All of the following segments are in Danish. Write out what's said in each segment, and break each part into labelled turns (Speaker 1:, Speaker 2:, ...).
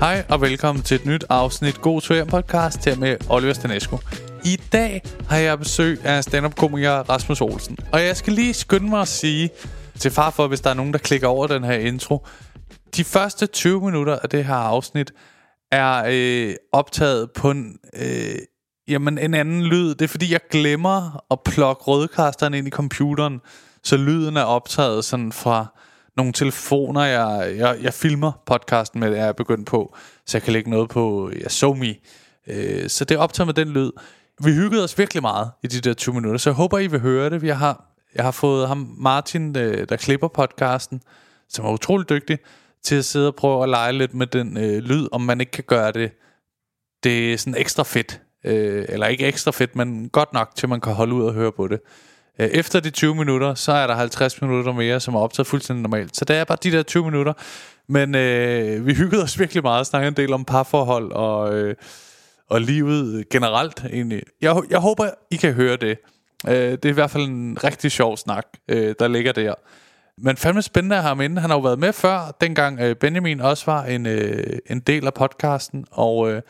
Speaker 1: Hej og velkommen til et nyt afsnit God Tur Hjem podcast her med Oliver Stanesco. I dag har jeg besøg af stand-up-komiker Rasmus Olsen. Og jeg skal lige skynde mig at sige til far for, hvis der er nogen, der klikker over den her intro. De første 20 minutter af det her afsnit er øh, optaget på en, øh, jamen en anden lyd. Det er fordi, jeg glemmer at plukke rødkasteren ind i computeren, så lyden er optaget sådan fra nogle telefoner, jeg, jeg, jeg filmer podcasten med, er jeg begyndt på, så jeg kan lægge noget på ja, SoMe. Øh, så det er optaget med den lyd. Vi hyggede os virkelig meget i de der 20 minutter, så jeg håber, I vil høre det. Jeg har, jeg har fået ham, Martin, øh, der klipper podcasten, som er utrolig dygtig, til at sidde og prøve at lege lidt med den øh, lyd, om man ikke kan gøre det, det er sådan ekstra fedt. Øh, eller ikke ekstra fedt, men godt nok, til man kan holde ud og høre på det. Øh, Efter de 20 minutter, så er der 50 minutter mere, som er optaget fuldstændig normalt. Så det er bare de der 20 minutter. Men øh, vi hyggede os virkelig meget og snakkede en del om parforhold og, øh, og livet generelt egentlig. Jeg, jeg håber, I kan høre det. Øh, det er i hvert fald en rigtig sjov snak, øh, der ligger der. Men fandme spændende at have ham inde. Han har jo været med før, dengang øh, Benjamin også var en, øh, en del af podcasten. Og øh,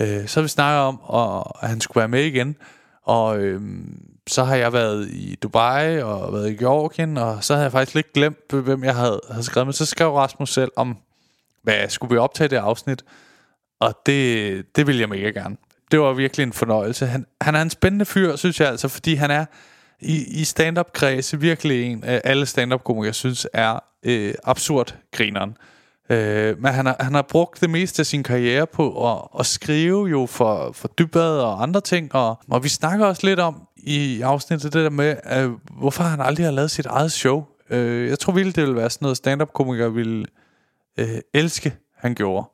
Speaker 1: øh, så har vi snakket om, og, at han skulle være med igen. Og øh, så har jeg været i Dubai og været i Georgien, og så havde jeg faktisk lidt glemt, hvem jeg havde, havde skrevet med. Så skrev Rasmus selv om, hvad skulle vi optage det afsnit. Og det, det ville jeg mega gerne. Det var virkelig en fornøjelse. Han, han er en spændende fyr, synes jeg altså, fordi han er i, i stand-up-kredse virkelig en af alle stand-up-komikere, synes er øh, absurd grineren. Øh, men han har, han har brugt det meste af sin karriere på at, at skrive jo for, for dybbad og andre ting, og, og vi snakker også lidt om i afsnittet det der med, øh, hvorfor han aldrig har lavet sit eget show. Øh, jeg tror virkelig, det ville være sådan noget, stand-up-komikere ville øh, elske, han gjorde.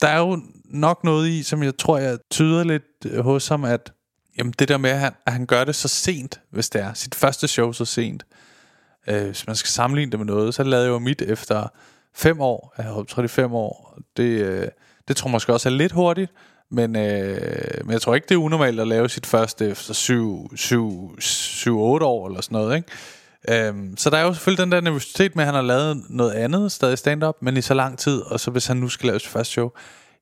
Speaker 1: Der er jo nok noget i, som jeg tror, jeg tyder lidt øh, hos ham, at jamen, det der med, at han, at han gør det så sent, hvis det er sit første show så sent. Øh, hvis man skal sammenligne det med noget, så lavede jeg jo mit efter fem år. Jeg har optrådt i fem år. Det, øh, det tror jeg måske også er lidt hurtigt, men, øh, men jeg tror ikke, det er unormalt at lave sit første efter 7-8 år eller sådan noget, ikke? Øhm, så der er jo selvfølgelig den der nervøsitet med, at han har lavet noget andet, stadig stand-up, men i så lang tid, og så hvis han nu skal lave sit første show.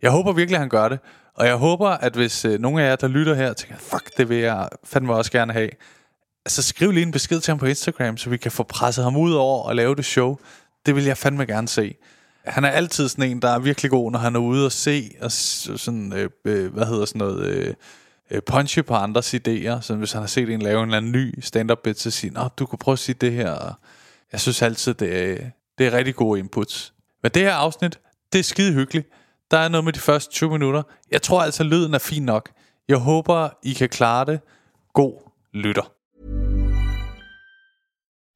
Speaker 1: Jeg håber virkelig, at han gør det, og jeg håber, at hvis øh, nogen af jer, der lytter her, tænker, fuck, det vil jeg fandme også gerne have, så skriv lige en besked til ham på Instagram, så vi kan få presset ham ud over at lave det show. Det vil jeg fandme gerne se. Han er altid sådan en, der er virkelig god, når han er ude og se, og s- sådan, øh, øh, hvad hedder sådan noget, øh, øh, punche på andres idéer. Så hvis han har set en lave en eller anden ny stand-up bit, så siger han, "Nå, du kunne prøve at sige det her. Og Jeg synes altid, det er, det er rigtig gode inputs. Men det her afsnit, det er skide hyggeligt. Der er noget med de første 20 minutter. Jeg tror altså, lyden er fin nok. Jeg håber, I kan klare det. God lytter.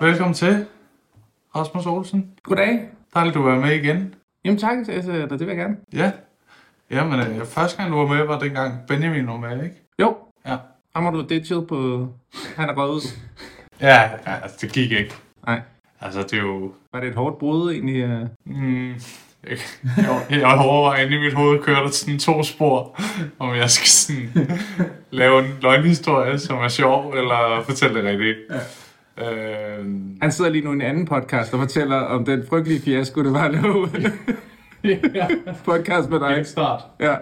Speaker 1: Velkommen til, Rasmus Olsen.
Speaker 2: Goddag.
Speaker 1: Dejligt, du er med igen.
Speaker 2: Jamen tak, altså, det vil jeg gerne.
Speaker 1: Ja. Jamen, øh, første gang du var med, var dengang Benjamin var med, ikke?
Speaker 2: Jo,
Speaker 1: Ja.
Speaker 2: ham har du ditchet på... Han er gået ud.
Speaker 1: Ja, ja, altså, det gik ikke.
Speaker 2: Nej.
Speaker 1: Altså, det er jo...
Speaker 2: Var det et hårdt brud egentlig? øh?
Speaker 1: Mm, jeg, jeg, jeg overvejer inde i mit hoved, kører der sådan to spor, om jeg skal sådan lave en løgnhistorie, som er sjov, eller fortælle det rigtigt. Ja. Øh,
Speaker 2: Han sidder lige nu i en anden podcast og fortæller om den frygtelige fiasko, det var at lave podcast med dig.
Speaker 1: start.
Speaker 2: Ja.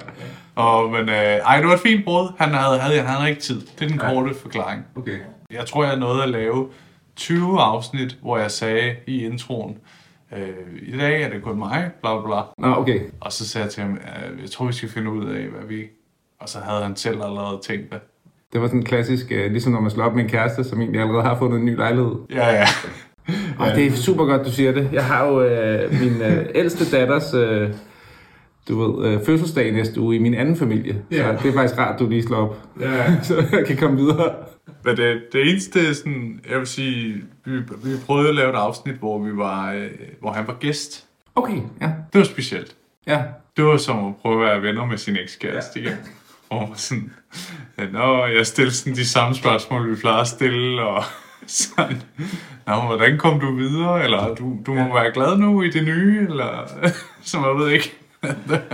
Speaker 1: Og, men, øh, ej, det var et fint brud. Han havde, havde, han havde ikke tid. Det er den korte forklaring.
Speaker 2: Okay.
Speaker 1: Jeg tror, jeg nåede at lave 20 afsnit, hvor jeg sagde i introen, øh, i dag er det kun mig, bla bla bla.
Speaker 3: Nå, okay.
Speaker 1: Og så sagde jeg til ham, "Øh, jeg tror, vi skal finde ud af, hvad vi... Og så havde han selv allerede tænkt det.
Speaker 3: Det var sådan en klassisk, øh, ligesom når man slår op med en kæreste, som egentlig allerede har fundet en ny lejlighed.
Speaker 1: Ja, ja.
Speaker 3: Og det er super godt, du siger det. Jeg har jo øh, min øh, ældste datters øh, du ved, øh, fødselsdag næste uge i min anden familie.
Speaker 1: Ja.
Speaker 3: Så det er faktisk rart, du lige slår op,
Speaker 1: Ja.
Speaker 3: så jeg kan komme videre.
Speaker 1: Men det, det eneste, sådan, jeg vil sige, vi, vi prøvede at lave et afsnit, hvor, vi var, øh, hvor han var gæst.
Speaker 3: Okay, ja.
Speaker 1: Det var specielt.
Speaker 3: ja.
Speaker 1: Det var som at prøve at være venner med sin ekskæreste ja. igen. Hvor man var sådan, ja, nå, jeg stillede sådan de samme spørgsmål, vi plejer at stille, og sådan, nå, hvordan kom du videre, eller du, du må være glad nu i det nye, eller som jeg ved ikke.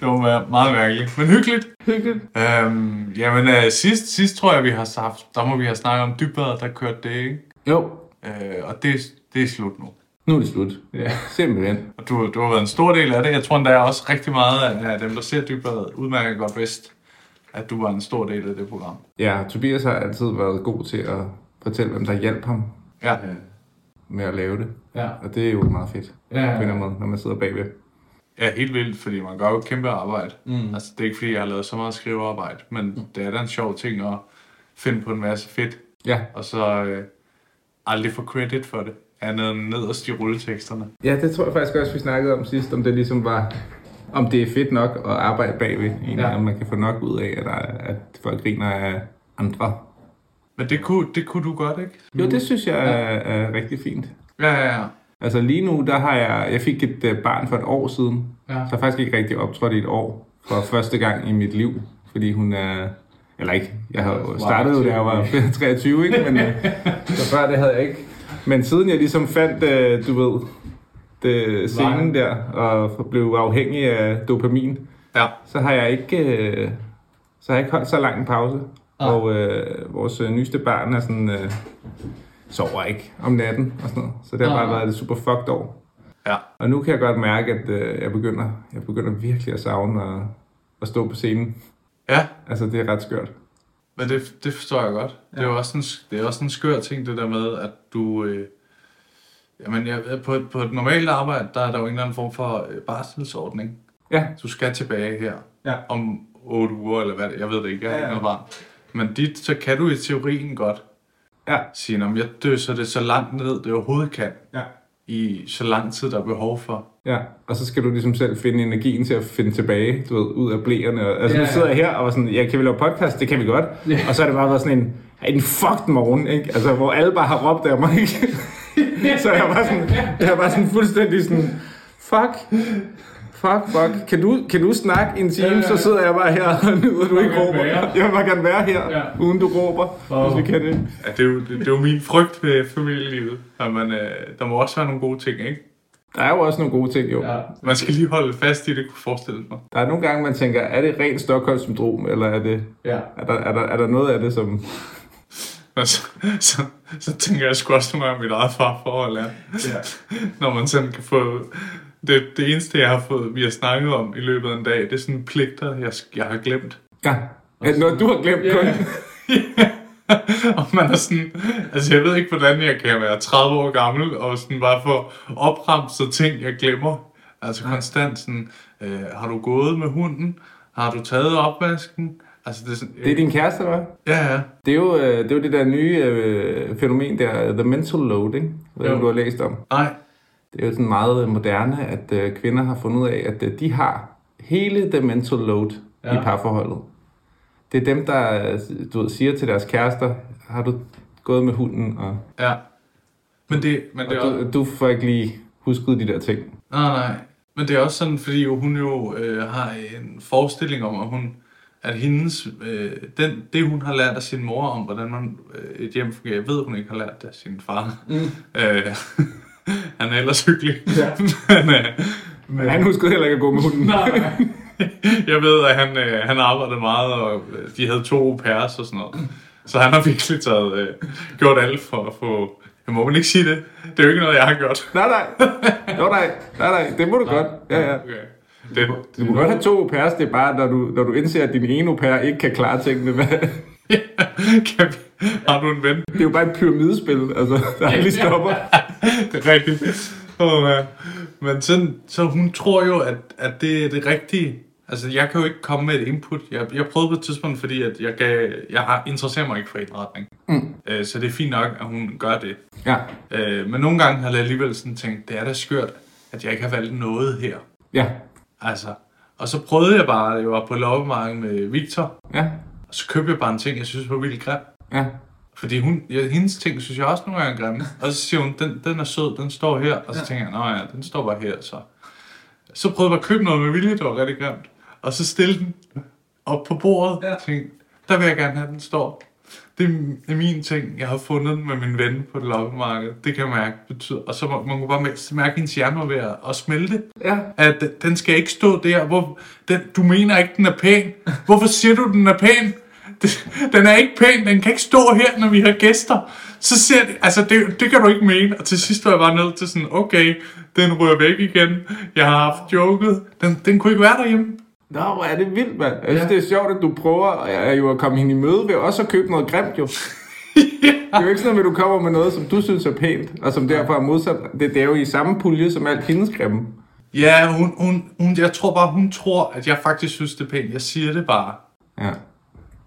Speaker 1: det var mær- meget mærkeligt, men hyggeligt.
Speaker 3: Hyggeligt.
Speaker 1: Øhm, jamen, øh, sidst, sidst tror jeg, vi har haft, der må vi have snakket om dybbad, der kørte det, ikke?
Speaker 3: Jo,
Speaker 1: Øh, og det, det er slut nu.
Speaker 3: nu er det slut. Ja. Simpelthen.
Speaker 1: Og du, du har været en stor del af det. Jeg tror endda også rigtig meget af af dem, der ser dybbad, udmærket godt vidst, at du var en stor del af det program.
Speaker 3: Ja, Tobias har altid været god til at fortælle, hvem der hjalp ham
Speaker 1: Ja.
Speaker 3: med at lave det.
Speaker 1: Ja.
Speaker 3: Og det er jo meget fedt,
Speaker 1: ja, ja.
Speaker 3: på en eller anden måde, når man sidder bagved.
Speaker 1: Ja, helt vildt, fordi man gør jo et kæmpe arbejde. Mm. Altså, det er ikke, fordi jeg har lavet så meget skrivearbejde, men mm. det er da en sjov ting at finde på en masse fedt,
Speaker 3: Ja,
Speaker 1: og så øh, aldrig få credit for det, andet end nederst i rulleteksterne.
Speaker 3: Ja, det tror jeg faktisk også, vi snakkede om sidst, om det ligesom var, om det er fedt nok at arbejde bagved, egentlig, ja. om man kan få nok ud af, at, der, at folk griner af andre.
Speaker 1: Men det kunne, det kunne du godt, ikke?
Speaker 3: Jo, det synes jeg er, er rigtig fint.
Speaker 1: Ja, ja, ja.
Speaker 3: Altså lige nu, der har jeg, jeg fik et øh, barn for et år siden,
Speaker 1: Ja.
Speaker 3: så jeg har faktisk ikke rigtig optrådt i et år for første gang i mit liv, fordi hun er, eller ikke, jeg har jo startet jo, da jeg var 23, ikke? men øh, så før det havde jeg ikke. Men siden jeg ligesom fandt, øh, du ved, det, scenen der, og blev afhængig af dopamin,
Speaker 1: Ja.
Speaker 3: så har jeg ikke, øh, så har jeg ikke holdt så lang en pause. Ah. Og øh, vores øh, nyeste barn er sådan, øh, sover ikke om natten og sådan noget. Så det har bare været et super fucked år.
Speaker 1: Ja.
Speaker 3: Og nu kan jeg godt mærke, at øh, jeg, begynder, jeg begynder virkelig at savne at, at stå på scenen.
Speaker 1: Ja,
Speaker 3: Altså, det er ret skørt.
Speaker 1: Men det, det forstår jeg godt. Ja. Det, er jo også en, det er også en skør ting, det der med, at du... Øh, jamen, jeg, på, et- på et normalt arbejde, der er der jo en eller anden form for øh, barselsordning.
Speaker 3: Ja,
Speaker 1: Du skal tilbage her
Speaker 3: Ja.
Speaker 1: om otte uger, eller hvad det- Jeg ved det ikke, jeg har ja, ja. barn. Men dit, så kan du i teorien godt
Speaker 3: ja,
Speaker 1: sige, om jeg døser det så langt ned, det overhovedet kan,
Speaker 3: ja.
Speaker 1: i så lang tid, der er behov for.
Speaker 3: Ja, og så skal du ligesom selv finde energien til at finde tilbage, du ved, ud af blæerne. Og- Altså,
Speaker 1: Ja,
Speaker 3: ja, nu
Speaker 1: ja.
Speaker 3: sidder jeg her og var sådan, ja, kan vi lave podcast? Det kan vi godt. Ja. Og så har det bare været sådan en, en fucked morgen, ikke? Altså, hvor alle bare har råbt af mig, ikke? så jeg var sådan, jeg var sådan fuldstændig sådan, fuck, fuck, fuck. Kan du, kan du snakke en time, ja, ja, ja. så sidder jeg bare her og nyder, du ikke
Speaker 1: gerne
Speaker 3: råber.
Speaker 1: være.
Speaker 3: Jeg vil bare gerne være her,
Speaker 1: Ja.
Speaker 3: ja. uden du råber, oh. hvis vi kan det.
Speaker 1: Ja, det, er jo, det, det er jo min frygt ved familielivet. At man, øh, der må også være nogle gode ting, ikke?
Speaker 3: Der er jo også nogle gode ting, jo. Ja.
Speaker 1: Man skal lige holde fast i det, kunne forestille mig.
Speaker 3: Der er nogle gange, man tænker, er det rent Stockholm-syndrom, eller er det...
Speaker 1: Ja.
Speaker 3: Er der, er, der, er der noget af det, som...
Speaker 1: Men så, så, så tænker jeg sgu også nogle gange, at mit eget farforhold er. Ja. Når man sådan kan få... Det, det eneste, jeg har fået, vi har snakket om i løbet af en dag, det er sådan pligter, jeg, jeg har glemt.
Speaker 3: Ja. At noget, du har glemt yeah. kun.
Speaker 1: og man er sådan... Altså, jeg ved ikke, hvordan jeg kan være 30 år gammel og sådan bare få opremset ting, jeg glemmer. Altså konstant sådan... Øh, har du gået med hunden? Har du taget opvasken? Altså, det er sådan...
Speaker 3: Det er din kæreste, eller hvad?
Speaker 1: Ja, ja.
Speaker 3: Det er jo, øh, det, er jo det der nye øh, fænomen der, the mental load, ikke? Jeg ved,
Speaker 1: Jo.
Speaker 3: om du har læst om.
Speaker 1: Nej.
Speaker 3: Det er jo sådan meget øh, moderne, at øh, kvinder har fundet ud af, at øh, de har hele the mental load ja. i parforholdet. Det er dem, der øh, du ved, siger til deres kærester, har du gået med hunden, og,
Speaker 1: Ja. Men det, men det er
Speaker 3: og du, du får ikke lige husket de der ting.
Speaker 1: Nej, nej. Men det er også sådan, fordi jo, hun jo øh, har en forestilling om, at, hun, at hendes, øh, den, det, hun har lært af sin mor om, hvordan man, øh, et hjem fungerer, jeg ved, hun ikke har lært det af sin far. Mm. Øh, han er ellers hyggelig. Ja. Men, øh, men
Speaker 3: Han huskede heller ikke at gå med hunden.
Speaker 1: jeg ved, at han, øh, han arbejdede meget, og øh, de havde to au pairs og sådan noget. Så han har virkelig taget, øh, gjort alt for at få... Jeg må vel ikke sige det. Det er jo ikke noget, jeg har gjort.
Speaker 3: Nej, nej. Jo, nej. Nej, nej. Det må du godt. Ja, ja.
Speaker 1: Okay. Det,
Speaker 3: Du må godt have to au pairs, det er bare, når du, når du indser, at din ene au pair ikke kan klare tingene. Hvad?
Speaker 1: kan, vi, Har du en ven?
Speaker 3: Det er jo bare et pyramidespil, altså, der aldrig stopper.
Speaker 1: det er rigtigt. Oh, man. Men sådan, så hun tror jo, at, at det er det rigtige. Altså, jeg kan jo ikke komme med et input. Jeg, jeg prøvede på et tidspunkt, fordi at jeg, gav, jeg har, interesserer mig ikke for indretning. Mm. Øh, så det er fint nok, at hun gør det.
Speaker 3: Ja,
Speaker 1: Øh, men nogle gange har jeg alligevel sådan tænkt, det er da skørt, at jeg ikke har valgt noget her.
Speaker 3: ja,
Speaker 1: Altså, og så prøvede jeg bare, jeg var på loppemarked med Victor,
Speaker 3: ja,
Speaker 1: og så købte jeg bare en ting, jeg synes var vildt grim.
Speaker 3: ja.
Speaker 1: Fordi hun, ja, hendes ting synes jeg også nogle gange er grimme. Og så siger hun, den, den er sød, den står her. Og så ja. tænker jeg, nej, ja, den står bare her. Så, så prøvede jeg bare at købe noget med vilje, der var rigtig grimt. Og så stille den op på bordet. Ja. Tænkte, der vil jeg gerne have, den står. Det er, min- det er min ting. Jeg har fundet den med min ven på et loppemarked. Det kan jeg mærke. Betyder. Og så må, man kunne bare mærke, mærke at hendes hjerne var ved at, at smelte.
Speaker 3: Ja.
Speaker 1: At den- den skal ikke stå der. Hvor, den, du mener ikke, den er pæn. Hvorfor siger du, den er pæn? Det, den er ikke pæn. Den kan ikke stå her, når vi har gæster. Så ser det, altså det, det kan du ikke mene. Og til sidst var jeg bare nødt til sådan, okay, den rører væk igen. Jeg har haft joket. Den, den kunne ikke være derhjemme.
Speaker 3: Nå, hvor er det vildt, mand. Jeg synes, ja. det er sjovt, at du prøver øh, jo at komme hende i møde ved også at købe noget grimt, jo. Det er jo ikke sådan, noget med, at du kommer med noget, som du synes er pænt, og som derfor er modsat. Det, det er jo i samme pulje som alt hendes grimme.
Speaker 1: Ja, hun, hun, hun, jeg tror bare, hun tror, at jeg faktisk synes, det er pænt. Jeg siger det bare.
Speaker 3: Ja,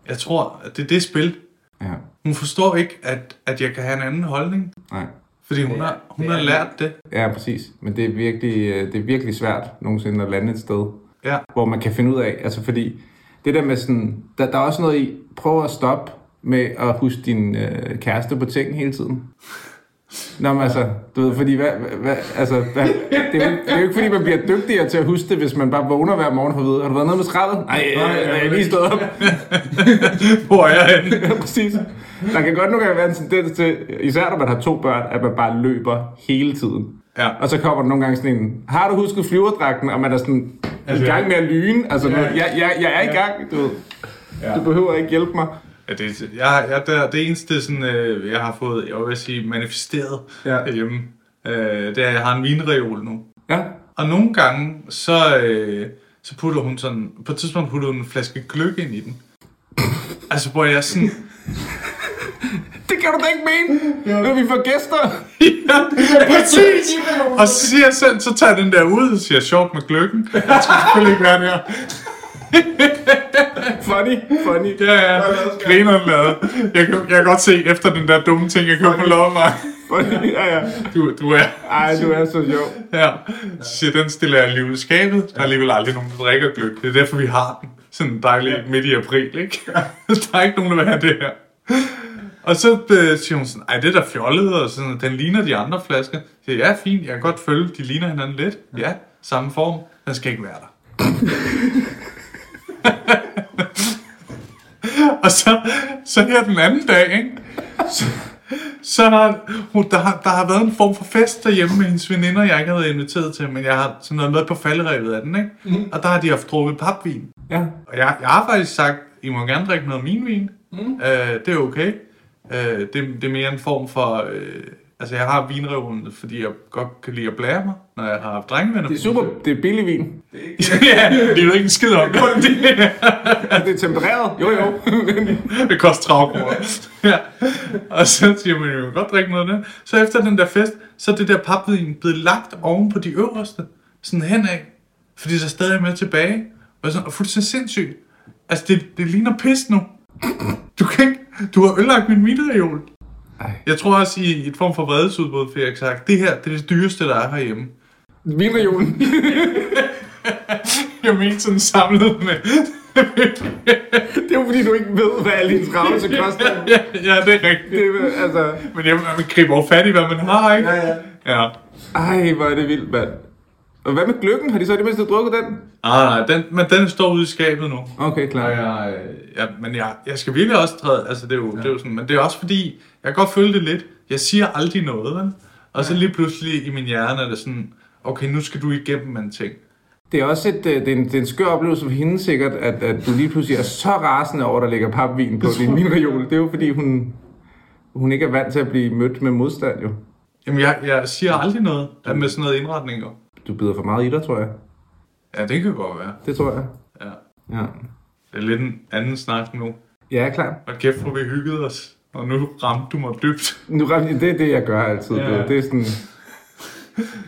Speaker 1: Jeg tror, at det er det spil.
Speaker 3: ja,
Speaker 1: Hun forstår ikke, at, at jeg kan have en anden holdning.
Speaker 3: nej.
Speaker 1: Fordi hun, har, hun har lært det.
Speaker 3: Ja, præcis. Men det er virkelig, øh, det er virkelig svært nogensinde at lande et sted,
Speaker 1: Ja.
Speaker 3: hvor man kan finde ud af, altså fordi det der med sådan, der, der er også noget i, prøv at stoppe med at huske din øh, kæreste på ting hele tiden. Nå, men altså, du ved, fordi hvad, hvad- hvad, altså, hvad, det, er, jo- det er jo ikke fordi, man bliver dygtigere til at huske det, hvis man bare vågner hver morgen for at vide, har du været nede med skraldet? Nej, øh, nej, jeg er lige stået op.
Speaker 1: Hvor er jeg henne?
Speaker 3: Ja, præcis. Der kan godt nogle gange være en tendens til, især når man har to børn, at man bare løber hele tiden.
Speaker 1: Ja.
Speaker 3: Og så kommer der nogle gange sådan en, har du husket flyverdragten? Og man er sådan altså, i gang med at lyne. Altså, ja, jeg, jeg, jeg er i gang, du ved. Ja. Du behøver ikke hjælpe mig.
Speaker 1: Ja, det, er- jeg, jeg, det, er- det eneste, sådan, øh, jeg har fået, jeg vil sige, manifesteret
Speaker 3: Ja.
Speaker 1: ja. hjemme, øh, det er, at jeg har en vinreol nu.
Speaker 3: Ja,
Speaker 1: Og nogle gange, så, øh, så putter hun sådan... På et tidspunkt putter hun en flaske gløk ind i den. altså, hvor jeg sådan...
Speaker 3: det kan du da ikke mene. Ja. Når vi får gæster.
Speaker 1: ja, præcis! og så siger jeg selv, så tager jeg den der ud og siger, sjovt med gløkken. Jeg skal selvfølgelig ikke være der.
Speaker 3: Funny, funny.
Speaker 1: Ja, ja, grineren lavet. Jeg kan, jeg kan godt se, efter den der dumme ting, jeg købte på lommer.
Speaker 3: funny. Ja, ja.
Speaker 1: Du, du er...
Speaker 3: Ej, du er så sjov.
Speaker 1: Ja. Så siger, jeg, den stiller jeg lige ud i skabet. Der er alligevel aldrig nogen, der drikker gløk. Det er derfor, vi har den. Sådan dejlig ja. midt i april, ikke? der er ikke nogen, der vil have det her. Og så øh, siger hun sådan, ej, det er da fjollet, og sådan, den ligner de andre flasker. Jeg siger, ja, fint, jeg kan godt følge, de ligner hinanden lidt. Ja, samme form. Den skal ikke være der. og så, så her den anden dag, ikke? Så, så har, hun, der, har, der har været en form for fest derhjemme med hendes veninder, jeg ikke havde inviteret til, men jeg har sådan noget med på falderevet af den, ikke? Mm. Og der har de haft drukket papvin.
Speaker 3: Ja.
Speaker 1: Og jeg, jeg har faktisk sagt, I må gerne drikke noget af min vin. Mm. Øh, det er okay. Øh, det, det er mere en form for... Øh, altså, jeg har vinreolen, fordi jeg godt kan lide at blære mig, når jeg har haft drengevenner.
Speaker 3: Det er super, det er billig vin.
Speaker 1: ja, de ved ikke en skid om det.
Speaker 3: Det er tempereret. Jo, jo.
Speaker 1: det koster 30 kroner. ja. Og så siger man jo godt drikke noget af det. Så efter den der fest, så er det der papvin blevet lagt oven på de øverste. Sådan henad. Fordi der er stadig med tilbage. Og sådan, og fuldstændig sindssygt. Altså, det, det ligner pis nu. Du kan ikke, du har ødelagt min midterreol. Jeg tror også i i et form for vredesudbrud, for jeg har sagt, det her, det er det dyreste, der er herhjemme.
Speaker 3: Vinreolen.
Speaker 1: Jeg mente sådan samlet med,
Speaker 3: Det er jo fordi, du ikke ved, hvad alle dine travlelse koster.
Speaker 1: ja, ja, det er rigtigt.
Speaker 3: Det er, altså,
Speaker 1: Men jeg, man griber jo fat i, hvad man har, ikke? Ja, ja. ja.
Speaker 3: Ej, hvor er det vildt, mand. Og hvad med gløggen? Har de så i det mindste drukket den?
Speaker 1: Ah, den, men den står ude i skabet nu.
Speaker 3: Okay, klar.
Speaker 1: Og jeg, øh, ja, men jeg, jeg skal virkelig også træde, altså det er, jo, ja. det er jo sådan, men det er også fordi, jeg kan godt følge det lidt. Jeg siger aldrig noget, vel? Og så lige pludselig i min hjerne er det sådan, okay, nu skal du igennem en ting.
Speaker 3: Det er også et, øh, det er en, det er en skør oplevelse for hende sikkert, at, at du lige pludselig er så rasende over, at der ligger papvin på din vinreol. Det er jo fordi, hun, hun ikke er vant til at blive mødt med modstand, jo.
Speaker 1: Jamen, jeg, jeg siger aldrig noget ja, med sådan noget indretning. jo.
Speaker 3: Du bider for meget i dig, tror jeg.
Speaker 1: Ja, det kan godt være.
Speaker 3: Det tror jeg.
Speaker 1: Ja.
Speaker 3: Ja,
Speaker 1: Det er lidt en anden snak nu.
Speaker 3: ja jeg er klar.
Speaker 1: Og kæft, hvor vi hyggede os. Og nu ramte du mig dybt.
Speaker 3: Nu, rammer- det er det, jeg gør altid.
Speaker 1: Ja.
Speaker 3: Ja. Det er sådan...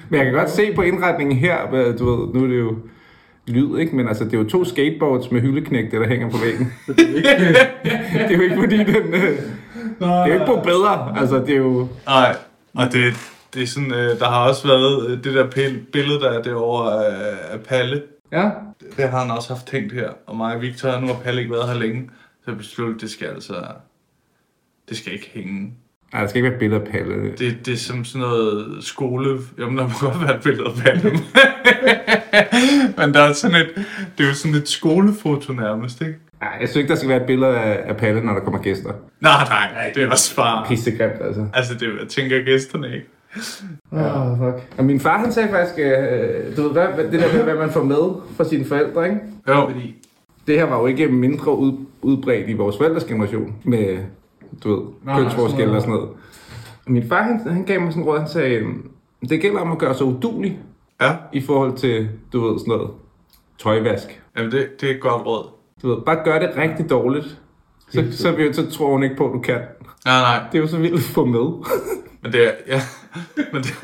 Speaker 3: Men jeg kan godt se på indretningen her, hvad- du ved, nu er det jo lyd, ikke? Men altså, det er jo to skateboards med hyldeknægte, der hænger på væggen. det er jo ikke fordi, den... øh, Det er jo ikke på bedre. Altså, det er jo...
Speaker 1: Nej, og det, det er sådan, øh, der har også været øh, det der pil- billede, der er derovre øh, af Palle.
Speaker 3: Ja.
Speaker 1: Det har han også haft tænkt her, og mig og Victor, nu har Palle ikke været her længe, så jeg besluttede, det skal altså, det skal ikke hænge.
Speaker 3: Nej, der skal ikke være billeder af Palle.
Speaker 1: Det, det er som sådan noget skole... Jamen, der må godt være et billede af Palle. Men der er sådan et... Det er jo sådan et skolefoto nærmest, ikke?
Speaker 3: Nej, jeg synes ikke, der skal være et billede af, af Palle, når der kommer gæster.
Speaker 1: Nej, nej, det er også bare...
Speaker 3: Pissegrimt, altså.
Speaker 1: Altså, det, jeg tænker gæsterne ikke.
Speaker 3: Åh, oh, fuck. Og min far, han sagde faktisk, øh, du ved, hvad, hvad- det der med, hvad man får med fra sine forældre, ikke?
Speaker 1: Jo, fordi...
Speaker 3: det her var jo ikke mindre ud, udbredt i vores forældres generation med, du ved, kønsforskel og sådan noget. Min far, han, han gav mig sådan et råd, han sagde, "Øhm, det gælder om at gøre sig udulig
Speaker 1: Ja,
Speaker 3: i forhold til, du ved, sådan noget tøjvask.
Speaker 1: jamen, det, det er et godt råd.
Speaker 3: Du ved, bare gør det rigtig dårligt. Så, så, vil- så tror hun ikke på, at du kan.
Speaker 1: Nej, nej,
Speaker 3: Det er jo så vildt at få med.
Speaker 1: men det er... Ja, men det,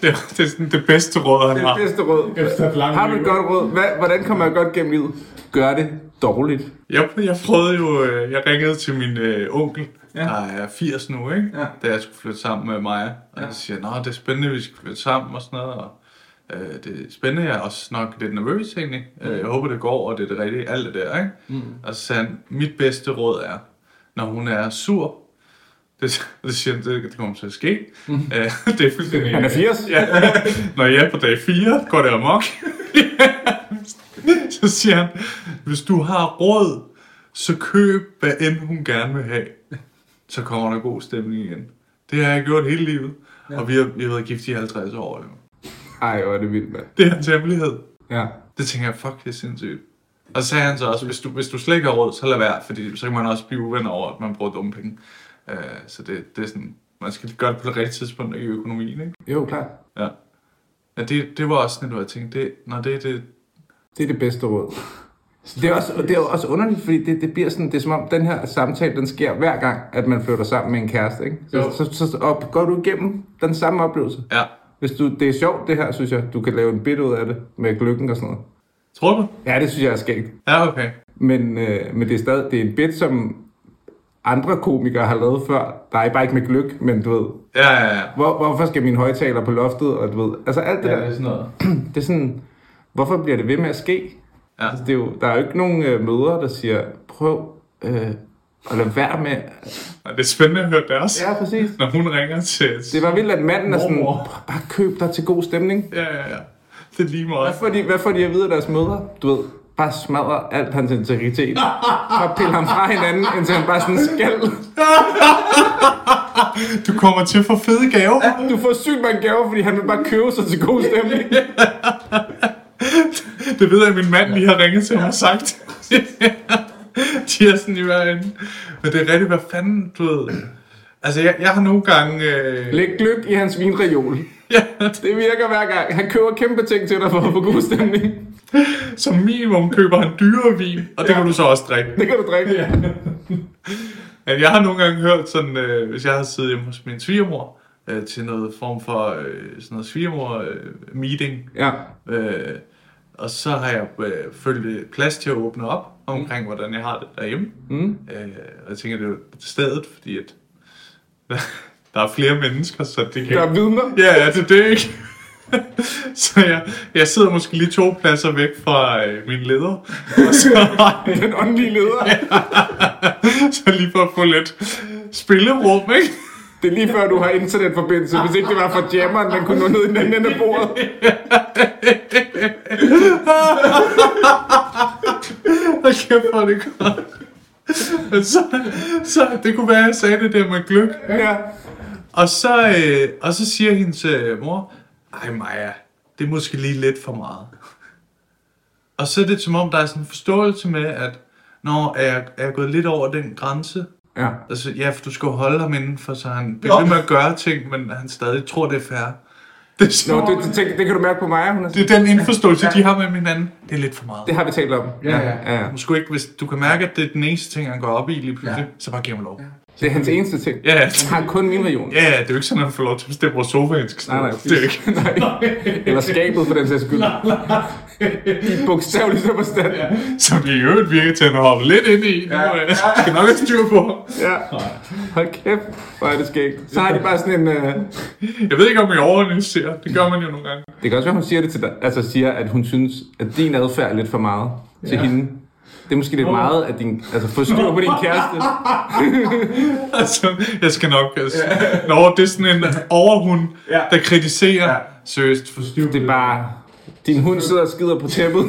Speaker 1: det, er, det er sådan det bedste råd, han
Speaker 3: Det er
Speaker 1: har.
Speaker 3: det bedste råd. Har du et godt råd? Hvad, hvordan kommer jeg godt gennem livet? Gør det dårligt.
Speaker 1: Jeg, jeg prøvede jo, øh, jeg ringede til min øh, onkel, ja. der er 80 nu, ikke?
Speaker 3: Ja.
Speaker 1: da jeg skulle flytte sammen med mig. Og ja. jeg siger, at det er spændende, vi skal flytte sammen og sådan noget. Og, øh, det er spændende, jeg er også nok lidt nervøs egentlig. Mm. Jeg håber, det går, og det er det rigtige, alt det der. Ikke? Mm. Og så sagde han, mit bedste råd er, når hun er sur, det, det siger han, det, det kommer til at ske. Mm. Øh, det er fuldstændig...
Speaker 3: Han er 80.
Speaker 1: Ja. Når jeg er på dag 4, går det amok. så siger han, hvis du har råd, så køb hvad end hun gerne vil have. Så kommer der god stemning igen. Det har jeg gjort hele livet. Ja. Og vi har, vi har været gift i 50 år. Jo.
Speaker 3: Ej, hvor er det vildt, mand.
Speaker 1: Det er hans hemmelighed.
Speaker 3: Ja.
Speaker 1: Det tænker jeg, fuck, det er sindssygt. Og så sagde han så også, hvis du, hvis du slet ikke har råd, så lad være, fordi så kan man også blive uvenner over, at man bruger dumme penge. Uh, så det, det er sådan, man skal gøre det på det rigtige tidspunkt i økonomien, ikke?
Speaker 3: Jo, klart.
Speaker 1: Ja. Ja, det, det var også sådan, noget, jeg tænkte, det, når det, det,
Speaker 3: Det er det bedste råd. Så det er også, det er også underligt, fordi det, det bliver sådan, det er som om den her samtale, den sker hver gang, at man flytter sammen med en kæreste, ikke? Så,
Speaker 1: Jo.
Speaker 3: så, så, så op, går du igennem den samme oplevelse.
Speaker 1: ja.
Speaker 3: Hvis du, det er sjovt det her, synes jeg, du kan lave en bit ud af det med gløggen og sådan noget.
Speaker 1: Tror du?
Speaker 3: Ja, det synes jeg er skægt.
Speaker 1: Ja, okay.
Speaker 3: Men, øh, men det er stadig, det er en bit, som andre komikere har lavet før. Der er bare ikke med gløk, men du ved,
Speaker 1: Ja, ja, ja.
Speaker 3: hvor, hvorfor skal min højtaler på loftet, og du ved, altså alt det ja, der,
Speaker 1: sådan noget.
Speaker 3: det er sådan, hvorfor bliver det ved med at ske?
Speaker 1: Ja.
Speaker 3: Altså, det er jo, der er jo ikke nogen øh, mødre, der siger, prøv øh, at lade være med.
Speaker 1: Og det er spændende at høre deres.
Speaker 3: Ja, præcis.
Speaker 1: Når hun ringer til...
Speaker 3: Det var vildt, at manden er sådan,
Speaker 1: Mormor.
Speaker 3: "Prøv bare køb dig til god stemning.
Speaker 1: Ja, ja, ja. Det er lige
Speaker 3: Hvad
Speaker 1: meget.
Speaker 3: får de, hvad får de at vide af deres mødre? Du ved, bare smadrer alt hans integritet. Bare piller ham fra hinanden, indtil han bare sådan skal.
Speaker 1: Du kommer til at få fede gaver.
Speaker 3: Du får sygt mange gaver, fordi han vil bare købe sig til god stemning.
Speaker 1: Det ved jeg, min mand lige har ringet til mig og sagt. De er sådan i hver ende. Men det er rigtigt, hvad fanden, du ved... Altså, jeg, jeg har nogle gange... Øh...
Speaker 3: Læg gløk i hans vinreol.
Speaker 1: Ja,
Speaker 3: Det virker hver gang. Han køber kæmpe ting til dig for at få god stemning.
Speaker 1: som minimum køber han dyre vin, og det kan du så også drikke.
Speaker 3: Det kan du drikke. Ja.
Speaker 1: Men jeg har nogle gange hørt sådan, øh, hvis jeg har siddet hjemme hos min svigermor øh, til noget form for øh, sådan noget svigermor-meeting,
Speaker 3: ja.
Speaker 1: øh, og så har jeg øh, følt øh, plads til at åbne op omkring, hvordan jeg har det derhjemme. Mm. Øh, og jeg tænker, det er jo stedet, fordi at, der er flere mennesker, så det kan...
Speaker 3: Der er vidner.
Speaker 1: Ja, ja, det er det ikke. så jeg, jeg sidder måske lige to pladser væk fra øh, min leder, og så har jeg
Speaker 3: Den åndelige leder.
Speaker 1: så lige for at få lidt spillerum, ikke?
Speaker 3: Det er lige før, du har internetforbindelse. Hvis ikke det var for jammeren, den kunne nå ned i den anden ende af bordet.
Speaker 1: Og kæft, hvor er det godt. Men så, så det kunne være, at jeg sagde det der med gløk.
Speaker 3: Ja.
Speaker 1: Og så, øh, og så siger hendes øh, mor, ej Maja, det er måske lige lidt for meget. Og så er det som om, der er sådan en forståelse med, at når er jeg, er jeg gået lidt over den grænse,
Speaker 3: Ja.
Speaker 1: altså ja, for du skal jo holde ham indenfor, så han bliver ved med at gøre ting, men han stadig tror, det er fair. Det er,
Speaker 3: Nå,
Speaker 1: som,
Speaker 3: det,
Speaker 1: det,
Speaker 3: det, tænker, det kan du mærke på mig, hun er sådan,
Speaker 1: det er den indforståelse, de har med hinanden. Det er lidt for meget.
Speaker 3: Det har vi talt om. Ja, ja, ja.
Speaker 1: Måske ikke, hvis du kan mærke, at det er den eneste ting, han går op i lige pludselig, ja. så bare giv ham lov. Ja.
Speaker 3: Det er hans eneste ting.
Speaker 1: Ja, ja.
Speaker 3: Han har kun min region.
Speaker 1: Ja, ja, det er jo ikke sådan, at han får lov til at bestemme, hvor sofaen skal stå.
Speaker 3: Nej, nej,
Speaker 1: det er jo ikke.
Speaker 3: nej. Eller skabet for den sags skyld. I bogstaveligste forstand. Ja.
Speaker 1: Som det i øvrigt virker til, at han har hoppet lidt ind i. Nu,
Speaker 3: Ja.
Speaker 1: ja. skal nok have styr på.
Speaker 3: ja. Hold kæft, hvor er det skægt. Så har de bare sådan en... Øh...
Speaker 1: Jeg ved ikke, om I overanalyserer. Det gør man jo nogle gange.
Speaker 3: Det kan også være, hun siger det til dig. Altså siger, at hun synes, at din adfærd er lidt for meget til hende. Det er måske lidt meget, at din, altså få styr på din kæreste.
Speaker 1: Altså, jeg skal nok... Altså, Nå, det er sådan en overhund,
Speaker 4: Ja.
Speaker 1: der kritiserer. Seriøst, forstyr
Speaker 3: Det er bare... Din hund sidder og skider på tæppet.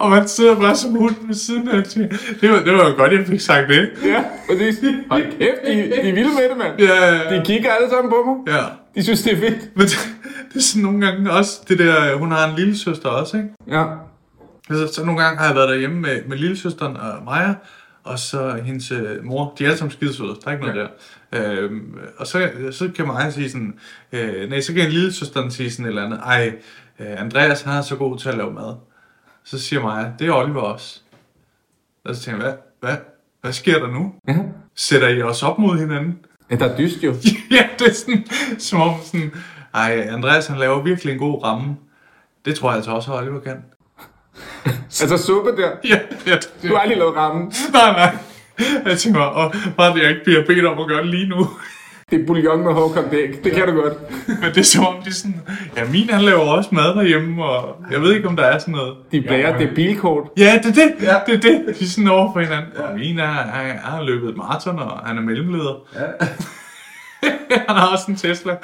Speaker 1: Og man sidder bare som hunden ved siden af. og siger, Det var, det var jo godt, jeg fik sagt det.
Speaker 3: ja, præcis. Hold kæft, de, de er vilde med det, mand.
Speaker 1: Ja, ja, ja.
Speaker 3: De kigger alle sammen på mig.
Speaker 1: ja.
Speaker 3: De synes, det er fedt.
Speaker 1: Men det, det er sådan nogle gange også det der... Hun har en lille søster også, ikke?
Speaker 3: Ja.
Speaker 1: Så, så nogle gange har jeg været derhjemme med, med lillesøsteren og Maja, og så hendes øh, mor. De er alle sammen skidesøde, der er ikke noget ja. der. Øhm, og så, så kan Maja sige sådan, øh, nej, så kan en lillesøsteren sige sådan et eller andet, ej, øh, Andreas han er så god til at lave mad. Så siger Maja, det er Oliver også. Og så tænker jeg, hvad, hvad, hvad sker der nu?
Speaker 3: Ja.
Speaker 1: Sætter I os op mod hinanden?
Speaker 3: ja der er dyst jo.
Speaker 1: ja, det er sådan, som om sådan, ej, Andreas han laver virkelig en god ramme. Det tror jeg altså også, at Oliver kan.
Speaker 3: Altså suppe der.
Speaker 1: Ja, ja, det,
Speaker 3: Du har aldrig lavet rammen.
Speaker 1: Nej, nej. Jeg tænker bare, og bare det, jeg ikke bliver bedt om at gøre det lige nu.
Speaker 3: Det er bouillon med hårdkogt æg. Det kan du godt.
Speaker 1: Men det er som om, de er sådan... Ja, min han laver også mad derhjemme, og jeg ved ikke, om der er sådan noget.
Speaker 3: De blærer det bilkort.
Speaker 1: Ja, det er det. Ja. Det er det. De er sådan over for hinanden. Og min er, han, han har løbet et maraton, og han er mellemleder. Ja. han har også en Tesla.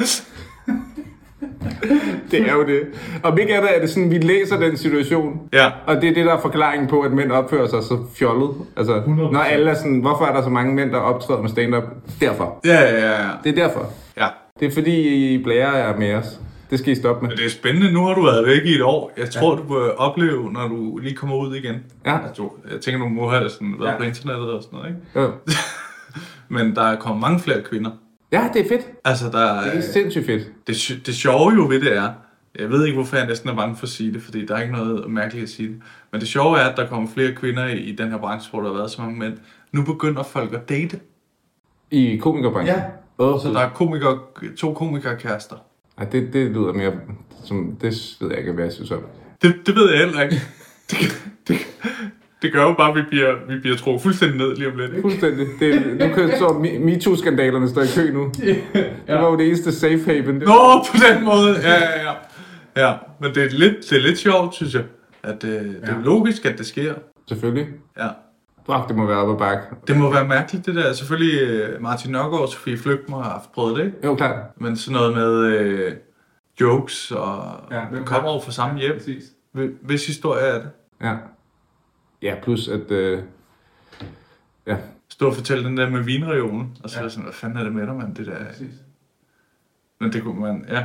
Speaker 3: Det er jo det. Og ikke andet er det sådan, vi læser den situation.
Speaker 1: Ja.
Speaker 3: Og det er det, der er forklaringen på, at mænd opfører sig så fjollet. Altså, når alle er sådan, hvorfor er der så mange mænd, der optræder med stand-up? Derfor.
Speaker 1: Ja, ja, ja.
Speaker 3: Det er derfor.
Speaker 1: ja.
Speaker 3: Det er fordi, I blærer jer med os. Det skal I stoppe med.
Speaker 1: Det er spændende. Nu har du været væk i et år. Jeg tror, ja. du vil opleve, når du lige kommer ud igen.
Speaker 3: Ja.
Speaker 1: Altså, du- jeg tænker, du må have sådan været ja. på internettet og sådan noget, ikke?
Speaker 3: Jo.
Speaker 1: Men der er kommet mange flere kvinder.
Speaker 3: Ja, det er fedt.
Speaker 1: Altså, der er,
Speaker 3: Det er sindssygt fedt.
Speaker 1: det, sy- det sjove jo ved det er, jeg ved ikke, hvorfor jeg næsten er bange for at sige det, fordi der er ikke noget mærkeligt at sige det. Men det sjove er, at der kommer flere kvinder i, i den her branche, hvor der har været så mange mænd. Nu begynder folk at date.
Speaker 3: I komikerbranchen.
Speaker 4: Ja.
Speaker 3: Åh,
Speaker 1: Så der er komikere, to komikerkærester.
Speaker 3: Ej, det, det lyder mere som... Det ved jeg ikke, hvad jeg synes om.
Speaker 1: Det, det ved jeg heller ikke. Det, det, det gør jo bare, at vi bliver, vi bliver trukket fuldstændig ned lige om lidt. Ikke?
Speaker 3: Fuldstændig. Det, nu kan jeg så Me- MeToo-skandalerne står i kø nu. Det var jo det eneste safe haven.
Speaker 1: Nå, på den måde. Ja, ja, ja. ja men det er, lidt, det er lidt sjovt, synes jeg. At øh, det er logisk, at det sker.
Speaker 3: Selvfølgelig.
Speaker 1: Ja.
Speaker 3: Fuck, det må være op ad bakke.
Speaker 1: Det må være mærkeligt, det der. Selvfølgelig øh, Martin Nørgaard og Sofie Flygtmer har haft prøvet det, ikke?
Speaker 3: Jo, klart.
Speaker 1: Men sådan noget med øh, jokes og
Speaker 4: Ja, hvem
Speaker 1: ja, kommer
Speaker 4: har-
Speaker 1: over fra samme hjem.
Speaker 4: Præcis.
Speaker 1: Hvil- Hvis historie er det?
Speaker 3: Ja. Ja, plus at... Øh, ja.
Speaker 1: Stå og fortælle den der med vinreolen, og så ja. er jeg sådan, hvad fanden er det med dig, mand, det der?
Speaker 4: Præcis.
Speaker 1: Men det kunne man, ja.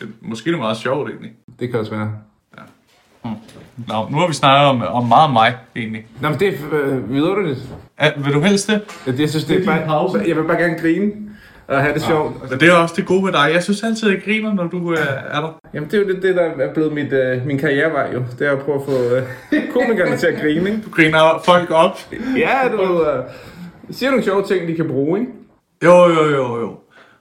Speaker 1: Det, måske er det meget sjovt, egentlig. Hm.
Speaker 3: Det kan også være.
Speaker 1: Nå, nu har vi snakket om, om meget om mig, egentlig.
Speaker 3: Nå, men det er øh, vidunderligt.
Speaker 1: Ja, vil du helst det?
Speaker 3: Jeg, jeg synes, det,
Speaker 4: Det er
Speaker 3: er
Speaker 4: din
Speaker 3: bare,
Speaker 4: pause.
Speaker 3: Jeg vil bare gerne grine og have det sjovt.
Speaker 1: Men det er også det gode ved dig. Jeg synes altid, jeg griner, når du øh, er der.
Speaker 3: Jamen, det er jo det, det der er blevet mit, øh, min karrierevej jo. Det er at prøve at få øh, komikerne til at grine, ikke?
Speaker 1: Du griner folk op.
Speaker 3: Ja, du ved, øh, siger nogle sjove ting, de kan bruge, ikke?
Speaker 1: Jo, jo, jo, jo.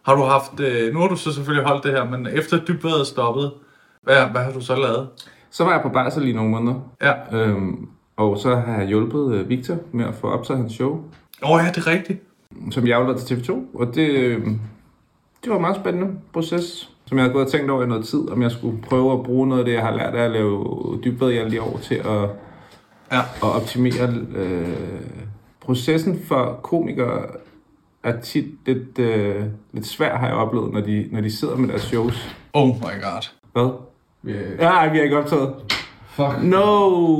Speaker 1: Har du haft, øh, nu har du så selvfølgelig holdt det her, men efter dybværet stoppede, hvad, hvad har du så lavet?
Speaker 3: Så var jeg på barsel i nogle måneder.
Speaker 1: Ja.
Speaker 3: Øhm, og så har jeg hjulpet øh, Victor med at få optaget hans show,
Speaker 1: Åh oh, ja, det er rigtigt.
Speaker 3: som jeg afleverede til TV2. Og det, øh, det var en meget spændende proces, som jeg havde gået og tænkt over i noget tid, om jeg skulle prøve at bruge noget af det, jeg har lært af at lave dybbad i alle de år til at,
Speaker 1: Ja.
Speaker 3: at optimere øh, processen for komikere er tit lidt, øh, lidt svær, har jeg oplevet, når de, når de sidder med deres shows.
Speaker 1: Oh my god.
Speaker 3: Hvad?
Speaker 4: Yeah.
Speaker 3: Ja, ej, vi har ikke optaget.
Speaker 4: Fuck.
Speaker 3: No!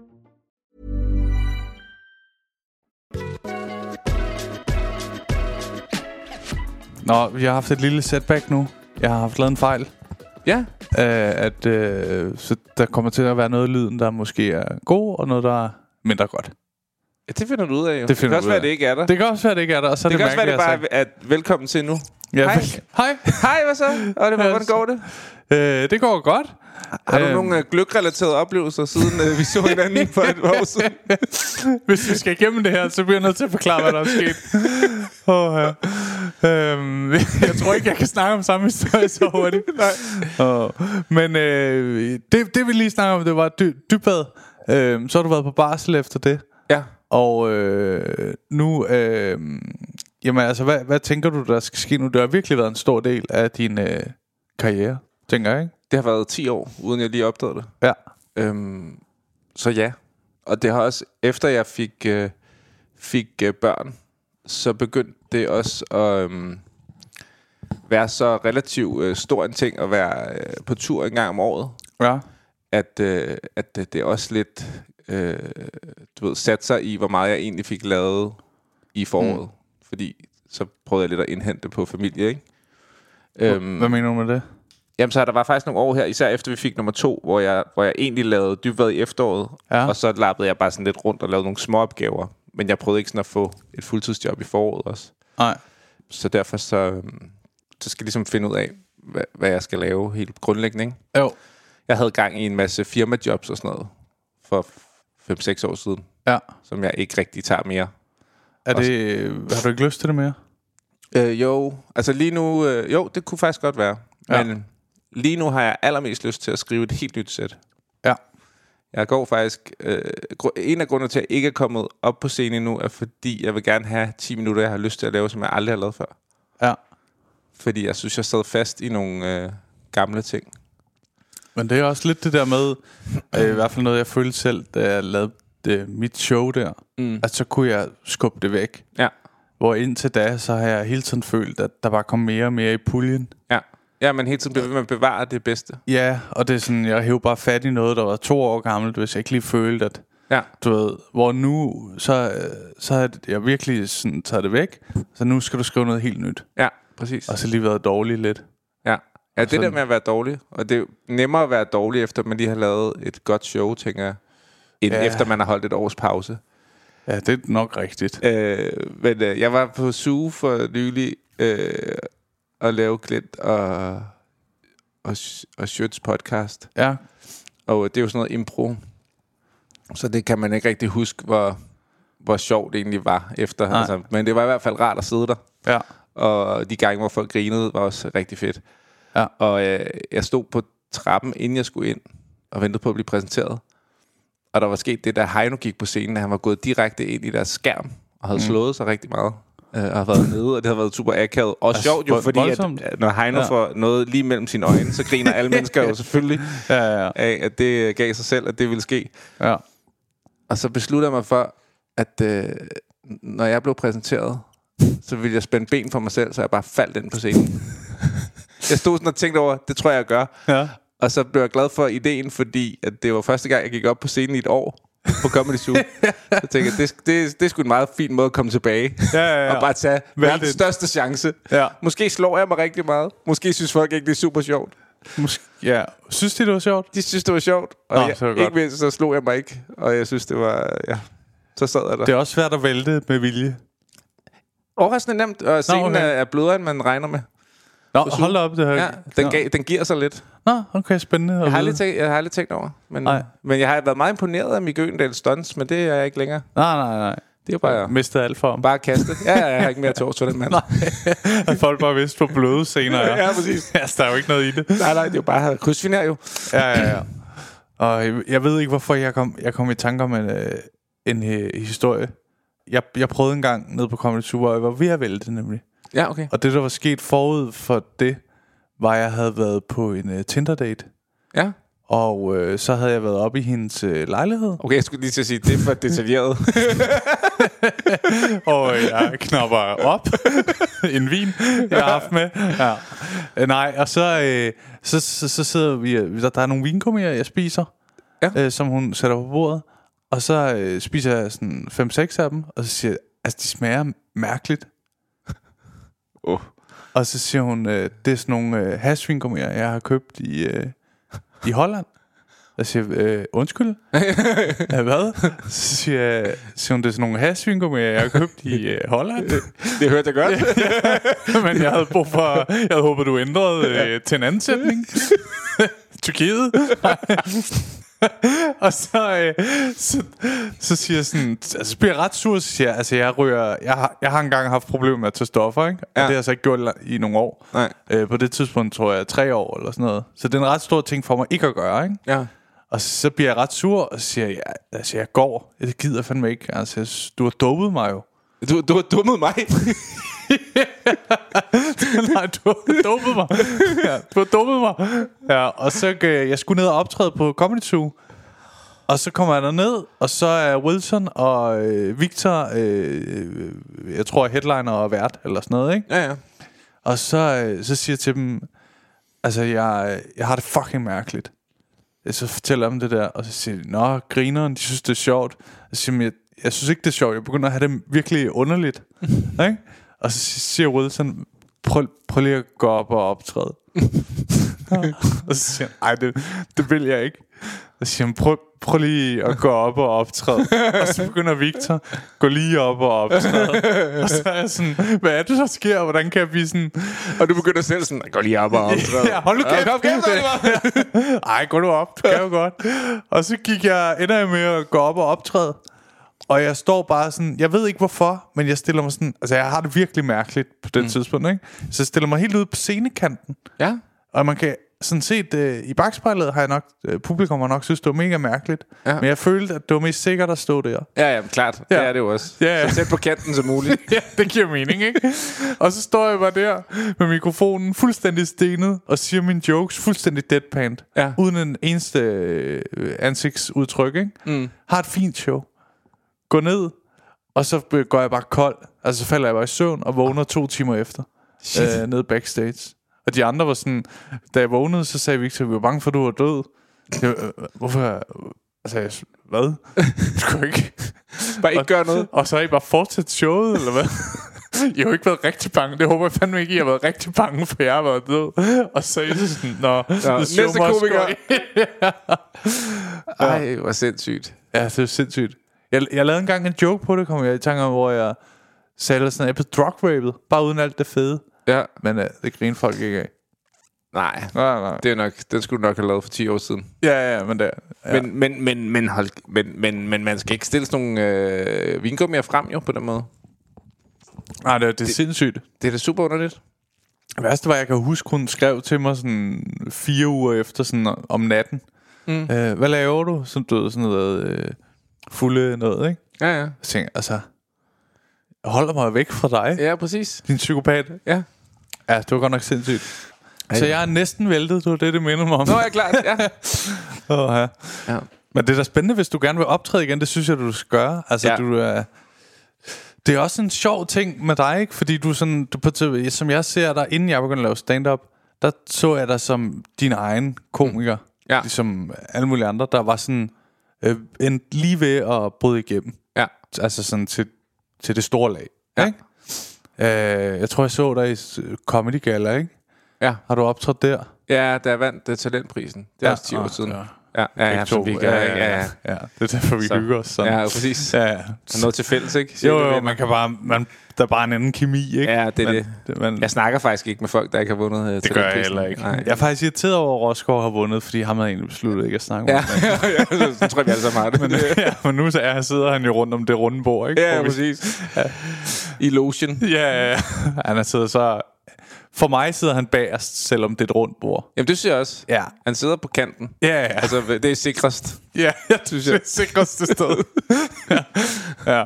Speaker 1: Nå, vi har haft et lille setback nu. Jeg har haft lavet en fejl.
Speaker 3: Ja.
Speaker 1: Øh, at, øh, så der kommer til at være noget af lyden, der måske er god, og noget, der er mindre godt.
Speaker 3: Ja, det finder du ud af, jo.
Speaker 1: Det finder
Speaker 3: kan
Speaker 1: du
Speaker 3: også
Speaker 1: ud
Speaker 3: være,
Speaker 1: af.
Speaker 3: det ikke er der. Det,
Speaker 1: Det kan også være, det ikke er der, og så er
Speaker 3: det
Speaker 1: det,
Speaker 3: kan også være, det
Speaker 1: mærkeligt,
Speaker 3: bare er, at velkommen til nu.
Speaker 1: jeg har
Speaker 3: Hej.
Speaker 1: sagt. Ja,
Speaker 3: Hej, hvad så? Og det, hvordan går det?
Speaker 1: Hej. øh, det går godt.
Speaker 3: Har du
Speaker 1: Øhm.
Speaker 3: nogle øh, gløggrelaterede oplevelser, siden øh, vi så hinanden for et år siden?
Speaker 1: Hvis vi skal igennem det her, så bliver jeg nødt til at forklare, hvad der er sket. Åh, ja. øhm, jeg tror ikke, jeg kan snakke om samme historie så hurtigt. Nej. Og, men øh, det, det, vi lige snakkede om, det var dy, dybbad. Øhm, så har du været på barsel efter det.
Speaker 3: Ja.
Speaker 1: Og øh, nu... Øh, jamen altså, hvad, hvad tænker du, der skal ske nu? Det har virkelig været en stor del af din øh, karriere, tænker jeg, ikke?
Speaker 3: Det har været 10 år, uden jeg lige opdagede det.
Speaker 1: Ja.
Speaker 3: Øhm, så ja. Og det har også, efter jeg fik, øh, fik øh, børn, så begyndte det også at øhm, være så relativt øh, stor en ting at være øh, på tur en gang om året,
Speaker 1: Ja.
Speaker 3: at, øh, at det, det også lidt øh, du ved, satte sig i, hvor meget jeg egentlig fik lavet i foråret. Mm. Fordi så prøvede jeg lidt at indhente på familie, ikke? Øhm,
Speaker 1: Hvad mener du med det?
Speaker 3: Jamen, så der var faktisk nogle år her, især efter vi fik nummer to, hvor jeg, hvor jeg egentlig lavede dybvad i efteråret,
Speaker 1: Ja.
Speaker 3: og så lappede jeg bare sådan lidt rundt og lavede nogle små opgaver, men jeg prøvede ikke sådan at få et fuldtidsjob i foråret også.
Speaker 1: Nej.
Speaker 3: Så derfor så, øhm, så skal jeg ligesom finde ud af, hvad, hvad jeg skal lave helt grundlæggende. ikke?
Speaker 1: Jo.
Speaker 3: Jeg havde gang i en masse firmajobs og sådan noget for 5-6 år siden,
Speaker 1: Ja.
Speaker 3: som jeg ikke rigtig tager mere.
Speaker 1: Er det, har du ikke lyst til det mere?
Speaker 3: Øh, jo, altså lige nu, øh, jo, det kunne faktisk godt være,
Speaker 1: Ja.
Speaker 3: ja. men lige nu har jeg allermest lyst til at skrive et helt nyt sæt.
Speaker 1: Ja.
Speaker 3: Jeg går faktisk... Øh, gru- en af grundene til, at jeg ikke er kommet op på scenen endnu, er fordi, jeg vil gerne have 10 minutter, jeg har lyst til at lave, som jeg aldrig har lavet før.
Speaker 1: Ja.
Speaker 3: Fordi jeg synes, jeg sad fast i nogle øh, gamle ting.
Speaker 1: Men det er også lidt det der med, øh, i hvert fald noget, jeg følte selv, da jeg lavede det, mit show der, mm. at så kunne jeg skubbe det væk.
Speaker 3: Ja.
Speaker 1: Hvor indtil da, så har jeg hele tiden følt, at der bare kom mere og mere i puljen.
Speaker 3: Ja. Ja, man hele tiden bliver ved med at bevare det bedste.
Speaker 1: Ja, og det er sådan, jeg hævde bare fat i noget, der var to år gammelt, hvis jeg ikke lige følte, at
Speaker 3: Ja.
Speaker 1: du ved, hvor nu, så, øh, så er det, jeg virkelig sådan, tager det væk, så nu skal du skrive noget helt nyt.
Speaker 3: Ja, præcis.
Speaker 1: Og så lige været dårlig lidt.
Speaker 3: Ja. Ja, det
Speaker 1: sådan-
Speaker 3: der med at være dårlig, og det er jo nemmere at være dårlig, efter man lige har lavet et godt show, tænker jeg, end
Speaker 1: Ja.
Speaker 3: ja. efter man har holdt et års pause.
Speaker 1: Ja, det er nok rigtigt.
Speaker 3: Øh, men øh, jeg var på Zoo for nylig øh, og lave Glint og, og, og Sjøts podcast.
Speaker 1: Ja,
Speaker 3: Og øh, det er jo sådan noget impro. Så det kan man ikke rigtig huske, hvor, hvor sjovt det egentlig var efter.
Speaker 1: Nej.
Speaker 3: Altså, men det var i hvert fald rart at sidde der.
Speaker 1: ja,
Speaker 3: Og de gange, hvor folk grinede, var også rigtig fedt.
Speaker 1: Ja.
Speaker 3: Og øh, jeg stod på trappen, inden jeg skulle ind, og ventede på at blive præsenteret. Og der var sket det, da Heino gik på scenen, at han var gået direkte ind i deres skærm, og havde mm. slået sig rigtig meget. Øh, og har været nede, og det har været super akavet. Og altså, sjovt jo,
Speaker 1: vold-
Speaker 3: fordi at,
Speaker 1: voldsomt.
Speaker 3: at når Heino
Speaker 1: Ja.
Speaker 3: ja. får noget lige mellem sine øjne, så griner alle mennesker jo selvfølgelig
Speaker 1: ja, ja, ja.
Speaker 3: af, at det gav sig selv, at det ville ske.
Speaker 1: ja.
Speaker 3: Og så besluttede jeg mig for, at øh, når jeg blev præsenteret, så ville jeg spænde ben for mig selv, så jeg bare faldt ind på scenen. jeg stod sådan og tænkte over, det tror jeg, jeg gør.
Speaker 1: Ja.
Speaker 3: Og så blev jeg glad for ideen, fordi at det var første gang, jeg gik op på scenen i et år på Comedy Zoo. så tænkte jeg, det, det, det er sgu en meget fin måde at komme tilbage.
Speaker 1: Ja, ja, ja.
Speaker 3: og bare tage
Speaker 1: Vælte
Speaker 3: verdens
Speaker 1: den.
Speaker 3: største chance.
Speaker 1: Ja.
Speaker 3: Måske slår jeg mig rigtig meget. Måske synes folk ikke, det er super sjovt.
Speaker 1: Måske, ja. Synes de, det var sjovt?
Speaker 3: De synes, det var sjovt. Og
Speaker 1: Nå,
Speaker 3: jeg,
Speaker 1: så er det
Speaker 3: ikke
Speaker 1: godt.
Speaker 3: mindst, så slog jeg mig ikke. Og jeg synes, det var... Ja, så sad jeg der.
Speaker 1: Det er også svært at vælte med vilje.
Speaker 3: Overraskende nemt, og scenen
Speaker 1: okay.
Speaker 3: okay. er, er blødere, end man regner med.
Speaker 1: Nå, hold op, det her.
Speaker 3: Ja, den, gav, den giver sig lidt.
Speaker 1: Nå, okay, spændende.
Speaker 3: Jeg har aldrig tænkt, jeg har aldrig tænkt over. Men,
Speaker 1: Nej.
Speaker 3: men jeg har været meget imponeret af Mikke Øendals stunts, men det er jeg ikke længere.
Speaker 1: Nej, nej, nej.
Speaker 3: Det er bare,
Speaker 1: Mistede alt for ham.
Speaker 3: bare kastet. Ja, ja, jeg har ikke mere tårs for den mand. nej.
Speaker 1: At folk bare vidste, hvor bløde scener er.
Speaker 3: Ja, præcis.
Speaker 1: altså, der er jo ikke noget i det.
Speaker 3: nej, nej, det er jo bare krydsfinær jo.
Speaker 1: Ja, ja, ja. Og jeg- jeg ved ikke, hvorfor jeg kom, jeg kom i tanke om en, øh, en øh, historie. Jeg, jeg prøvede en gang ned på Comedy Super, og jeg var ved at vælte nemlig.
Speaker 3: Ja, okay.
Speaker 1: Og det, der var sket forud for det, var, at jeg havde været på en øh, Tinder-date.
Speaker 3: Ja.
Speaker 1: Og øh, så havde jeg været oppe i hendes øh, lejlighed,
Speaker 3: Okay, jeg skulle lige til at sige, det er for detaljeret.
Speaker 1: og jeg knapper op en vin, jeg har haft med. Ja. Øh, Nej, og så, øh, så, så, så sidder vi, øh, der, der er nogle vinkummier, jeg spiser,
Speaker 3: Ja.
Speaker 1: øh, som hun sætter på bordet, og så øh, spiser jeg sådan 5-6 af dem, og så siger jeg, altså de smager mærkeligt.
Speaker 3: Åh. Oh.
Speaker 1: Og så siger hun, øh, det er sådan nogle øh, hasvinkummier, jeg har købt i, øh, i Holland. Og siger, jeg, øh, undskyld? Ja, hvad? Så siger, jeg- siger hun, det er sådan nogle hasvinkummier, jeg har købt i øh, Holland.
Speaker 3: Det hørte jeg godt.
Speaker 1: Men jeg havde brug for, jeg havde håbet, du ændrede øh, til en anden sætning. Tyrkiet. og så, øh, så, så siger jeg sådan, altså så bliver jeg ret sur, så siger jeg, altså jeg ryger, jeg har, jeg har engang haft problemer med at tage stoffer, ikke? Og ja. det har jeg så ikke gjort la- i nogle år.
Speaker 3: Nej.
Speaker 1: Øh, på det tidspunkt tror jeg tre år eller sådan noget. Så det er en ret stor ting for mig ikke at gøre, ikke?
Speaker 3: ja.
Speaker 1: Og så bliver jeg ret sur, og så siger jeg, ja, altså jeg går, det gider jeg fandme ikke. Altså jeg s- du har dopet mig jo.
Speaker 3: Du, du har dummet mig.
Speaker 1: Nej, du har dumpet mig. Ja, du har dumpet mig. Ja, og så øh, jeg skulle ned og optræde på Comedy Zoo. Og så kommer jeg derned, og så er Wilson og øh, Victor, øh, jeg tror er headliner og vært, eller sådan noget, ikke?
Speaker 3: ja, ja.
Speaker 1: Og så, øh, så siger jeg til dem, altså jeg, jeg har det fucking mærkeligt. Så fortæller jeg dem det der, og så siger de, nå, grineren, de synes det er sjovt. Og så siger jeg, jeg, jeg synes ikke det er sjovt, jeg begynder at have det virkelig underligt. ikke? Og så siger Wilson, prøv, prøv lige at gå op og optræde. og så siger han, ej, det, det vil jeg ikke. Og så siger han, prøv, prøv lige at gå op og optræde. og så begynder Victor, gå lige op og optræde. og så er jeg sådan, hvad er det, der sker, og hvordan kan jeg blive sådan,
Speaker 3: Og du begynder selv sådan, gå lige op og optræde.
Speaker 1: Ja, hold nu kæft.
Speaker 3: Kom, kæft, Oliver.
Speaker 1: Ej, gå nu op, du kan jo godt. Og så gik jeg, ender jeg med at gå op og optræde. Og jeg står bare sådan, jeg ved ikke hvorfor, men jeg stiller mig sådan, altså jeg har det virkelig mærkeligt på det mm. tidspunkt, ikke? Så jeg stiller mig helt ud på scenekanten.
Speaker 3: Ja.
Speaker 1: Og man kan sådan set, øh, i bagspejlet har jeg nok, øh, publikum har nok synes, det var mega mærkeligt. Ja.
Speaker 3: Ja.
Speaker 1: Men jeg følte, at det var mest sikkert at stå der.
Speaker 3: Ja, ja, klart. Ja. Det er det jo også.
Speaker 1: Ja, ja.
Speaker 3: Så tæt på kanten som muligt.
Speaker 1: ja, det giver mening, ikke? Og så står jeg bare der med mikrofonen fuldstændig stenet og siger mine jokes fuldstændig deadpan.
Speaker 3: Ja.
Speaker 1: Uden en eneste øh, ansigtsudtryk, ikke? Mm. Har et fint show. Går ned, og så øh, går jeg bare kold. Altså så falder jeg bare i søvn og vågner to timer efter. Øh, nede backstage. Og de andre var sådan... Da jeg vågnede, så sagde Victor, vi var bange for, at du var død. Jeg, øh, hvorfor... Altså, jeg, hvad? Du skulle ikke...
Speaker 3: Bare ikke gøre noget.
Speaker 1: Og så har I bare fortsat showet, eller hvad? I har jo ikke været rigtig bange. Det håber jeg fandme ikke, I har været rigtig bange, for jeg har været død. Og så er I sådan, nå, ja,
Speaker 3: næste komiker. Ej, hvor sindssygt.
Speaker 1: ja, det er sindssygt. Jeg, jeg lavede engang en joke på det, kom jeg i tanke om, hvor jeg sagde sådan, jeg blev drug bare uden alt det fede.
Speaker 3: Ja.
Speaker 1: Men uh, det griner folk ikke af.
Speaker 3: Nej,
Speaker 1: Nej, nej.
Speaker 3: det er nok, den skulle du nok have lavet for 10 år siden.
Speaker 1: Ja, ja, men det ja.
Speaker 3: Men, men, men, men, hold, men, men, men man skal ikke stille sådan nogle øh, vingummier frem jo på den måde.
Speaker 1: Nej, det, det er sindssygt.
Speaker 3: Det er da super underligt.
Speaker 1: Det værste var, at jeg kan huske, hun skrev til mig sådan fire uger efter sådan om natten. Mm. Øh, hvad laver du? Som du ved, sådan noget øh, fulde noget, ikke?
Speaker 3: Ja, ja.
Speaker 1: Jeg tænker, altså, jeg holder mig væk fra dig, ja.
Speaker 3: Ja, præcis.
Speaker 1: din psykopat.
Speaker 3: Ja.
Speaker 1: Ja, det var godt nok sindssygt. Ej. Så jeg er næsten væltet, det var det, det minder mig om.
Speaker 3: Nå, ja, klart. Ja.
Speaker 1: Åh, ja.
Speaker 3: ja.
Speaker 1: Men det er da spændende, hvis du gerne vil optræde igen, det synes jeg, du skal gøre. Altså, ja.
Speaker 3: Ja.
Speaker 1: du er... Det er også en sjov ting med dig, ikke? Fordi du er sådan, du, på TV, som jeg ser dig, inden jeg begyndte at lave stand-up, der så jeg dig som din egen komiker. Mm.
Speaker 3: Ja.
Speaker 1: Ligesom alle mulige andre, der var sådan øh, en, lige ved at bryde igennem.
Speaker 3: Ja.
Speaker 1: Altså sådan til, til det store lag.
Speaker 3: Ja.
Speaker 1: Ikke? Øh, jeg tror, jeg så dig i s- Comedy Gala, ikke?
Speaker 3: Ja.
Speaker 1: Har du optrådt der?
Speaker 3: Ja, der vandt uh, øh, talentprisen. Det er ja, også 10 år
Speaker 1: og-
Speaker 3: siden.
Speaker 1: Ja.
Speaker 3: Ja, ja, ja,
Speaker 1: begge
Speaker 3: som vi gør, ja, ja, ja.
Speaker 1: ja. Det er derfor, vi
Speaker 3: Så.
Speaker 1: så. hygger os sådan.
Speaker 3: Ja, jo, præcis.
Speaker 1: Ja, ja.
Speaker 3: Der er noget til fælles, ikke? Siger
Speaker 1: Jo,
Speaker 3: du
Speaker 1: jo,
Speaker 3: det?
Speaker 1: man kan bare, man, der er bare en anden kemi, ikke?
Speaker 3: Ja, det er
Speaker 1: man,
Speaker 3: det.
Speaker 1: Man,
Speaker 3: Jeg snakker faktisk ikke med folk, der ikke har vundet øh,
Speaker 1: det gør jeg heller ikke.
Speaker 3: Nej.
Speaker 1: Nej. Jeg er faktisk irriteret over, at Roskov har vundet, fordi ham havde egentlig besluttet ikke at snakke
Speaker 3: Ja,
Speaker 1: om det.
Speaker 3: ja, så tror jeg, vi alle sammen har det.
Speaker 1: Men, ja, men nu så er, sidder han jo rundt om det runde bord, ikke?
Speaker 3: ja,
Speaker 1: Hvor vi-
Speaker 3: præcis. I lotion.
Speaker 1: Ja, ja, ja. Han er siddet så... For mig sidder han bagerst, selvom det er et rundt bord.
Speaker 3: Jamen, det synes jeg også.
Speaker 1: Ja.
Speaker 3: Han sidder på kanten.
Speaker 1: Ja, ja.
Speaker 3: Altså, det er sikrest.
Speaker 1: Ja, jeg synes, jeg er det sikreste sted. ja. ja.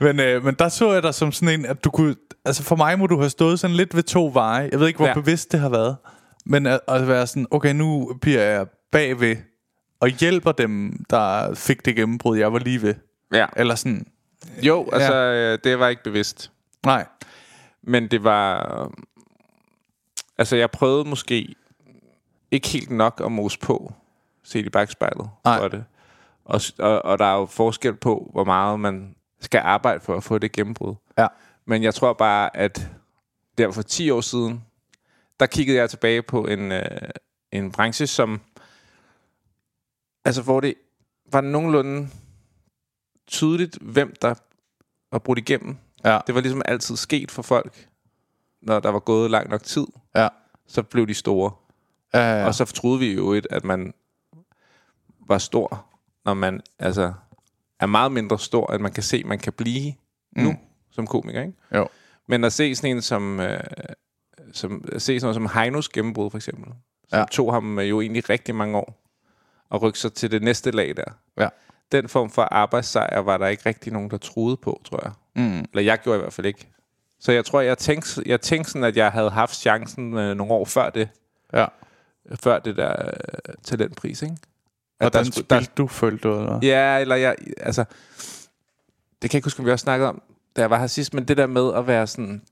Speaker 1: Men, øh, men der så jeg dig som sådan en, at du kunne... Altså for mig må du have stået sådan lidt ved to veje. Jeg ved ikke, hvor
Speaker 3: Ja.
Speaker 1: ja. bevidst det har været. Men at, at være sådan, okay, nu bliver jeg bagved og hjælper dem, der fik det gennembrud, jeg var lige ved.
Speaker 3: Ja.
Speaker 1: Eller sådan,
Speaker 3: Jo, altså, øh, det var ikke bevidst.
Speaker 1: nej.
Speaker 3: Men det var... øh, Altså, jeg prøvede måske ikke helt nok at mose på, set i bagspejlet
Speaker 1: Nej.
Speaker 3: for det. Og, s- og, og der er jo forskel på, hvor meget man skal arbejde for at få det gennembrud.
Speaker 1: Ja.
Speaker 3: Men jeg tror bare, at der for 10 år siden, der kiggede jeg tilbage på en, øh, en branche, som... Altså, hvor det var nogenlunde tydeligt, hvem der var brudt igennem.
Speaker 1: Ja.
Speaker 3: Det var ligesom altid sket for folk, når der var gået lang nok tid.
Speaker 1: Ja.
Speaker 3: Så blev de store.
Speaker 1: Uh,
Speaker 3: Ja. Og så troede vi jo et, at man var stor, når man altså er meget mindre stor, at man kan se, man kan blive nu som komiker, ikke?
Speaker 1: Mm. Jo.
Speaker 3: Men at se sådan en som, øh, som at se sådan noget som Heinos gennembrud, for eksempel, som ja.
Speaker 1: Ja.
Speaker 3: tog ham øh, jo egentlig rigtig mange år, og rykke sig til det næste lag der.
Speaker 1: Ja.
Speaker 3: Den form for arbejdssejr var der ikke rigtig nogen, der troede på, tror jeg. Mm. Eller jeg gjorde i hvert fald ikke. Så jeg tror, jeg tænkte, jeg tænkte sådan, at jeg havde haft chancen øh, nogle år før det,
Speaker 1: ja.
Speaker 3: før det der øh, talentpris, ikke?
Speaker 1: Og
Speaker 3: der
Speaker 1: den
Speaker 3: skulle- der-
Speaker 1: spil, du følte, du, eller?
Speaker 3: Ja, eller jeg, altså, det kan jeg ikke huske, om vi også snakkede om, da jeg var her sidst, men det der med at være sådan,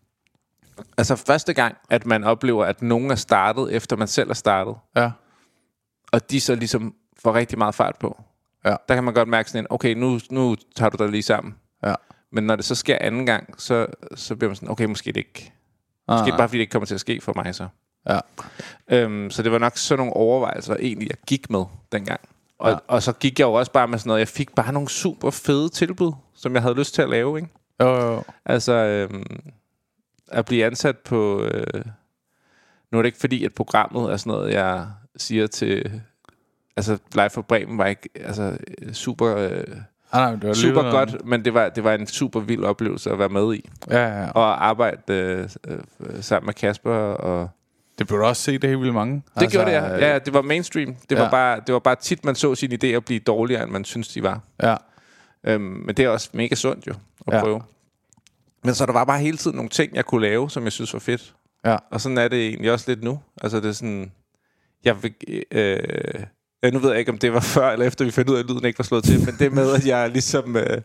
Speaker 3: altså første gang, at man oplever, at nogen er startet, efter man selv er startet,
Speaker 1: Ja.
Speaker 3: og de så ligesom får rigtig meget fart på,
Speaker 1: Ja.
Speaker 3: der kan man godt mærke sådan en, okay, nu, nu tager du dig lige sammen.
Speaker 1: Ja.
Speaker 3: Men når det så sker anden gang, så, så bliver man sådan, okay, måske det ikke.
Speaker 1: Ah,
Speaker 3: Måske
Speaker 1: nej.
Speaker 3: bare fordi det ikke kommer til at ske for mig så.
Speaker 1: Ja.
Speaker 3: Øhm, så det var nok sådan nogle overvejelser, egentlig, jeg gik med dengang. Og, ja.
Speaker 1: Ja.
Speaker 3: og så gik jeg jo også bare med sådan noget. Jeg fik bare nogle super fede tilbud, som jeg havde lyst til at lave. Ikke?
Speaker 1: Jo, jo, jo.
Speaker 3: Altså, øhm, at blive ansat på... Øh, nu er det ikke fordi, at programmet er sådan noget, jeg siger til... Altså, Live for Bremen var ikke altså, øh, super, øh,
Speaker 1: Ah, nej, men det var
Speaker 3: super
Speaker 1: alligevel-
Speaker 3: godt, men det var, det var en super vild oplevelse at være med i.
Speaker 1: Ja, ja, ja.
Speaker 3: Og arbejde øh, øh, sammen med Kasper og
Speaker 1: Det blev du også set, det helt vildt mange.
Speaker 3: Det altså, gjorde det, ja. ja. ja. Det var mainstream. Det, ja. var
Speaker 1: Ja.
Speaker 3: bare, det var bare tit, man så sine idéer blive dårligere, end man synes, de var.
Speaker 1: ja.
Speaker 3: Øhm, men det er også mega sundt jo, at ja.
Speaker 1: Ja.
Speaker 3: prøve. Men så der var bare hele tiden nogle ting, jeg kunne lave, som jeg synes var fedt.
Speaker 1: Ja.
Speaker 3: Og sådan er det egentlig også lidt nu. Altså det er sådan... Jeg vil, øh, ja, nu ved jeg ikke, om det var før eller efter, vi fandt ud af, at lyden ikke var slået til, men det med, at jeg ligesom... Øh,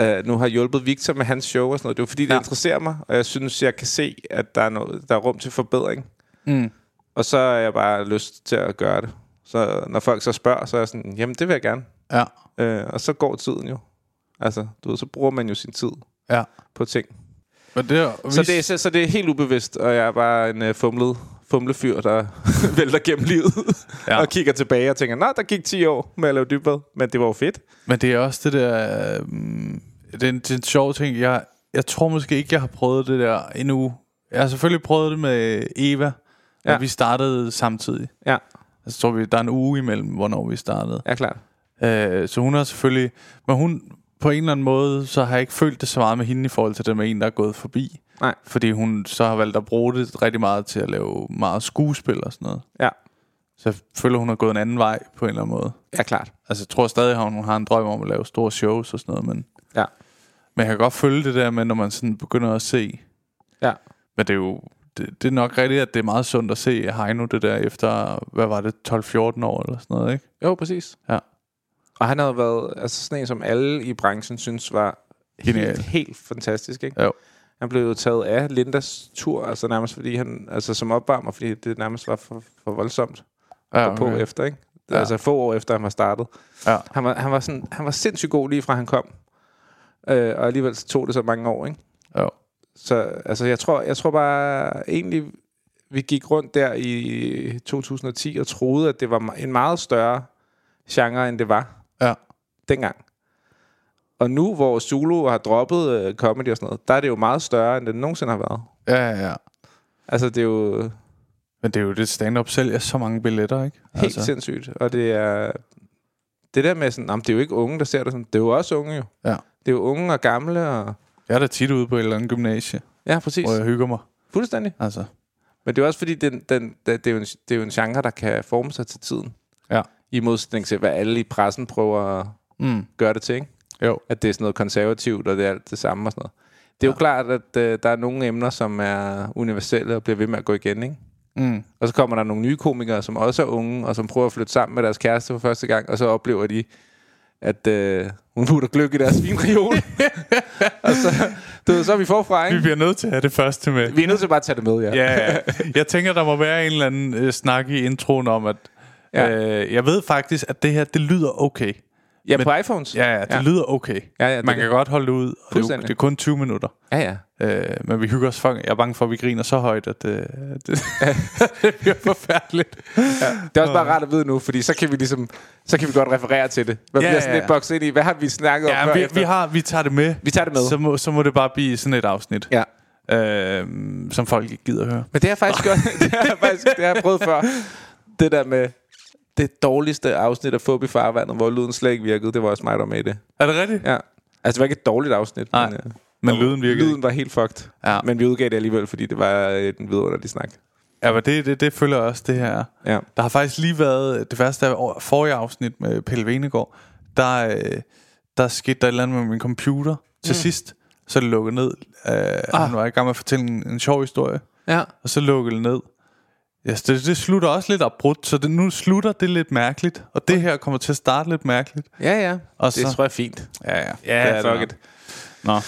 Speaker 3: øh, nu har hjulpet Victor med hans show og sådan noget. Det er jo fordi, det ja.
Speaker 1: Ja.
Speaker 3: interesserer mig, og jeg synes, jeg kan se, at der er, noget, der er rum til forbedring.
Speaker 1: Mm.
Speaker 3: Og så er jeg bare lyst til at gøre det. Så når folk så spørger, så er jeg sådan, jamen det vil jeg gerne.
Speaker 1: Ja,
Speaker 3: Øh, og så går tiden jo. Altså, du ved, så bruger man jo sin tid
Speaker 1: ja.
Speaker 3: på ting.
Speaker 1: Men det, er-
Speaker 3: Så det, er, så, så det er helt ubevidst, og jeg er bare en øh, fumlet, fumlefyr, der vælter gennem livet ja.
Speaker 1: Ja.
Speaker 3: og kigger tilbage og tænker, nej, der gik 10 år med at lave dybvad, men det var jo fedt.
Speaker 1: men det er også det der... øh, Det er en, det er en sjov ting. Jeg, jeg tror måske ikke, jeg har prøvet det der endnu. Jeg har selvfølgelig prøvet det med Eva, og
Speaker 3: Ja.
Speaker 1: vi startede samtidig.
Speaker 3: Ja,
Speaker 1: Altså, tror vi, der er en uge imellem, hvornår vi startede.
Speaker 3: ja klart.
Speaker 1: Øh, så hun har selvfølgelig... Men hun, på en eller anden måde, så har jeg ikke følt det så meget med hende i forhold til det med en, der er gået forbi.
Speaker 3: Nej.
Speaker 1: Fordi hun så har valgt at bruge det rigtig meget til at lave meget skuespil og sådan noget.
Speaker 3: Ja,
Speaker 1: Så jeg føler, hun har gået en anden vej på en eller anden måde.
Speaker 3: ja klart.
Speaker 1: Altså, jeg tror stadig, at hun har en drøm om at lave store shows og sådan noget, men,
Speaker 3: Ja,
Speaker 1: men jeg kan godt følge det der med, når man sådan begynder at se.
Speaker 3: ja.
Speaker 1: Men det er jo det, det er nok rigtigt, at det er meget sundt at se Heino det der efter, hvad var det, 12-14 år eller sådan noget, ikke?
Speaker 3: Jo, præcis.
Speaker 1: Ja.
Speaker 3: Og han havde været altså sådan en, som alle i branchen synes var helt,
Speaker 1: Genial.
Speaker 3: helt fantastisk. Ikke?
Speaker 1: Jo.
Speaker 3: Han blev jo taget af Lindas tur, altså nærmest fordi han, altså som opvarmer, fordi det nærmest var for, for voldsomt
Speaker 1: Ja,
Speaker 3: ja, okay. på efter, ikke? Ja.
Speaker 1: Ja.
Speaker 3: Altså få år efter han var startet.
Speaker 1: Ja.
Speaker 3: Han var, han var, sådan, han var sindssygt god lige fra han kom. Øh, og alligevel så tog det så mange år, ikke?
Speaker 1: Jo.
Speaker 3: Så altså, jeg tror, jeg tror bare egentlig, vi gik rundt der i 2010 og troede, at det var en meget større genre, end det var
Speaker 1: Ja.
Speaker 3: dengang. Og nu, hvor Zulu har droppet øh, comedy og sådan noget, der er det jo meget større, end det nogensinde har været.
Speaker 1: Ja, ja, ja.
Speaker 3: Altså, det er jo helt
Speaker 1: Men det er jo det stand-up sælger så mange billetter, ikke?
Speaker 3: altså. sindssygt. Og det er... Det der med sådan, "Nå, men det er jo ikke unge, der ser det sådan. Det er jo også unge jo.
Speaker 1: Ja.
Speaker 3: Det er jo unge og gamle og...
Speaker 1: Jeg er da tit ude på et eller andet gymnasie,
Speaker 3: Ja, præcis.
Speaker 1: hvor jeg hygger mig.
Speaker 3: Fuldstændig.
Speaker 1: Altså.
Speaker 3: Men det er også fordi, den, den, den, det, er jo en, det er jo en genre, der kan forme sig til tiden.
Speaker 1: Ja.
Speaker 3: I modsætning til, hvad alle i pressen prøver at
Speaker 1: Mm.
Speaker 3: gøre det til, ikke?
Speaker 1: Jo.
Speaker 3: At det er sådan noget konservativt, og det er alt det samme og sådan noget. Det er ja. jo klart, at øh, der er nogle emner, som er universelle og bliver ved med at gå igen, ikke?
Speaker 1: Mm.
Speaker 3: Og så kommer der nogle nye komikere, som også er unge, og som prøver at flytte sammen med deres kæreste for første gang, og så oplever de, at øh, hun putter gløk i deres vinreol. og så, du ved, så er vi forfra,
Speaker 1: Vi
Speaker 3: ikke?
Speaker 1: bliver nødt til at have det første med.
Speaker 3: Vi er nødt til bare at tage det med, ja.
Speaker 1: Ja, ja. jeg tænker, der må være en eller anden øh, snak i introen om, at
Speaker 3: Ja.
Speaker 1: ja. øh, jeg ved faktisk, at det her, det lyder okay.
Speaker 3: ja
Speaker 1: Men-
Speaker 3: på iPhones.
Speaker 1: Ja, ja, det ja. lyder okay.
Speaker 3: Ja, ja, det
Speaker 1: Man
Speaker 3: er
Speaker 1: kan
Speaker 3: det.
Speaker 1: godt holde det ud, og det er, jo,
Speaker 3: Fuldstændig.
Speaker 1: det er kun 20 minutter.
Speaker 3: ja, ja.
Speaker 1: Øh, men vi hygger os for, jeg er bange for, at vi griner så højt, at øh, det, det bliver forfærdeligt.
Speaker 3: Det er også bare rart at vide nu, fordi så kan vi ligesom, så kan vi godt referere til det. Man ja,
Speaker 1: Ja,
Speaker 3: bliver sådan
Speaker 1: ja,
Speaker 3: lidt
Speaker 1: ja.
Speaker 3: bokset ind i, hvad har vi snakket om
Speaker 1: Ja,
Speaker 3: før
Speaker 1: vi,
Speaker 3: efter?
Speaker 1: vi, har, vi tager det med.
Speaker 3: Vi tager det med.
Speaker 1: Så må, så må det bare blive sådan et afsnit,
Speaker 3: Ja.
Speaker 1: øh, som folk ikke gider at høre.
Speaker 3: Men det har jeg faktisk gjort, det har jeg faktisk det har jeg prøvet før. Det der med det dårligste afsnit af Fup i farvandet, hvor lyden slet ikke virkede, det var også mig, der var med i det.
Speaker 1: Er det rigtigt?
Speaker 3: Ja. Altså, det var ikke et dårligt afsnit.
Speaker 1: Nej,
Speaker 3: men, øh,
Speaker 1: men lyden virkede
Speaker 3: lyden var helt fucked.
Speaker 1: Ja.
Speaker 3: Men vi udgav det alligevel, fordi det var øh, en vidunderlig snak.
Speaker 1: Ja, men det, det, det følger også det her.
Speaker 3: Ja.
Speaker 1: Der har faktisk lige været øh, det første af år- forrige afsnit med Pelle Venegård. Der, øh, der skete der et eller andet med min computer til mm. sidst. Så det lukkede ned. Øh, ah. Han var i gang med at fortælle en, en sjov historie.
Speaker 3: Ja.
Speaker 1: Og så lukkede det ned. Ja, så det, det slutter også lidt abrupt, så det, nu slutter det lidt mærkeligt. Og det her kommer til at starte lidt mærkeligt.
Speaker 3: Ja, ja.
Speaker 1: Og
Speaker 3: det
Speaker 1: så-
Speaker 3: tror jeg er fint.
Speaker 1: Ja, ja.
Speaker 3: Ja,
Speaker 1: det er det
Speaker 3: fuck
Speaker 1: nok. Nå.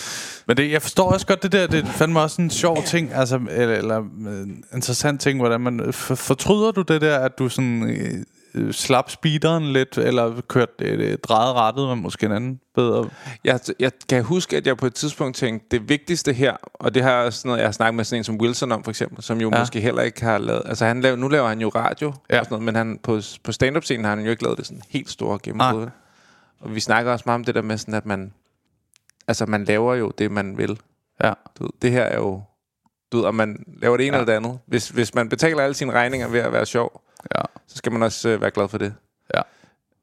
Speaker 1: Men det, jeg forstår også godt det der, det er fandme også en sjov ting, altså, eller, eller øh, interessant ting, hvordan man, for, fortryder du det der, at du sådan øh, øh, slap speederen lidt, eller kørte øh, drejet rettet med måske en anden bedre?
Speaker 3: Jeg, jeg kan huske, at jeg på et tidspunkt tænkte, det vigtigste her, og det har jeg også sådan noget, jeg har snakket med sådan en som Wilson om, for eksempel, som jo ja.
Speaker 1: Ja.
Speaker 3: måske heller ikke har lavet, altså han laver, nu laver han jo radio, ja. og sådan noget, men han, på, på stand-up-scenen har han jo ikke lavet det sådan helt store gennembrud.
Speaker 1: Nej.
Speaker 3: Og vi snakker også meget om det der med sådan, at man, altså man laver jo det, man vil.
Speaker 1: Ja.
Speaker 3: Du ved, det her er jo, du ved, om man laver det ene ja.
Speaker 1: Ja.
Speaker 3: eller det andet. Hvis, hvis man betaler alle sine regninger ved at være sjov,
Speaker 1: Ja.
Speaker 3: så skal man også øh, være glad for det.
Speaker 1: Ja.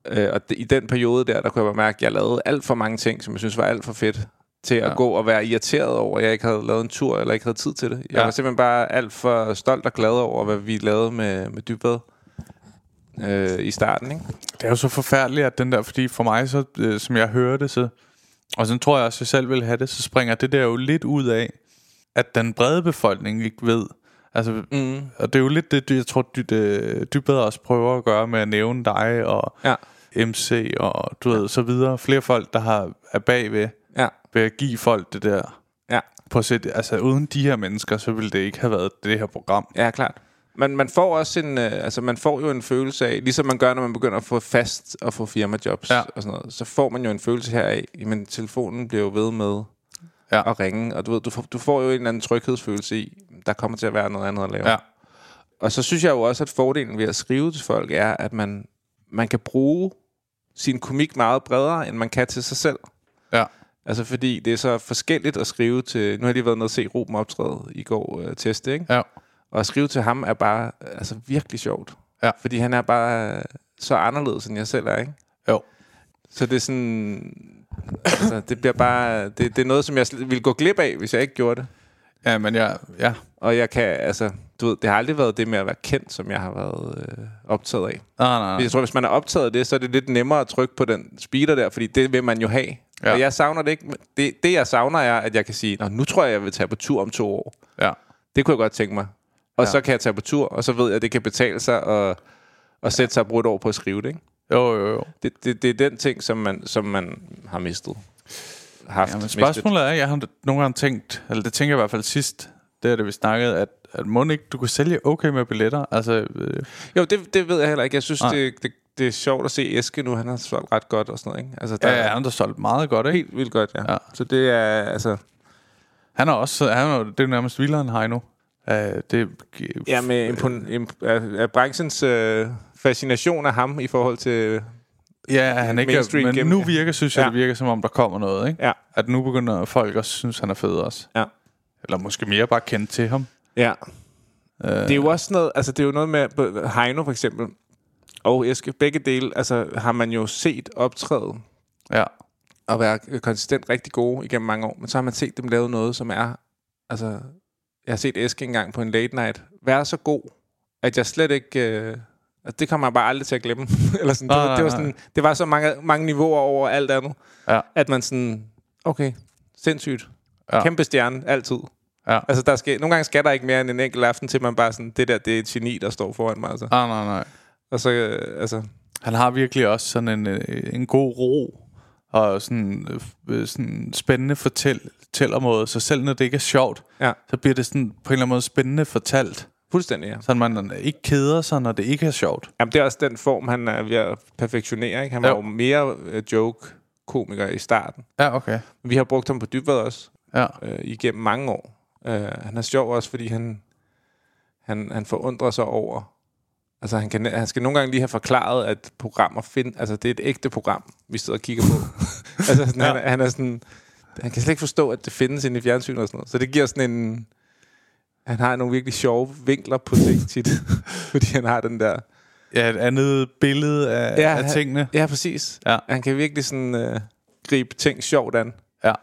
Speaker 3: Øh, og det, i den periode der, der kunne jeg bare mærke, at jeg lavede alt for mange ting, som jeg synes var alt for fedt, til at
Speaker 1: Ja.
Speaker 3: gå og være irriteret over, at jeg ikke havde lavet en tur, eller ikke havde tid til det. Jeg
Speaker 1: Ja.
Speaker 3: var simpelthen bare alt for stolt og glad over, hvad vi lavede med, med dybbad øh, i starten. Ikke?
Speaker 1: Det er jo så forfærdeligt, at den der, fordi for mig, så, øh, som jeg hører det, så, og sådan tror jeg også, jeg selv vil have det, så springer det der jo lidt ud af, at den brede befolkning ikke ved, altså
Speaker 3: Mm.
Speaker 1: Og det er jo lidt det, jeg tror, du, det, du bedre også prøver at gøre med at nævne dig og
Speaker 3: Ja.
Speaker 1: MC og du ved, så videre. Flere folk, der har, er bagved
Speaker 3: Ja.
Speaker 1: ved at give folk det der.
Speaker 3: Ja.
Speaker 1: På set, altså uden de her mennesker, så ville det ikke have været det her program.
Speaker 3: Ja, klart. Man, man får også en, øh, altså man får jo en følelse af, ligesom man gør, når man begynder at få fast og få firmajobs ja.
Speaker 1: Ja.
Speaker 3: og sådan noget, så får man jo en følelse heraf, men telefonen bliver jo ved med ja.
Speaker 1: Ja.
Speaker 3: at ringe, og du ved, du, får- du får jo en eller anden tryghedsfølelse i, der kommer til at være noget andet at lave.
Speaker 1: Ja.
Speaker 3: Og så synes jeg jo også, at fordelen ved at skrive til folk er, at man, man kan bruge sin komik meget bredere, end man kan til sig selv.
Speaker 1: Ja.
Speaker 3: Altså fordi det er så forskelligt at skrive til... Nu har jeg lige været nede og se Ruben optræde i går øh, teste, ikke?
Speaker 1: Ja.
Speaker 3: Og at skrive til ham er bare altså virkelig sjovt.
Speaker 1: Ja.
Speaker 3: Fordi han er bare øh, så anderledes, end jeg selv er, ikke?
Speaker 1: Jo.
Speaker 3: Så det er sådan... altså, det bliver bare... Det, det er noget, som jeg slet ville gå glip af, hvis jeg ikke gjorde det.
Speaker 1: Ja, men jeg, ja.
Speaker 3: Og jeg kan, altså... Du ved, det har aldrig været det med at være kendt, som jeg har været øh, optaget af.
Speaker 1: Nej, nej,
Speaker 3: Men
Speaker 1: nej.
Speaker 3: Jeg tror, hvis man er optaget af det, så er det lidt nemmere at trykke på den speeder der, fordi det vil man jo have. Ja.
Speaker 1: Ja.
Speaker 3: Og jeg savner det ikke. Men Det, det, jeg savner, er, at jeg kan sige, Nå, nu tror jeg, jeg vil tage på tur om to år.
Speaker 1: Ja.
Speaker 3: Det kunne jeg godt tænke mig. Og ja.
Speaker 1: Ja.
Speaker 3: så kan jeg tage på tur, og så ved jeg, at det kan betale sig at, at sætte sig og bruge et år på at skrive det. Ikke?
Speaker 1: Jo, jo, jo.
Speaker 3: Det, det, det er den ting, som man, som man har mistet. Haft,
Speaker 1: Ja, men
Speaker 3: mistet.
Speaker 1: spørgsmålet er, jeg har nogle gange tænkt, eller det tænker jeg i hvert fald sidst, det er det, vi snakkede, at, at må ikke, du kunne sælge okay med billetter. Altså, øh,
Speaker 3: Jo, det, det ved jeg heller ikke. Jeg synes,
Speaker 1: Nej.
Speaker 3: det, det, det er sjovt at se Eske nu. Han har solgt ret godt og sådan noget. Ikke? Altså, der
Speaker 1: der
Speaker 3: er
Speaker 1: er andre solgt meget godt, ikke?
Speaker 3: helt vildt godt, ja. ja.
Speaker 1: Ja.
Speaker 3: Så det er altså...
Speaker 1: Han er også, han er, jo- det er jo nærmest vildere end Heino.
Speaker 4: Øh, det, gi-
Speaker 3: Ja, med impon- imp- er, er branchens øh, fascination af ham i forhold til...
Speaker 1: Ja, at han ikke er,
Speaker 3: mainstream
Speaker 1: men
Speaker 3: gennem-
Speaker 1: nu virker, synes jeg,
Speaker 3: Ja.
Speaker 1: det virker som om, der kommer noget, ikke?
Speaker 3: Ja.
Speaker 1: At nu begynder folk også synes, han er fed også.
Speaker 3: Ja.
Speaker 1: Eller måske mere bare kendt til ham.
Speaker 3: Ja. Øh. Det er jo også noget, altså det er jo noget med b- Heino for eksempel, og Eske, begge dele, altså har man jo set optræde
Speaker 1: Ja.
Speaker 3: og være øh, konsistent rigtig gode igennem mange år, men så har man set dem lave noget, som er, altså, jeg har set Eske engang på en late night, være så god, at jeg slet ikke, øh, altså, det kommer jeg bare aldrig til at glemme, eller sådan, det,
Speaker 1: Nej,
Speaker 3: var,
Speaker 1: nej,
Speaker 3: det var
Speaker 1: nej.
Speaker 3: sådan, det var så mange, mange niveauer over alt andet,
Speaker 1: Ja.
Speaker 3: at man sådan, okay, sindssygt,
Speaker 1: Ja.
Speaker 3: ja. kæmpe stjerne, altid.
Speaker 1: Ja.
Speaker 3: Altså, der skal, nogle gange skal der ikke mere end en enkelt aften, til man bare sådan, det der, det er et geni, der står foran mig, altså.
Speaker 1: Ah, nej, nej.
Speaker 3: Og så, øh, altså,
Speaker 1: Han har virkelig også sådan en, øh, en god ro og sådan, øh, øh, sådan spændende fortæl, fortællermåde. Så selv når det ikke er sjovt,
Speaker 3: Ja.
Speaker 1: så bliver det sådan på en eller anden måde spændende fortalt.
Speaker 3: fuldstændig, ja.
Speaker 1: Så man ikke keder sig, når det ikke er sjovt.
Speaker 3: Jamen, det er også den form, han er ved at perfektionere. Ikke? Han var
Speaker 1: Jo.
Speaker 3: jo, mere øh, joke-komiker i starten.
Speaker 1: Ja, okay.
Speaker 3: Vi har brugt ham på dybvad også
Speaker 1: Ja.
Speaker 3: øh, igennem mange år. Øh, han er sjov også, fordi han, han, han forundrer sig over... Altså, han, kan, han skal nogle gange lige have forklaret, at programmer find, altså, det er et ægte program, vi sidder og kigger på. altså, sådan, ja. han, er- han, er sådan... Han kan slet ikke forstå, at det findes inde i fjernsynet og sådan noget. Så det giver sådan en... Han har nogle virkelig sjove vinkler på ting tit, fordi han har den der...
Speaker 1: ja et andet billede af, ja, af
Speaker 3: han-
Speaker 1: tingene.
Speaker 3: Ja, præcis.
Speaker 1: Ja.
Speaker 3: Han kan virkelig sådan øh, gribe ting sjovt an.
Speaker 1: Ja.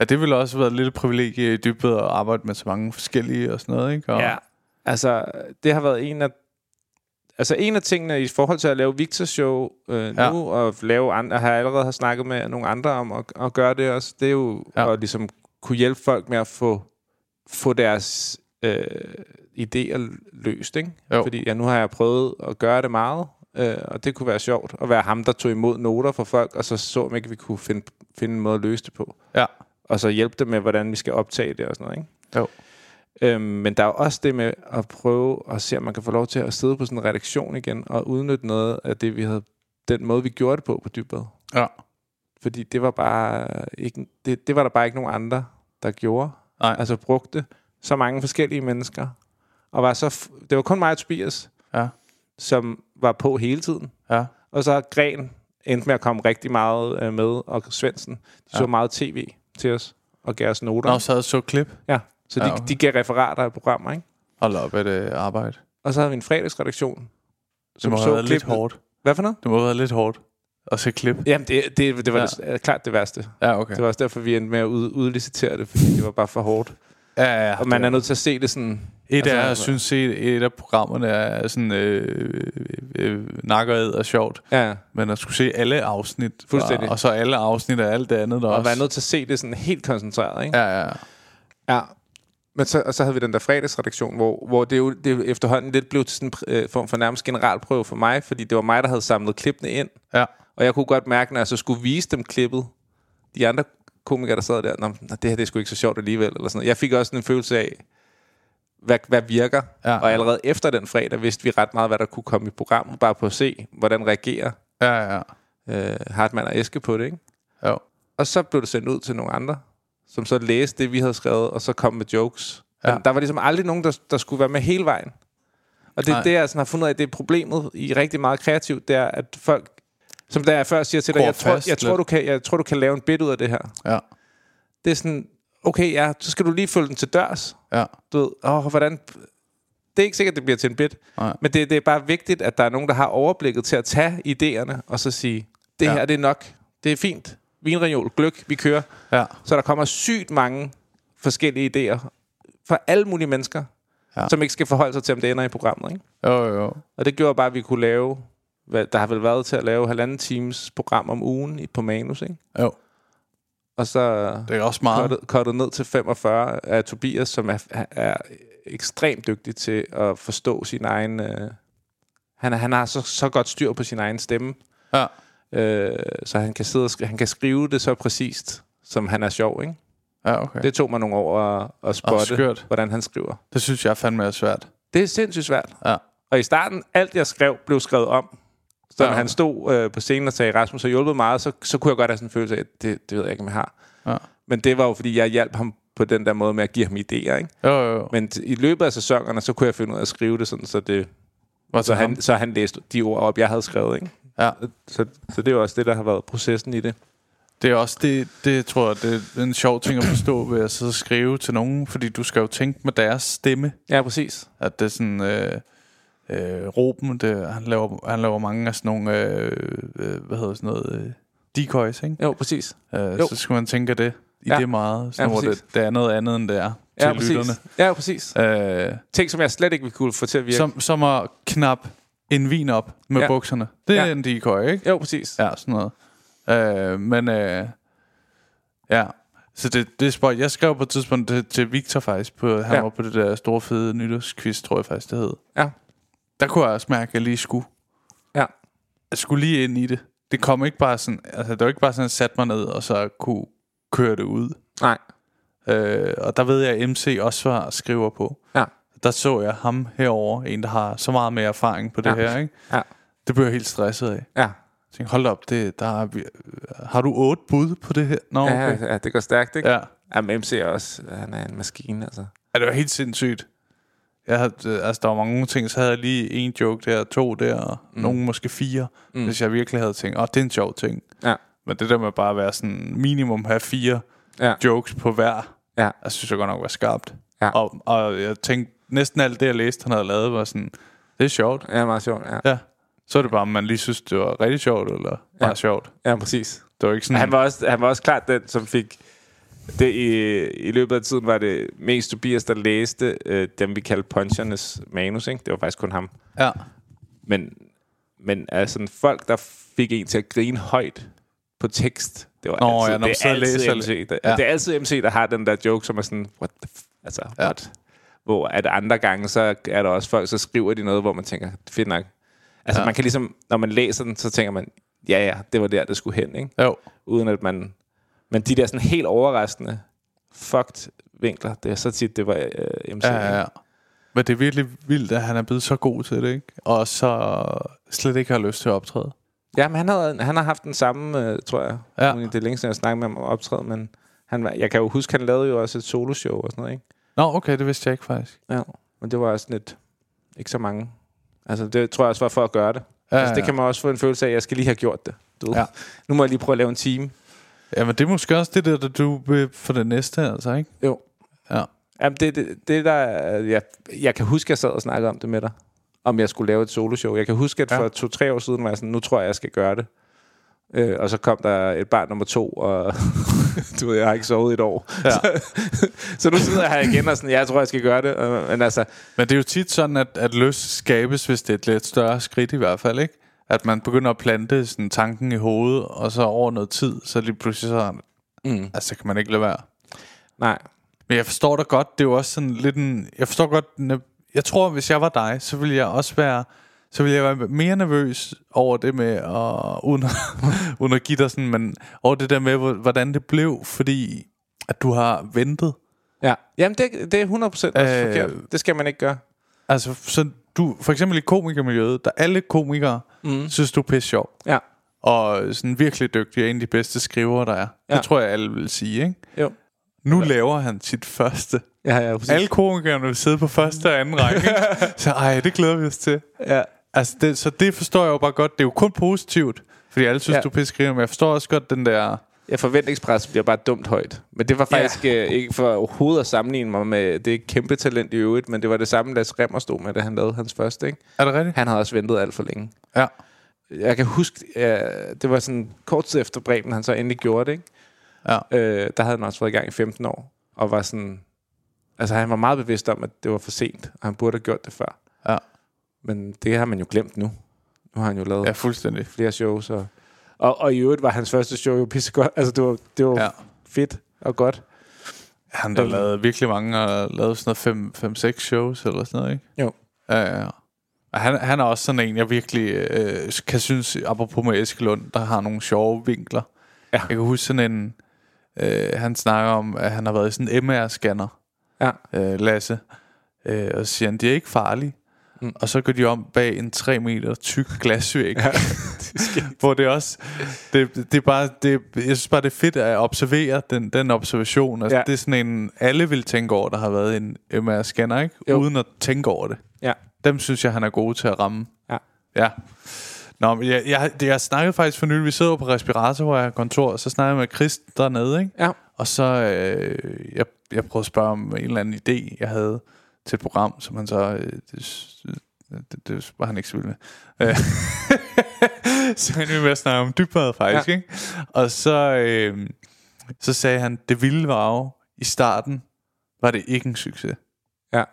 Speaker 1: Ja, det ville også have været et lille privilegie i dybet at arbejde med så mange forskellige og sådan noget, ikke? Og
Speaker 3: Altså, det har været en af Altså en af tingene i forhold til at lave Victor's show øh, nu,
Speaker 1: Ja.
Speaker 3: og lave andre, har jeg allerede har snakket med nogle andre om at, at gøre det også, det er jo
Speaker 1: Ja.
Speaker 3: ja. at ligesom kunne hjælpe folk med at få, få deres øh, idéer løst. Ikke?
Speaker 1: Jo.
Speaker 3: Fordi ja, nu har jeg prøvet at gøre det meget, øh, og det kunne være sjovt at være ham, der tog imod noter fra folk, og så så, om ikke vi kunne finde, finde en måde at løse det på.
Speaker 1: Ja.
Speaker 3: og så hjælpe dem med, hvordan vi skal optage det og sådan noget. Ikke?
Speaker 1: Jo.
Speaker 3: Øhm, men der er jo også det med at prøve at se, om man kan få lov til at sidde på sådan en redaktion igen og udnytte noget af det, vi havde, den måde, vi gjorde det på på dybbad.
Speaker 1: Ja.
Speaker 3: Fordi det var, bare ikke, det, det var der bare ikke nogen andre, der gjorde.
Speaker 1: Nej.
Speaker 3: Altså brugte så mange forskellige mennesker. Og var så f- det var kun mig og Tobias,
Speaker 1: Ja.
Speaker 3: som var på hele tiden.
Speaker 1: Ja.
Speaker 3: Og så Gren endte med at komme rigtig meget øh, med, og Svendsen. De så
Speaker 1: Ja.
Speaker 3: meget tv til os, og gav os noter.
Speaker 1: Nå, så havde jeg så klip.
Speaker 3: Ja, så de,
Speaker 1: Ja, okay.
Speaker 3: de gav referater af programmer, ikke?
Speaker 1: Hold op, et øh, arbejde.
Speaker 3: Og så havde vi en fredagsredaktion,
Speaker 1: Det må have været lidt hårdt.
Speaker 3: Hvad for noget?
Speaker 1: Det må have været lidt hårdt at se klip.
Speaker 3: Jamen, det, det, det var
Speaker 1: Ja.
Speaker 3: ja. det, øh, klart det værste. Okay.
Speaker 1: Ja, okay.
Speaker 3: Det var også derfor, vi endte med at ud, udlicitere det, fordi det var bare for hårdt.
Speaker 1: Ja, ja, ja.
Speaker 3: Og man er nødt til at se det sådan...
Speaker 1: Et af, jeg
Speaker 3: altså-
Speaker 1: synes, et, et af programmerne er sådan øh, øh, øh, nakkered og sjovt.
Speaker 3: Ja,
Speaker 1: Men at skulle se alle afsnit.
Speaker 3: Fuldstændig.
Speaker 1: Og, og så alle afsnit af alt det andet der
Speaker 3: og
Speaker 1: også.
Speaker 3: være nødt til at se det sådan helt koncentreret, ikke?
Speaker 1: Ja, ja, ja.
Speaker 3: Ja. Men så, og så havde vi den der fredagsredaktion, hvor, hvor det jo det jo efterhånden lidt blev til sådan en pr- øh, form for nærmest generalprøve for mig, fordi det var mig, der havde samlet klippene ind.
Speaker 1: Ja.
Speaker 3: Og jeg kunne godt mærke, når jeg så skulle vise dem klippet, de andre komikere, der sad der, Nå, nå, det her det er sgu ikke så sjovt alligevel. Eller sådan noget. Jeg fik også sådan en følelse af, hvad, hvad virker.
Speaker 1: Ja.
Speaker 3: Og allerede efter den fredag vidste vi ret meget, hvad der kunne komme i programmet, bare på at se, hvordan reagerer
Speaker 1: Ja, ja, ja.
Speaker 3: øh, Hartmann og Eske på det. Ikke?
Speaker 1: Jo.
Speaker 3: Og så blev det sendt ud til nogle andre, som så læste det, vi havde skrevet, og så kom med jokes.
Speaker 1: Ja.
Speaker 3: Ja. Men der var ligesom aldrig nogen, der, der skulle være med hele vejen. Og det er
Speaker 1: Nej.
Speaker 3: det, jeg sådan har fundet ud af, det er problemet i rigtig meget kreativt, det er, at folk, som der jeg før siger til dig,
Speaker 1: Gror
Speaker 3: jeg tror,
Speaker 1: fast
Speaker 3: jeg, tror,
Speaker 1: lidt.
Speaker 3: du kan, jeg tror, du kan lave en bit ud af det her.
Speaker 1: Ja.
Speaker 3: Det er sådan, okay, ja, så skal du lige følge den til dørs.
Speaker 1: Ja.
Speaker 3: Du ved, åh, hvordan... Det er ikke sikkert, det bliver til en bit.
Speaker 1: Nej.
Speaker 3: Men det, det er bare vigtigt, at der er nogen, der har overblikket til at tage idéerne, og så sige, det
Speaker 1: Ja.
Speaker 3: ja. her det er nok. Det er fint. Vinreol, gløk, vi kører.
Speaker 1: Ja.
Speaker 3: Så der kommer sygt mange forskellige idéer fra alle mulige mennesker,
Speaker 1: Ja.
Speaker 3: ja. som ikke skal forholde sig til, om det ender i programmet. Ikke?
Speaker 1: Jo, jo, jo.
Speaker 3: Og det gjorde bare, at vi kunne lave, hvad, der har vel været til at lave halvanden times program om ugen i- på manus. Ikke?
Speaker 1: Jo.
Speaker 3: Og så
Speaker 1: Det er også meget.
Speaker 3: cuttet, cuttet ned til 45 af Tobias, som er, er ekstremt dygtig til at forstå sin egen... Øh, han, han har så, så godt styr på sin egen stemme,
Speaker 1: Ja.
Speaker 3: øh, så han kan, sidde og skri- han kan skrive det så præcist, som han er sjov. Ikke?
Speaker 1: Ja, okay. Det,
Speaker 3: Det tog mig nogle år at, at spotte,
Speaker 1: skørt.
Speaker 3: hvordan han skriver.
Speaker 1: det synes jeg fandme er svært.
Speaker 3: Det er sindssygt svært.
Speaker 1: Ja.
Speaker 3: Og i starten, alt jeg skrev, blev skrevet om. Så
Speaker 1: Ja.
Speaker 3: når han stod øh, på scenen og sagde, Rasmus har hjulpet meget, så, så kunne jeg godt have sådan en følelse af, at det, det ved jeg ikke, om jeg har.
Speaker 1: Ja.
Speaker 3: Men det var jo, fordi jeg hjalp ham på den der måde med at give ham idéer, ikke?
Speaker 1: Jo, jo, jo.
Speaker 3: Men t- i løbet af sæsonerne, så kunne jeg finde ud af at skrive det sådan, så, det,
Speaker 1: Og
Speaker 3: så,
Speaker 1: så ham.
Speaker 3: han, så han læste de ord op, jeg havde skrevet, ikke?
Speaker 1: Ja.
Speaker 3: Så, så det er jo også det, der har været processen i det.
Speaker 1: Det er også det, det tror jeg, det er en sjov ting at forstå ved at sidde og skrive til nogen, fordi du skal jo tænke med deres stemme.
Speaker 3: Ja, præcis.
Speaker 1: At det er sådan... Øh, øh, Ruben, det, han, laver, han laver mange af sådan nogle, øh, øh, hvad hedder sådan noget, øh, decoys, ikke?
Speaker 3: Jo, præcis.
Speaker 1: Øh,
Speaker 3: Jo.
Speaker 1: så skulle man tænke af det i
Speaker 3: Ja.
Speaker 1: det meget, sådan,
Speaker 3: Ja,
Speaker 1: ja, hvor
Speaker 3: præcis.
Speaker 1: det, det er noget andet, end det er til
Speaker 3: Ja,
Speaker 1: ja,
Speaker 3: præcis.
Speaker 1: lytterne.
Speaker 3: Ja, præcis.
Speaker 1: Øh,
Speaker 3: Ting, som jeg slet ikke ville kunne få til at virke. Som...
Speaker 1: som, som at knap en vin op med
Speaker 3: Ja.
Speaker 1: ja. bukserne. Det er
Speaker 3: Ja.
Speaker 1: ja. en decoy, ikke?
Speaker 3: Jo, præcis.
Speaker 1: Ja, sådan noget. Øh, men øh, ja, så det, det er spøjt. Jeg skrev på et tidspunkt til, til Victor faktisk, på, han
Speaker 3: Ja.
Speaker 1: ja. var på det der store fede nytårsquiz, tror jeg faktisk det hed.
Speaker 3: Ja.
Speaker 1: Der kunne jeg også mærke, at jeg lige skulle.
Speaker 3: Ja.
Speaker 1: Jeg skulle lige ind i det. Det kom ikke bare sådan, altså det var ikke bare sådan, at jeg satte mig ned, og så kunne køre det ud.
Speaker 3: Nej.
Speaker 1: Øh, og der ved jeg, at MC også var skriver på.
Speaker 3: Ja.
Speaker 1: Der så jeg ham herover, en der har så meget mere erfaring på det
Speaker 3: Ja.
Speaker 1: ja. her, ikke?
Speaker 3: Ja.
Speaker 1: Det blev jeg helt stresset af.
Speaker 3: Ja.
Speaker 1: Jeg tænkte, hold op, det, der er, vi- har du otte bud på det her? Nå, okay.
Speaker 3: Ja,
Speaker 1: Ja,
Speaker 3: ja, det går stærkt, ikke?
Speaker 1: ja.
Speaker 3: Ja, men MC er også, han er en maskine, altså.
Speaker 1: ja det var helt sindssygt. Jeg havde, øh, altså, der var mange ting, så havde jeg lige en joke der, to der, og mm. nogen måske fire, mm. hvis jeg virkelig havde tænkt, åh, oh, det er en sjov ting.
Speaker 3: Ja.
Speaker 1: Men det der med bare at være sådan, minimum have fire
Speaker 3: Ja.
Speaker 1: jokes på hver,
Speaker 3: Ja.
Speaker 1: jeg synes jeg godt nok var skarpt.
Speaker 3: Ja.
Speaker 1: Og, og jeg tænkte, næsten alt det, jeg læste, han havde lavet, var sådan, det er sjovt.
Speaker 3: Ja, meget sjovt. Ja,
Speaker 1: Ja. Så er det bare, om man lige synes, det var rigtig sjovt, eller bare
Speaker 3: Ja.
Speaker 1: ja. sjovt.
Speaker 3: ja præcis.
Speaker 1: Det var ikke sådan...
Speaker 3: Han var, også, han var også klart den, som fik... Det i, I løbet af tiden var det mest Tobias, der læste øh, dem, vi kaldte punchernes manus. Ikke? Det var faktisk kun ham.
Speaker 1: Ja.
Speaker 3: Men, men altså, folk, der fik en til at grine højt på tekst, det var
Speaker 1: Nå,
Speaker 3: altid,
Speaker 1: ja, når man
Speaker 3: det, er
Speaker 1: sidder og
Speaker 3: altid
Speaker 1: læser
Speaker 3: MC,
Speaker 1: lidt.
Speaker 3: der, ja.
Speaker 1: Ja.
Speaker 3: det er altid MC, der har den der joke, som er sådan, what the f altså,
Speaker 1: Ja.
Speaker 3: what? Hvor at andre gange, så er der også folk, så skriver de noget, hvor man tænker, fedt nok. Altså, ja. man kan ligesom, når man læser den, så tænker man, ja, ja, det var der, det skulle hen, ikke?
Speaker 1: Jo.
Speaker 3: uden at man... Men de der sådan helt overraskende fucked vinkler, det er så tit, det var øh, MC.
Speaker 1: Ja, ja, ja. Men det er virkelig vildt, at han er blevet så god til det, ikke? Og så slet ikke har lyst til at optræde.
Speaker 3: ja men han, havde, han har haft den samme, øh, tror jeg.
Speaker 1: Ja.
Speaker 3: Ja. Det er længe siden, jeg snakkede med ham om optræde, men han, var- jeg kan jo huske, han lavede jo også et soloshow og sådan noget, ikke?
Speaker 1: Nå, okay, det vidste jeg ikke faktisk.
Speaker 3: Ja. Men det var også lidt... Ikke så mange. Altså, det tror jeg også var for at gøre det. Ja,
Speaker 1: Ja,
Speaker 3: altså, det
Speaker 1: ja.
Speaker 3: kan man også få en følelse af, at jeg skal lige have gjort det. Du. ved.
Speaker 1: Ja.
Speaker 3: Nu må jeg lige prøve at lave en time.
Speaker 1: Jamen, det er måske også det der, der du vil for det næste, altså, ikke?
Speaker 3: Jo.
Speaker 1: Ja.
Speaker 3: Jamen, det, det, det der, er- jeg, jeg kan huske, jeg sad og snakkede om det med dig. Om jeg skulle lave et soloshow. Jeg kan huske, at for
Speaker 1: Ja.
Speaker 3: to-tre år siden var jeg sådan, nu tror jeg, jeg skal gøre det. Øh, og så kom der et barn nummer to, og du ved, jeg har ikke sovet i et år. Ja. Så, så nu sidder jeg her igen og sådan, jeg tror, jeg skal gøre det. Og, men altså,
Speaker 1: Men det er jo tit sådan, at, at lyst skabes, hvis det er et lidt større skridt i hvert fald, ikke? At man begynder at plante sådan tanken i hovedet, og så over noget tid, så lige pludselig så, mm. altså, så kan man ikke lade være.
Speaker 3: nej.
Speaker 1: Men jeg forstår dig godt, det er jo også sådan lidt en... Jeg forstår godt... ne- Jeg tror, hvis jeg var dig, så ville jeg også være... Så ville jeg være mere nervøs over det med at... Uden, at- uden at give dig sådan, men over det der med, hvor- hvordan det blev, fordi at du har ventet.
Speaker 3: Ja. Jamen, det, det er 100% også øh,
Speaker 1: Øh.
Speaker 3: forkert. Det skal man ikke gøre.
Speaker 1: Altså, så du... For eksempel i komikermiljøet, der alle komikere mm. synes, du er pisse sjov.
Speaker 3: Ja.
Speaker 1: Og sådan virkelig dygtig, og en af de bedste skrivere, der er. Ja.
Speaker 3: Ja.
Speaker 1: Det tror jeg, alle vil sige, ikke?
Speaker 3: Jo.
Speaker 1: Nu laver han sit første.
Speaker 3: Ja, ja, præcis.
Speaker 1: Alle komikerne vil sidde på første og anden række. ikke? Så ej, det glæder vi os til.
Speaker 3: Ja.
Speaker 1: Altså, det, så det forstår jeg jo bare godt. Det er jo kun positivt, fordi alle synes,
Speaker 3: Ja.
Speaker 1: ja. du er pissegrin, men jeg forstår også godt den der...
Speaker 3: Ja, forventningspres bliver bare dumt højt. Men det var
Speaker 1: Ja.
Speaker 3: faktisk øh, ikke for overhovedet at sammenligne mig med det kæmpe talent i øvrigt, men det var det samme, Lasse Remmer stod med, da han lavede hans første. Ikke?
Speaker 1: Er det rigtigt?
Speaker 3: Han havde også ventet alt for længe.
Speaker 1: Ja.
Speaker 3: Jeg kan huske, øh, det var sådan kort tid efter Bremen, han så endelig gjorde det. Ikke?
Speaker 1: Ja.
Speaker 3: Øh, der havde han også været i gang i 15 år, og var sådan... Altså, han var meget bevidst om, at det var for sent, og han burde have gjort det før.
Speaker 1: Ja.
Speaker 3: Men det har man jo glemt nu. Nu har han jo lavet
Speaker 1: Ja, fuldstændig.
Speaker 3: flere shows. Og, og, og i øvrigt var hans første show jo pissegodt. Altså, det var, det var ja.
Speaker 1: Ja.
Speaker 3: fedt og godt.
Speaker 1: Han der
Speaker 3: Øhm.
Speaker 1: lavede virkelig mange, og lavede sådan noget 5-6 shows eller sådan noget, ikke?
Speaker 3: Jo.
Speaker 1: Ja, ja, ja. Og han, han er også sådan en, jeg virkelig øh, kan synes, apropos med Eskelund, der har nogle sjove vinkler.
Speaker 3: Ja.
Speaker 1: Jeg kan huske sådan en... Øh, han snakker om, at han har været i sådan en MR-scanner.
Speaker 3: Ja.
Speaker 1: øh, Lasse. Øh, og så siger han, de er ikke farlige. Mm. Og så går de om bag en 3 meter tyk glasvæg. Ja, hvor det også... Det, det er bare, det, jeg synes bare, det er fedt at observere den, den observation. Altså,
Speaker 3: Ja.
Speaker 1: ja. Det er sådan en... Alle vil tænke over, der har været en MR-scanner, ikke?
Speaker 3: Jo.
Speaker 1: Jo. Uden at tænke over det.
Speaker 3: Ja.
Speaker 1: Dem synes jeg, han er god til at ramme.
Speaker 3: Ja.
Speaker 1: Ja. Nå, men jeg, jeg, det, jeg snakkede faktisk for nylig, vi sidder jo på respirator, hvor jeg har kontor, og så snakkede jeg med Chris dernede, ikke?
Speaker 3: Ja.
Speaker 1: Og så, øh, jeg, jeg prøvede at spørge om en eller anden idé, jeg havde til et program, som han så, øh, det, s- det, det var han ikke så vild med. Øh, så han ville med at snakke om dybvad faktisk,
Speaker 3: Ja.
Speaker 1: ja. ikke? Og så, øh, så sagde han, det vilde var jo, i starten var det ikke en succes.
Speaker 3: Ja.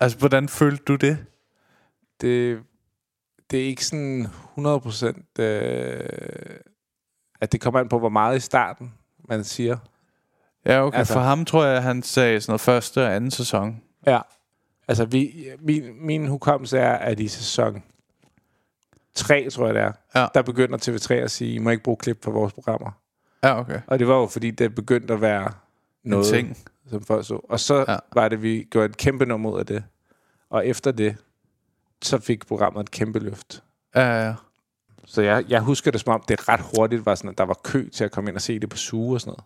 Speaker 1: Altså, hvordan følte du det?
Speaker 3: det, det er ikke sådan 100 procent, øh, at det kommer an på, hvor meget i starten man siger.
Speaker 1: Ja, okay.
Speaker 3: Altså-
Speaker 1: Altså. For ham tror jeg, han sagde sådan noget første og anden sæson.
Speaker 3: Ja. Altså, vi, min, min hukommelse er, at i sæson 3, tror jeg det er,
Speaker 1: Ja.
Speaker 3: der begynder TV3 at sige, I må ikke bruge klip fra vores programmer.
Speaker 1: Ja, okay.
Speaker 3: Og det var jo, fordi det begyndte at være noget,
Speaker 1: ting.
Speaker 3: som folk så. Og så ja.
Speaker 1: Ja.
Speaker 3: var det, vi gjorde et kæmpe nummer ud af det. Og efter det, så fik programmet et kæmpe løft.
Speaker 1: Ja, ja.
Speaker 3: Så jeg, jeg husker det som om, det ret hurtigt var sådan, at der var kø til at komme ind og se det på suge og sådan noget.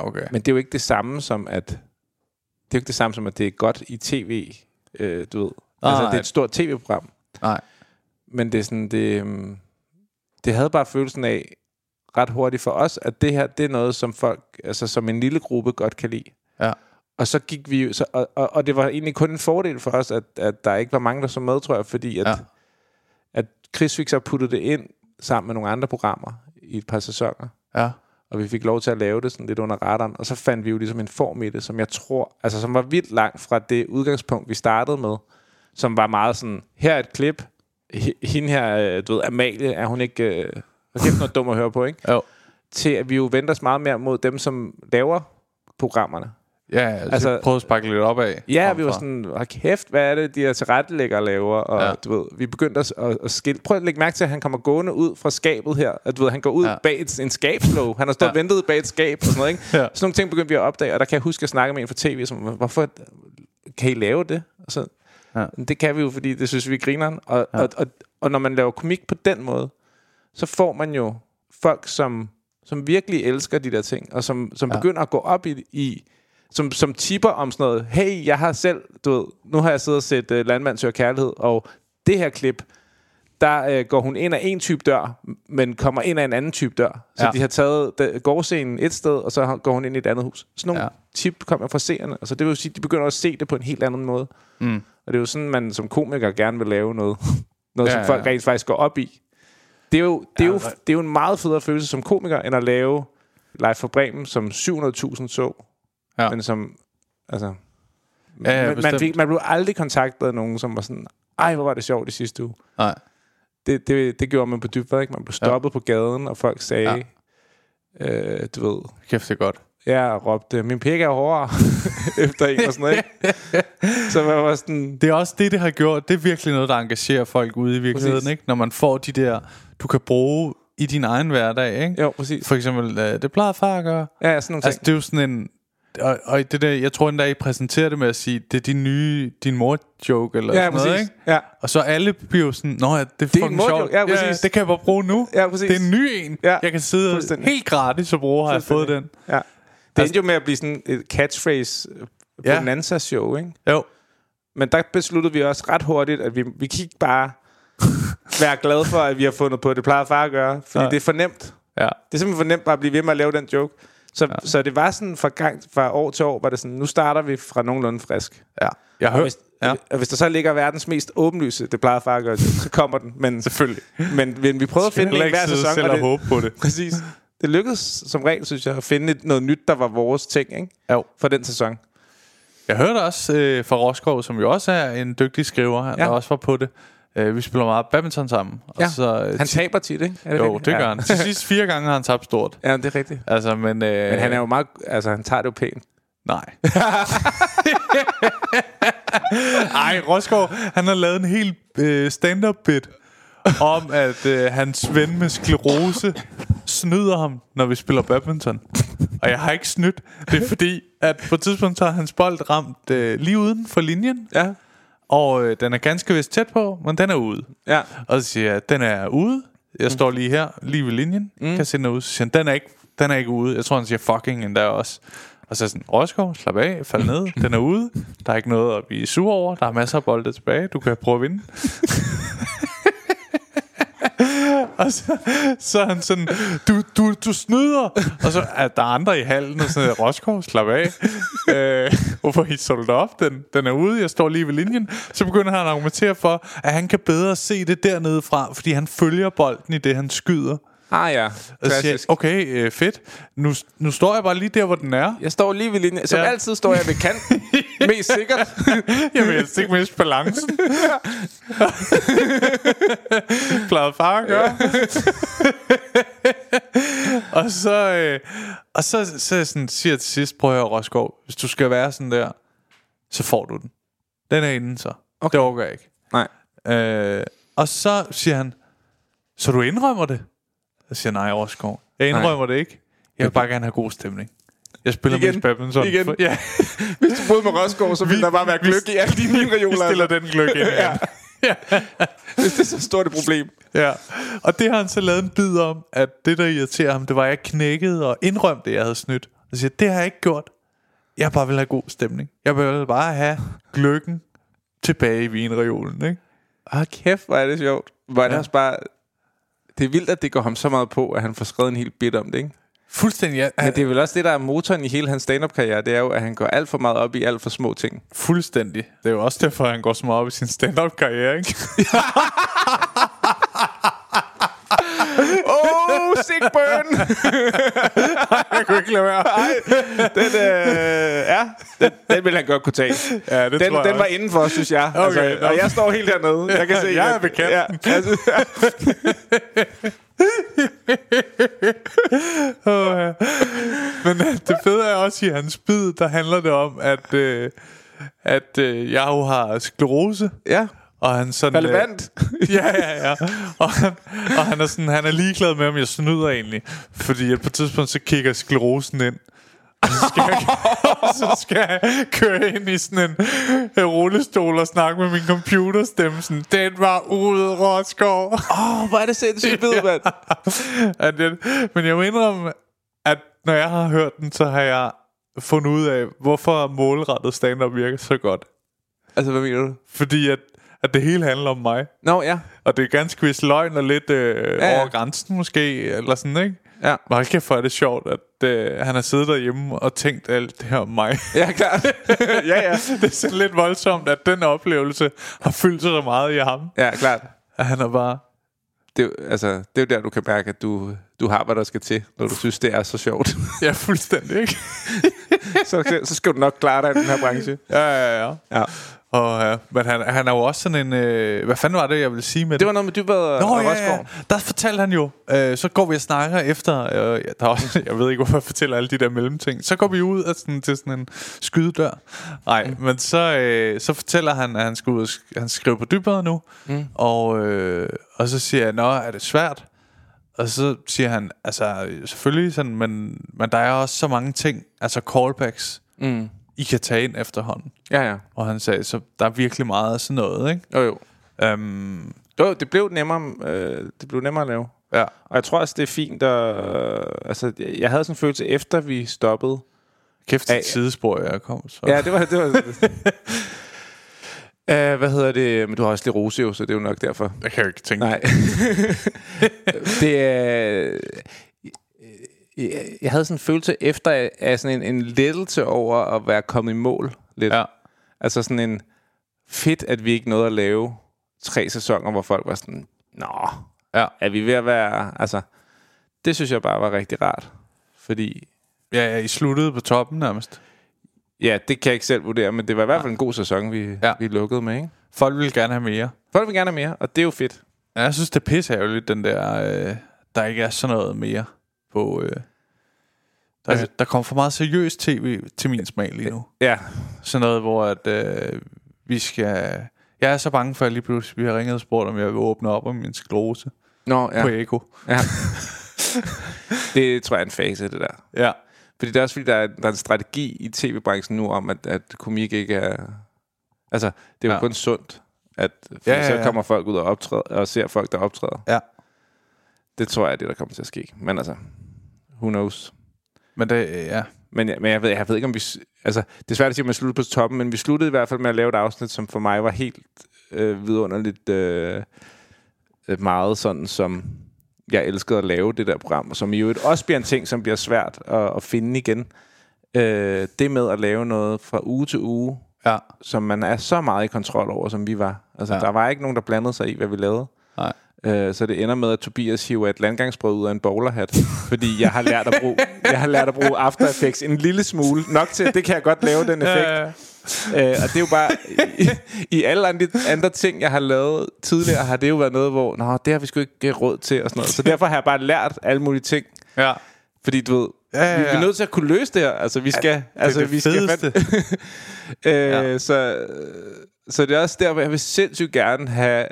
Speaker 1: Ja, okay.
Speaker 3: Men det er jo ikke det samme som, at det er jo ikke det samme som, at det er godt i tv, øh, du ved. Altså,
Speaker 1: Ah, Nej.
Speaker 3: det er et stort tv-program.
Speaker 1: Nej.
Speaker 3: Men det er sådan, det, øhm, det havde bare følelsen af ret hurtigt for os, at det her, det er noget, som folk, altså som en lille gruppe godt kan lide.
Speaker 1: Ja.
Speaker 3: Og så gik vi jo- så, og, og, og det var egentlig kun en fordel for os, at, at der ikke var mange, der så med, tror jeg, fordi at, ja.
Speaker 1: Ja.
Speaker 3: at Chris fik så puttet det ind sammen med nogle andre programmer i et par sæsoner.
Speaker 1: Ja.
Speaker 3: Og vi fik lov til at lave det sådan lidt under radaren. Og så fandt vi jo ligesom en form i det, som jeg tror, altså som var vildt langt fra det udgangspunkt, vi startede med. Som var meget sådan, her er et klip. H- Hende her, øh, du ved, Amalie, er hun ikke... Øh, hvor kæft noget dum at høre på, ikke?
Speaker 1: Jo.
Speaker 3: Til at vi jo venter os meget mere mod dem, som laver programmerne.
Speaker 1: Ja, altså,
Speaker 3: Altså-
Speaker 1: altså prøv at sparke lidt op af.
Speaker 3: Ja, vi var sådan, hold kæft, hvad er det, de her tilrettelægger laver? Og ja.
Speaker 1: Ja.
Speaker 3: du ved, vi begyndte at, at, at skille. Prøv at lægge mærke til, at han kommer gående ud fra skabet her. At, du ved, han går ud ja.
Speaker 1: Ja.
Speaker 3: bag et, en skabslåg. Han har stået ja.
Speaker 1: Ja.
Speaker 3: ventet bag et skab og sådan noget, ikke? ja.
Speaker 1: Ja.
Speaker 3: Sådan nogle ting begyndte vi at opdage, og der kan jeg huske at snakke med en fra tv, som, hvorfor kan I lave det? Og så, ja.
Speaker 1: Ja.
Speaker 3: Det kan vi jo, fordi det synes vi er grineren. Og, ja. og, og, og når man laver komik på den måde, så får man jo folk, som, som virkelig elsker de der ting, og som, som ja. begynder at gå op i, i som, som tipper om sådan noget, hey, jeg har selv, du ved, nu har jeg siddet og set uh, Landmand søger kærlighed, og det her klip, der uh, går hun ind af en type dør, men kommer ind af en anden type dør. Så ja.
Speaker 1: Ja.
Speaker 3: de har taget d- gårdscenen et sted, og så har- går hun ind i et andet hus. Sådan nogle ja.
Speaker 1: Ja.
Speaker 3: tip kommer fra seerne. Altså, det vil jo sige, at de begynder at se det på en helt anden måde. Mm. Og det er jo sådan, man som komiker gerne vil lave noget, noget ja,
Speaker 1: Ja,
Speaker 3: som
Speaker 1: ja,
Speaker 3: folk
Speaker 1: ja.
Speaker 3: rent faktisk går op i. Det er, jo, det, er jo,
Speaker 1: nej.
Speaker 3: det er jo en meget federe følelse som komiker, end at lave Leif for Bremen, som 700.000 så. Ja.
Speaker 1: Ja.
Speaker 3: Men som, altså...
Speaker 1: Ja, ja,
Speaker 3: man, man,
Speaker 1: bestemt.
Speaker 3: fik, man blev aldrig kontaktet af nogen, som var sådan, ej, hvor var det sjovt i sidste uge.
Speaker 1: Nej.
Speaker 3: Det, det, det gjorde man på dybvad, ikke? Man blev stoppet ja. på gaden, og folk sagde, ja. øh, du ved,
Speaker 1: Kæft, det er godt.
Speaker 3: jeg råbte, min pik er hårdere, efter en og sådan noget, ikke? Så man var sådan,
Speaker 1: Det er også det, det har gjort. Det er virkelig noget, der engagerer folk ude i virkeligheden,
Speaker 3: Præcis.
Speaker 1: ikke? Når man får de der, du kan bruge i din egen hverdag, ikke?
Speaker 3: jo, præcis.
Speaker 1: For eksempel, øh, det plejer far at gøre.
Speaker 3: Ja, sådan nogle
Speaker 1: Altså,
Speaker 3: ting.
Speaker 1: det er jo sådan en... Og, og det der, jeg tror endda, I præsenterer det med at sige, det er din nye, din mor-joke, eller
Speaker 3: Ja,
Speaker 1: sådan noget,
Speaker 3: præcis.
Speaker 1: ikke?
Speaker 3: Ja.
Speaker 1: Og så alle bliver jo sådan, nå ja, det er,
Speaker 3: en
Speaker 1: fucking
Speaker 3: mor-joke.
Speaker 1: sjovt.
Speaker 3: Ja, præcis.
Speaker 1: det kan jeg bare bruge nu.
Speaker 3: Ja, præcis.
Speaker 1: Det er en ny en.
Speaker 3: Ja,
Speaker 1: Jeg kan sidde og
Speaker 3: fuldstændig.
Speaker 1: helt gratis og bruge, har jeg fået den.
Speaker 3: Ja. Det endte jo med at blive sådan et catchphrase på
Speaker 1: Altså- Ja.
Speaker 3: ja. show ikke?
Speaker 1: Jo.
Speaker 3: Men der besluttede vi også ret hurtigt, at vi, vi kan ikke bare være glade for, at vi har fundet på, at det plejer far at gøre. Fordi ja.
Speaker 1: Nej.
Speaker 3: det er for nemt.
Speaker 1: Ja.
Speaker 3: Det er simpelthen for nemt bare at blive ved med at lave den joke. Så, ja. så det var sådan fra, gang, fra år til år, var det sådan, nu starter vi fra nogenlunde frisk.
Speaker 1: Ja. Jeg
Speaker 3: Og
Speaker 1: hører.
Speaker 3: hvis, ja.
Speaker 1: Ja.
Speaker 3: og hvis der så ligger verdens mest åbenlyse, det plejer far at gøre, så kommer den. Men,
Speaker 1: Selvfølgelig.
Speaker 3: Men, men vi prøvede at finde
Speaker 1: Skal
Speaker 3: en
Speaker 1: ikke
Speaker 3: hver
Speaker 1: sidde
Speaker 3: sæson.
Speaker 1: selv
Speaker 3: og
Speaker 1: og
Speaker 3: det,
Speaker 1: håbe på det.
Speaker 3: Præcis. Det lykkedes som regel, synes jeg, at finde et- noget nyt, der var vores ting, ikke?
Speaker 1: Jo.
Speaker 3: For den sæson.
Speaker 1: Jeg hørte også øh, fra Roskov, som jo også er en dygtig skriver, ja. der også var på det. Øh, vi spiller meget badminton sammen. Og
Speaker 3: Ja.
Speaker 1: så, øh,
Speaker 3: Han
Speaker 1: ti-
Speaker 3: taber tit, ikke? Er
Speaker 1: Jo,
Speaker 3: rigtigt?
Speaker 1: det gør
Speaker 3: ja.
Speaker 1: han. Til sidst fire gange har han tabt stort.
Speaker 3: Ja, det er rigtigt.
Speaker 1: Altså, men... Øh,
Speaker 3: Men han er jo meget... Altså, han tager det jo pænt.
Speaker 1: Nej. Ej, Roskov, han har lavet en helt øh, stand-up bit om, at øh, hans ven med sklerose snyder ham, når vi spiller badminton. Og jeg har ikke snydt. Det er fordi, at på et tidspunkt så har hans bold ramt øh, lige uden for linjen.
Speaker 3: Ja.
Speaker 1: Og øh, den er ganske vist tæt på, men den er ude.
Speaker 3: Ja.
Speaker 1: Og så siger jeg, den er ude. Jeg står lige her, lige ved linjen. Mm. Kan se den er ude. Så siger han, den er ikke, den er ikke ude. Jeg tror, han siger fucking endda også. Og så er jeg sådan, Røskov, slap af, fald ned, den er ude. Der er ikke noget at blive sur over. Der er masser af bolde tilbage. Du kan prøve at vinde. Og så, så er han sådan, du, du, du snyder. Og så er der andre i hallen, og sådan, Roskov, slap af. Øh, hvorfor hisser du dig op? Den, den er ude, jeg står lige ved linjen. Så begynder han at argumentere for, at han kan bedre se det dernede fra, fordi han følger bolden i det, han skyder.
Speaker 3: Ah ja,
Speaker 1: Og så siger, jeg,
Speaker 3: klassisk.
Speaker 1: okay, øh, fedt. Nu, nu står jeg bare lige der, hvor den er.
Speaker 3: Jeg står lige ved linjen. Som
Speaker 1: Ja.
Speaker 3: ja. altid står jeg ved kanten. Mest sikkert.
Speaker 1: Jeg vil helst ikke miste balancen. Plejede far at gøre. og så, øh, og så, så jeg sådan, siger jeg til sidst, prøv at høre, Roskov, hvis du skal være sådan der, så får du den. Den er inden så. Okay. Det overgår jeg ikke.
Speaker 3: Nej.
Speaker 1: Øh, og så siger han, så du indrømmer det? Jeg siger, nej, Roskov. Jeg indrømmer nej. det ikke. Jeg vil bare gerne have god stemning. Jeg spiller
Speaker 3: Igen.
Speaker 1: mest badminton.
Speaker 3: Igen.
Speaker 1: Ja.
Speaker 3: Hvis du boede med Rosgaard, så ville der bare være gløk i alle dine
Speaker 1: Vi
Speaker 3: vinreoler.
Speaker 1: stiller den gløk ind. ja.
Speaker 3: altså. Hvis det er så stort et problem.
Speaker 1: ja. Og det har han så lavet en bid om, at det, der irriterer ham, det var, at jeg knækkede og indrømte, at jeg havde snydt. Og så siger, jeg, det har jeg ikke gjort. Jeg bare vil have god stemning. Jeg vil bare have gløkken tilbage i vinreolen, ikke?
Speaker 3: Åh, kæft, hvor er det sjovt. Hvor er det
Speaker 1: Ja.
Speaker 3: også bare... Det er vildt, at det går ham så meget på, at han får skrevet en hel bit om det, ikke?
Speaker 1: Fuldstændig, ja,
Speaker 3: Men det er vel også det, der er motoren i hele hans stand-up-karriere. Det er jo, at han går alt for meget op i alt for små ting.
Speaker 1: fuldstændig. Det er jo også derfor, han går så meget op i sin stand-up-karriere, ikke?
Speaker 3: Oh, sick burn!
Speaker 1: Jeg kunne ikke lade være.
Speaker 3: Den, øh, ja, den, den ville han godt kunne tage.
Speaker 1: Ja, det
Speaker 3: den,
Speaker 1: tror jeg
Speaker 3: den var
Speaker 1: også.
Speaker 3: indenfor, synes jeg.
Speaker 1: nå.
Speaker 3: Okay, altså, og jeg står helt hernede. Jeg kan se,
Speaker 1: Jeg er
Speaker 3: at-
Speaker 1: ved kanten.
Speaker 3: Ja, altså,
Speaker 1: Men øh, det fede er også i hans bid, der handler det om, at, øh, at øh, jeg jo har sklerose.
Speaker 3: ja.
Speaker 1: Og han sådan, øh,
Speaker 3: relevant.
Speaker 1: ja, ja, ja. Og, han, og han, er sådan, han er ligeglad med, om jeg snyder egentlig. Fordi at på et tidspunkt, så kigger sklerosen ind. Og så skal jeg, og så skal jeg køre ind i sådan en øh, rullestol og snakke med min computerstemme. Sådan, den var ude, Roskov.
Speaker 3: Åh, oh, hvor er det sindssygt fedt, mand.
Speaker 1: At jeg, men jeg må indrømme, at når jeg har hørt den, så har jeg fundet ud af, hvorfor målrettet stand-up virker så godt.
Speaker 3: Altså, hvad mener du?
Speaker 1: Fordi at, at det hele handler om mig.
Speaker 3: Nå, ja.
Speaker 1: Og det er ganske vist løgn og lidt øh, ja,
Speaker 3: Ja,
Speaker 1: ja.
Speaker 3: ja.
Speaker 1: over grænsen måske, eller sådan, ikke?
Speaker 3: Ja.
Speaker 1: Men hold kæft, hvor er det sjovt, at øh, han har siddet derhjemme og tænkt alt det her om mig.
Speaker 3: Ja, klart. ja, ja.
Speaker 1: det er sådan lidt voldsomt, at den oplevelse har fyldt så meget i ham.
Speaker 3: Ja, klart.
Speaker 1: At han er bare...
Speaker 3: Det, er jo- altså, det er jo der, du kan mærke, at du, du har, hvad der skal til, når du synes, det er så sjovt.
Speaker 1: Ja, fuldstændig, ikke?
Speaker 3: så, så skal du nok klare dig i den her branche.
Speaker 1: ja, ja, ja.
Speaker 3: Ja.
Speaker 1: Og, ja. Men han, han er jo også sådan en... Øh, hvad fanden var det, jeg ville sige med
Speaker 3: Det var noget med dybvad og,
Speaker 1: Nå,
Speaker 3: og
Speaker 1: ja, ja,
Speaker 3: Rosgaard.
Speaker 1: der fortalte han jo øh, Så går vi og snakker efter øh, ja, der er også, Jeg ved ikke hvorfor jeg fortæller alle de der mellemting Så går vi ud af sådan, til sådan en skydedør Nej, mm. men så, øh, så fortæller han At han skal ud og sk- han skriver på dybere nu mm. og, øh, og så siger jeg Nå, er det svært? Og så siger han, altså selvfølgelig sådan, men, men der er også så mange ting, altså callbacks, mm. I kan tage ind efterhånden.
Speaker 3: Ja, ja.
Speaker 1: Og han sagde, så der er virkelig meget af sådan noget, ikke?
Speaker 3: Jo, jo.
Speaker 1: Øhm,
Speaker 3: Jo, det blev nemmere, øh, det blev nemmere at lave.
Speaker 1: ja.
Speaker 3: Og jeg tror også, det er fint at... Øh, altså, jeg jeg havde sådan en følelse, efter vi stoppede.
Speaker 1: Kæft, et
Speaker 3: Ja, ja.
Speaker 1: sidespor, jeg kom. Så.
Speaker 3: Ja, det var... Det var uh, hvad hedder det? Men du har også lidt rose, jo, så det er jo nok derfor.
Speaker 1: Jeg kan jo ikke tænke.
Speaker 3: Nej. det er... øh, Jeg havde sådan en følelse efter af sådan en, en lettelse over at være kommet i mål lidt.
Speaker 1: Ja.
Speaker 3: Altså sådan en fedt, at vi ikke nåede at lave tre sæsoner, hvor folk var sådan, Nå,
Speaker 1: Ja.
Speaker 3: er vi ved at være... Altså, det synes jeg bare var rigtig rart. Fordi,
Speaker 1: Ja, ja, I sluttede på toppen nærmest.
Speaker 3: ja, det kan jeg ikke selv vurdere, men det var i hvert fald en god sæson, vi,
Speaker 1: Ja.
Speaker 3: ja. vi lukkede med, ikke?
Speaker 1: Folk ville gerne have mere.
Speaker 3: Folk vil gerne have mere, og det er jo fedt.
Speaker 1: Ja, jeg synes, det er pisseærgerligt, den der... Øh, der ikke er sådan noget mere på... Øh, der, altså,
Speaker 3: Altså-
Speaker 1: der kom for meget seriøs tv til min smag lige nu.
Speaker 3: Ja,
Speaker 1: Sådan noget, hvor at, øh, vi skal... Jeg er så bange for, at lige pludselig vi har ringet og spurgt, om jeg vil åbne op om min sklerose
Speaker 3: Nå,
Speaker 1: ja. på
Speaker 3: ja.
Speaker 1: Eko.
Speaker 3: ja. det tror jeg er en fase, det der.
Speaker 1: Ja.
Speaker 3: Fordi det er også fordi, der er, der er en strategi i tv-branchen nu om, at, at komik ikke er, Altså, det er jo
Speaker 1: Ja.
Speaker 3: ja. kun sundt, at
Speaker 1: Ja,
Speaker 3: ja,
Speaker 1: ja,
Speaker 3: ja,
Speaker 1: ja.
Speaker 3: så kommer folk ud og, optræder, og ser folk, der optræder.
Speaker 1: Ja.
Speaker 3: Det tror jeg er det, der kommer til at ske. Men altså, who knows?
Speaker 1: Men det, ja.
Speaker 3: Men, jeg, men jeg, ved, jeg ved ikke, om vi... s- Altså, det er svært at sige, om vi slutter på toppen, men vi sluttede i hvert fald med at lave et afsnit, som for mig var helt øh, vidunderligt øh, øh, meget sådan, som jeg elskede at lave det der program, og som i øvrigt også bliver en ting, som bliver svært at, at finde igen. Øh, det med at lave noget fra uge til uge,
Speaker 1: Ja.
Speaker 3: som man er så meget i kontrol over, som vi var. Altså,
Speaker 1: Ja.
Speaker 3: ja. der var ikke nogen, der blandede sig i, hvad vi lavede.
Speaker 1: Nej.
Speaker 3: Øh, så det ender med, at Tobias hiver et landgangsbrød ud af en bowlerhat, fordi jeg har lært at bruge, jeg har lært at bruge After Effects en lille smule, nok til, at det kan jeg godt lave, den effekt.
Speaker 1: Øh,
Speaker 3: Øh, og det er jo bare... I, I alle andre, andre ting, jeg har lavet tidligere, har det jo været noget, hvor... Nå, det har vi sgu ikke øh, råd til og sådan noget. Så derfor har jeg bare lært alle mulige ting.
Speaker 1: ja.
Speaker 3: Fordi du ved...
Speaker 1: Ja, ja,
Speaker 3: Vi, vi
Speaker 1: ja.
Speaker 3: er nødt til at kunne løse det her. Altså, vi skal... altså,
Speaker 1: det
Speaker 3: vi skal
Speaker 1: fedeste.
Speaker 3: øh,
Speaker 1: Ja.
Speaker 3: ja. så, så det er også der, hvor jeg vil sindssygt gerne have...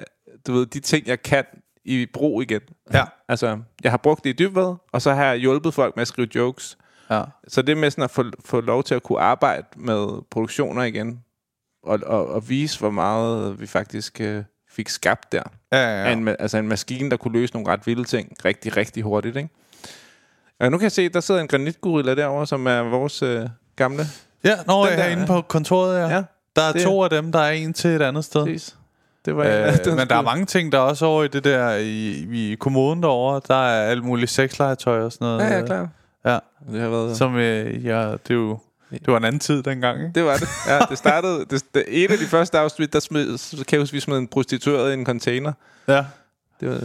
Speaker 3: Du ved, de ting, jeg kan i brug igen.
Speaker 1: Ja.
Speaker 3: Altså, jeg har brugt det i dybvad, og så har jeg hjulpet folk med at skrive jokes.
Speaker 1: Ja.
Speaker 3: Så det med sådan at få, få lov til at kunne arbejde med produktioner igen, og, og, og vise, hvor meget vi faktisk øh, fik skabt der.
Speaker 1: Ja, ja,
Speaker 3: Ja.
Speaker 1: ja.
Speaker 3: En, ma- altså en maskine, der kunne løse nogle ret vilde ting rigtig, rigtig hurtigt. Ikke? Og nu kan jeg se, der sidder en granitgorilla derovre, som er vores øh, gamle.
Speaker 1: ja når
Speaker 3: Den
Speaker 1: jeg er
Speaker 3: der,
Speaker 1: inde
Speaker 3: ja.
Speaker 1: på kontoret, ja.
Speaker 3: Ja,
Speaker 1: Der er
Speaker 3: det-
Speaker 1: to af dem, der er en til et andet sted.
Speaker 3: præcis. Det var
Speaker 1: Øh,
Speaker 3: den
Speaker 1: men der er
Speaker 3: skulle-
Speaker 1: mange ting, der er også over i det der i, i kommoden derovre. Der er alt muligt sexlegetøj og sådan noget.
Speaker 3: Ja, øh, ja, klar.
Speaker 1: Ja.
Speaker 3: Det har været...
Speaker 1: Som, øh, ja, det, er jo, det var en anden tid dengang, ikke?
Speaker 3: Det var det. Ja, det startede... Det, det, et af de første afsnit, der smed, så kan jeg huske, vi smed en prostitueret i en container.
Speaker 1: Ja.
Speaker 3: Det var,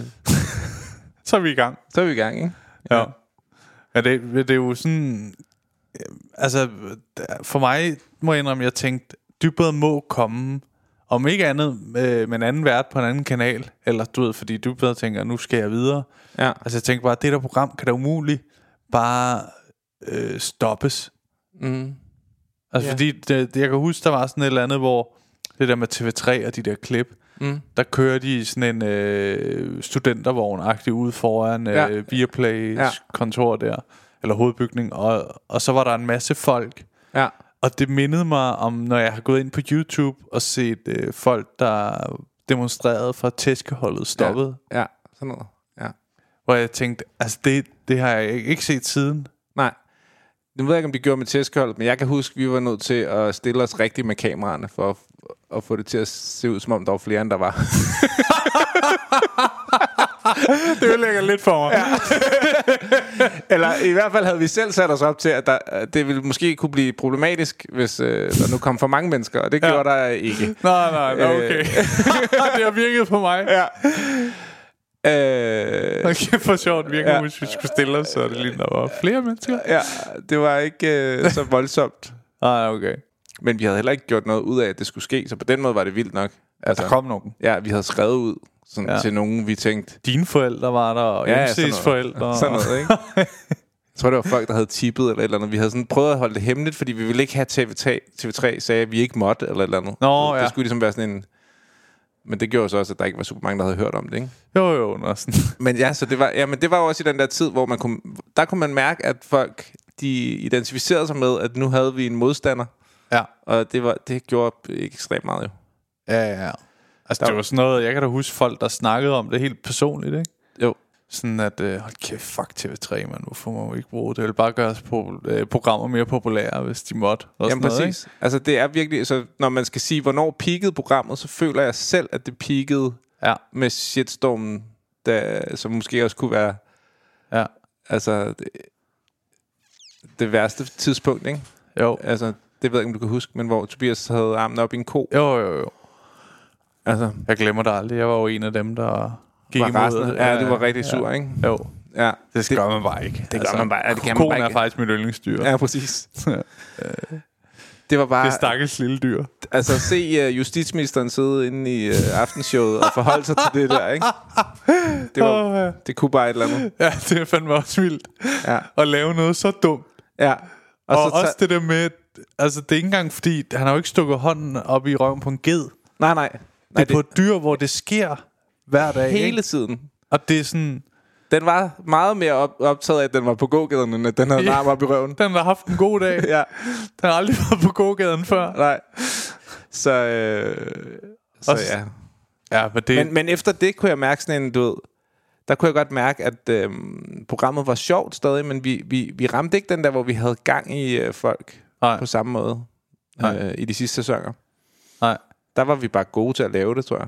Speaker 1: Så er vi i gang.
Speaker 3: så er vi i gang, ikke?
Speaker 1: Ja. ja det, det er jo sådan... øh, Altså, der- for mig må jeg indrømme, at jeg tænkte, dybbet må komme, om ikke andet, øh, med en anden vært på en anden kanal, eller du ved, fordi dybbet tænker, nu skal jeg videre.
Speaker 3: Ja.
Speaker 1: Altså, jeg tænkte bare, det der program kan da umuligt bare øh, stoppes.
Speaker 3: Mm.
Speaker 1: Altså, ja.
Speaker 3: Ja.
Speaker 1: fordi det, det- jeg kan huske, der var sådan et eller andet, hvor det der med TV3 og de der klip,
Speaker 3: Mm.
Speaker 1: der kører de i sådan en øh, studentervogn-agtig ude foran øh,
Speaker 3: Ja.
Speaker 1: Viaplays
Speaker 3: Ja.
Speaker 1: kontor der, eller hovedbygning, og, og så var der en masse folk.
Speaker 3: Ja.
Speaker 1: Og det mindede mig om, når jeg har gået ind på YouTube og set øh, folk, der demonstrerede fra tæskeholdet stoppet, ja.
Speaker 3: Ja, sådan noget. Ja.
Speaker 1: hvor jeg tænkte, altså det, det har jeg ikke ikke set siden.
Speaker 3: Nej. Nu ved jeg ikke, om de gjorde med tæskeholdet, men jeg kan huske, vi var nødt til at stille os rigtigt med kameraerne, for at, at få det til at se ud, som om der var flere, end der var.
Speaker 1: Det ødelægger lidt for mig. Ja.
Speaker 3: Eller i hvert fald havde vi selv sat os op til, at der, at det ville måske kunne blive problematisk, hvis øh, der nu kom for mange mennesker, og det
Speaker 1: Ja.
Speaker 3: ja. gjorde der ikke.
Speaker 1: Nej, nej, nej,
Speaker 3: Øh.
Speaker 1: okay. det har virket på mig. Ja.
Speaker 3: Øh,
Speaker 1: Okay, for sjovt virker, ja.
Speaker 3: Ja.
Speaker 1: hvis vi skulle stille os, så er det lige, der var flere mennesker.
Speaker 3: ja, det var ikke øh, så voldsomt.
Speaker 1: Nej, okay.
Speaker 3: Men vi havde heller ikke gjort noget ud af, at det skulle ske, så på den måde var det vildt nok.
Speaker 1: Altså, der kom nogen.
Speaker 3: Ja, vi havde skrevet ud sådan,
Speaker 1: Ja.
Speaker 3: ja. til nogen, vi tænkte,
Speaker 1: Dine forældre var der, og ja, MC's
Speaker 3: sådan noget.
Speaker 1: forældre. og-
Speaker 3: Sådan noget, ikke? Jeg tror, det var folk, der havde tippet eller et eller andet. Vi havde sådan prøvet at holde det hemmeligt, fordi vi ville ikke have TV3, TV3 sagde, at vi ikke måtte eller et eller andet.
Speaker 1: Nå,
Speaker 3: det
Speaker 1: ja.
Speaker 3: skulle ligesom være sådan en... Men det gjorde så også, at der ikke var super mange, der havde hørt om det, ikke?
Speaker 1: Jo, jo, Andersen.
Speaker 3: Men ja, så det var, ja, men det var jo også i den der tid, hvor man kunne, der kunne man mærke, at folk de identificerede sig med, at nu havde vi en modstander.
Speaker 1: ja.
Speaker 3: Og det, var, det gjorde ekstremt meget jo.
Speaker 1: Ja, ja. Altså, det var sådan noget, jeg kan da huske folk, der snakkede om det helt personligt, ikke?
Speaker 3: Jo.
Speaker 1: Sådan at, øh, hold kæft, fuck TV3, mand, hvorfor må vi ikke bruge det? Det ville bare gøre os på, øh, programmer mere populære, hvis de måtte. Og
Speaker 3: Jamen
Speaker 1: sådan
Speaker 3: præcis. Altså det er virkelig, så når man skal sige, hvornår peakede programmet, så føler jeg selv, at det peakede
Speaker 1: Noget,
Speaker 3: med shitstormen, der, som måske også kunne være
Speaker 1: ikke? Ja, ja.
Speaker 3: altså, det, det værste tidspunkt, ikke?
Speaker 1: Jo.
Speaker 3: Altså, det ved jeg ikke, om du kan huske, men hvor Tobias havde armen op i en ko.
Speaker 1: Jo, jo, jo.
Speaker 3: Altså,
Speaker 1: Jeg glemmer det aldrig. Jeg var jo en af dem, der gik
Speaker 3: var
Speaker 1: imod det.
Speaker 3: rasende. Ja, det var rigtig sur, ikke?
Speaker 1: Jo.
Speaker 3: Ja,
Speaker 1: Det, det gør man bare ikke. Det
Speaker 3: gør man bare- ja, det kan man
Speaker 1: konen
Speaker 3: bare
Speaker 1: er
Speaker 3: ikke.
Speaker 1: faktisk mit yndlingsdyr. Ja.
Speaker 3: ja præcis. det var bare...
Speaker 1: Det er stakkels lille dyr.
Speaker 3: Altså, se uh, justitsministeren sidde inde i uh, aftenshowet og forholde sig til det der, ikke? Det,
Speaker 1: Åh, ja.
Speaker 3: var, det kunne bare et eller andet.
Speaker 1: Ja, det er fandme også vildt.
Speaker 3: Ja.
Speaker 1: At lave noget så dumt.
Speaker 3: Ja.
Speaker 1: Og, og
Speaker 3: så
Speaker 1: også
Speaker 3: ta-
Speaker 1: det der med, altså det er ikke engang fordi, han har jo ikke stukket hånden op i røven på en ged. Det
Speaker 3: Nej, nej. nej
Speaker 1: er på et dyr, hvor det sker hver dag.
Speaker 3: hele
Speaker 1: Ikke?
Speaker 3: tiden.
Speaker 1: Og det er sådan,
Speaker 3: Den var meget mere op- optaget af, at den var på gågaderne, end at den havde en
Speaker 1: Ja.
Speaker 3: arm op i røven.
Speaker 1: den har haft en god dag.
Speaker 3: Ja,
Speaker 1: Den har aldrig været på gågaden før.
Speaker 3: nej. Så, øh, så
Speaker 1: Også-
Speaker 3: ja.
Speaker 1: Ja, men det...
Speaker 3: Men, men efter det kunne jeg mærke sådan en, du ved, der kunne jeg godt mærke, at øh, programmet var sjovt stadig, men vi, vi, vi ramte ikke den der, hvor vi havde gang i øh, folk
Speaker 1: Nej.
Speaker 3: Nej. på samme måde
Speaker 1: Nej.
Speaker 3: øh, i de sidste sæsoner.
Speaker 1: Nej.
Speaker 3: Der var vi bare gode til at lave det, tror jeg.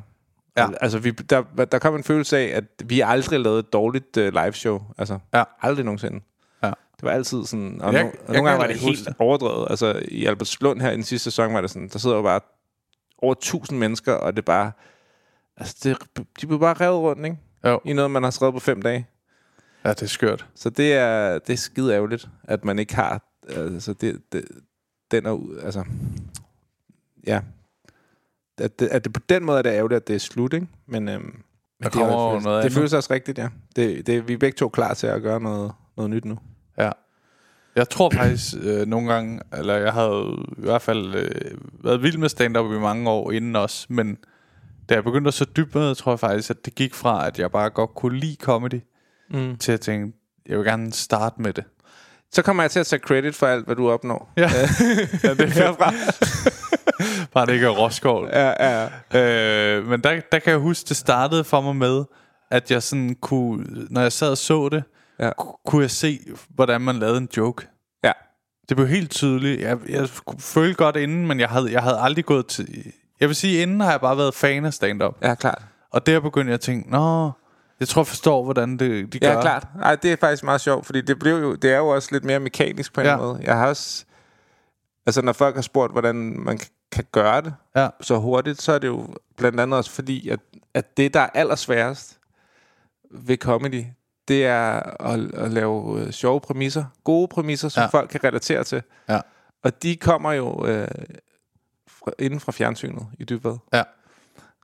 Speaker 1: Ja.
Speaker 3: Altså, vi, der, der kom en følelse af, at vi aldrig lavede et dårligt øh, liveshow. Altså,
Speaker 1: Ja.
Speaker 3: aldrig nogensinde.
Speaker 1: Ja.
Speaker 3: Det var altid sådan... Og,
Speaker 1: Jeg-
Speaker 3: no,
Speaker 1: jeg
Speaker 3: og
Speaker 1: kan
Speaker 3: nogle gange var
Speaker 1: heller
Speaker 3: det
Speaker 1: ikke huske
Speaker 3: helt overdrevet. Altså, i Albertslund her i den sidste sæson var det sådan, der sidder jo bare over tusind mennesker, og det er bare... Altså, det, de blev bare revet rundt, ikke?
Speaker 1: Jo.
Speaker 3: I noget, man har skrevet på fem dage.
Speaker 1: Ja, det er skørt.
Speaker 3: Så det er, det er skide ærgerligt, at man ikke har... Altså, det, det, den er... ud- Altså, ja. At det, at det på den måde er det ærgerligt, at det er slut, ikke? Men, øhm, men det,
Speaker 1: kommer
Speaker 3: jo
Speaker 1: jo
Speaker 3: en følelse-
Speaker 1: noget
Speaker 3: det
Speaker 1: andet.
Speaker 3: føles også rigtigt, ja. Det, det, vi er begge to klar til at gøre noget, noget nyt nu.
Speaker 1: Ja. Jeg tror faktisk øh, nogle gange, eller jeg havde i hvert fald øh, været vild med stand-up i mange år inden også, men da jeg begyndte at så dybt med, det, tror jeg faktisk, at det gik fra, at jeg bare godt kunne lide comedy, mm. til at tænke, jeg vil gerne starte med det.
Speaker 3: Så kommer jeg til at tage credit for alt, hvad du opnår.
Speaker 1: Ja, ja det er herfra. bare det ikke er Roskov.
Speaker 3: Ja, ja.
Speaker 1: Øh, men der, der kan jeg huske, det startede for mig med, at jeg sådan kunne, når jeg sad og så det,
Speaker 3: Ja.
Speaker 1: ku- kunne jeg se, hvordan man lavede en joke.
Speaker 3: ja.
Speaker 1: Det blev helt tydeligt. Jeg, jeg kunne føle godt inden, men jeg havde, jeg havde aldrig gået til... Jeg vil sige, inden har jeg bare været fan af stand-up.
Speaker 3: Ja, klart.
Speaker 1: Og der begyndte jeg at tænke, nå, jeg tror jeg forstår, hvordan det, de gør.
Speaker 3: Ja, klart. Ej, det er faktisk meget sjovt, fordi det, blev jo, det er jo også lidt mere mekanisk på en
Speaker 1: Ja.
Speaker 3: ja. måde. Jeg har også... Altså, når folk har spurgt, hvordan man k- kan gøre det
Speaker 1: Ja.
Speaker 3: så hurtigt, så er det jo blandt andet også fordi, at, at det, der er allersværest ved comedy, det er at, at lave øh, sjove præmisser, gode præmisser, som
Speaker 1: Ja.
Speaker 3: ja. folk kan relatere til.
Speaker 1: Ja.
Speaker 3: Og de kommer jo øh, fra, inden fra fjernsynet i dybvad.
Speaker 1: Ja.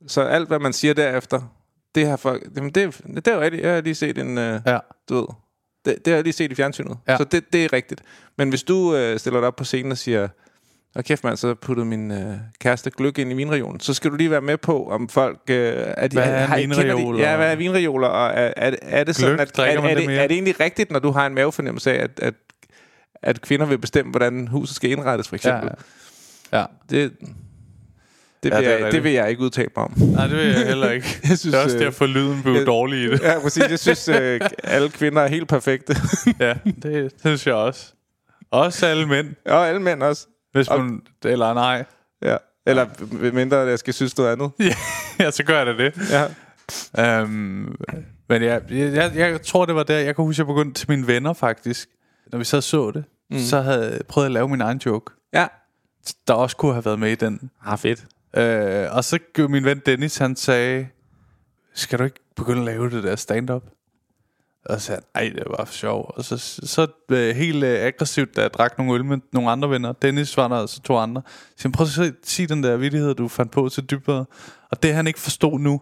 Speaker 3: Så alt, hvad man siger derefter, det har folk... Jamen, det, det er jo rigtigt. Jeg har lige set en... Øh,
Speaker 1: Ja.
Speaker 3: du ved, det, det har jeg lige set i fjernsynet.
Speaker 1: Ja.
Speaker 3: Ja. Så det, det er rigtigt. Men hvis du øh, stiller dig op på scenen og siger, og kæft mand, så puttede min øh, kæreste gløk ind i vinregionen, så skal du lige være med på, om folk... Øh, er de,
Speaker 1: Hvad er
Speaker 3: har- kender
Speaker 1: vinreoler?
Speaker 3: De, ja, hvad er vinreoler? Og er, er, er det sådan,
Speaker 1: Gløgg,
Speaker 3: at, er,
Speaker 1: drikker man
Speaker 3: er,
Speaker 1: det
Speaker 3: det,
Speaker 1: mere?
Speaker 3: er det egentlig rigtigt, når du har en mavefornemmelse af, at, at, at kvinder vil bestemme, hvordan huset skal indrettes, for
Speaker 1: Ja.
Speaker 3: eksempel?
Speaker 1: ja.
Speaker 3: Det, det,
Speaker 1: er
Speaker 3: ja, vil jeg,
Speaker 1: rigtigt.
Speaker 3: det vil jeg ikke udtale mig om.
Speaker 1: Nej, det vil jeg heller ikke. jeg synes, det er også
Speaker 3: øh,
Speaker 1: derfor, lyden blev
Speaker 3: jeg-
Speaker 1: dårlig i det.
Speaker 3: Ja, præcis. Jeg synes, øh, alle kvinder er helt perfekte.
Speaker 1: ja, det synes jeg også. Også alle mænd,
Speaker 3: og alle mænd også.
Speaker 1: hvis man... Eller nej.
Speaker 3: Ja. Eller ja. mindre, at jeg skal synes noget andet.
Speaker 1: ja, så gør jeg da det.
Speaker 3: Ja.
Speaker 1: Øhm, men ja, jeg, jeg, jeg tror, det var der. Jeg kan huske, jeg begyndte til mine venner faktisk. Når vi så så det, mm. så havde jeg prøvet at lave min egen joke,
Speaker 3: Ja.
Speaker 1: der også kunne have været med i den.
Speaker 3: Ah, fedt.
Speaker 1: Øh, og så gjorde min ven Dennis, han sagde, skal du ikke begynde at lave det der stand-up? Og så sagde han, ej, det var for sjov. Og så, så øh, helt øh, aggressivt, da jeg drak nogle øl med nogle andre venner, Dennis var der, og så to andre, så han, prøv at se, sige den der vittighed, du fandt på til dybere. Og det, han ikke forstod nu,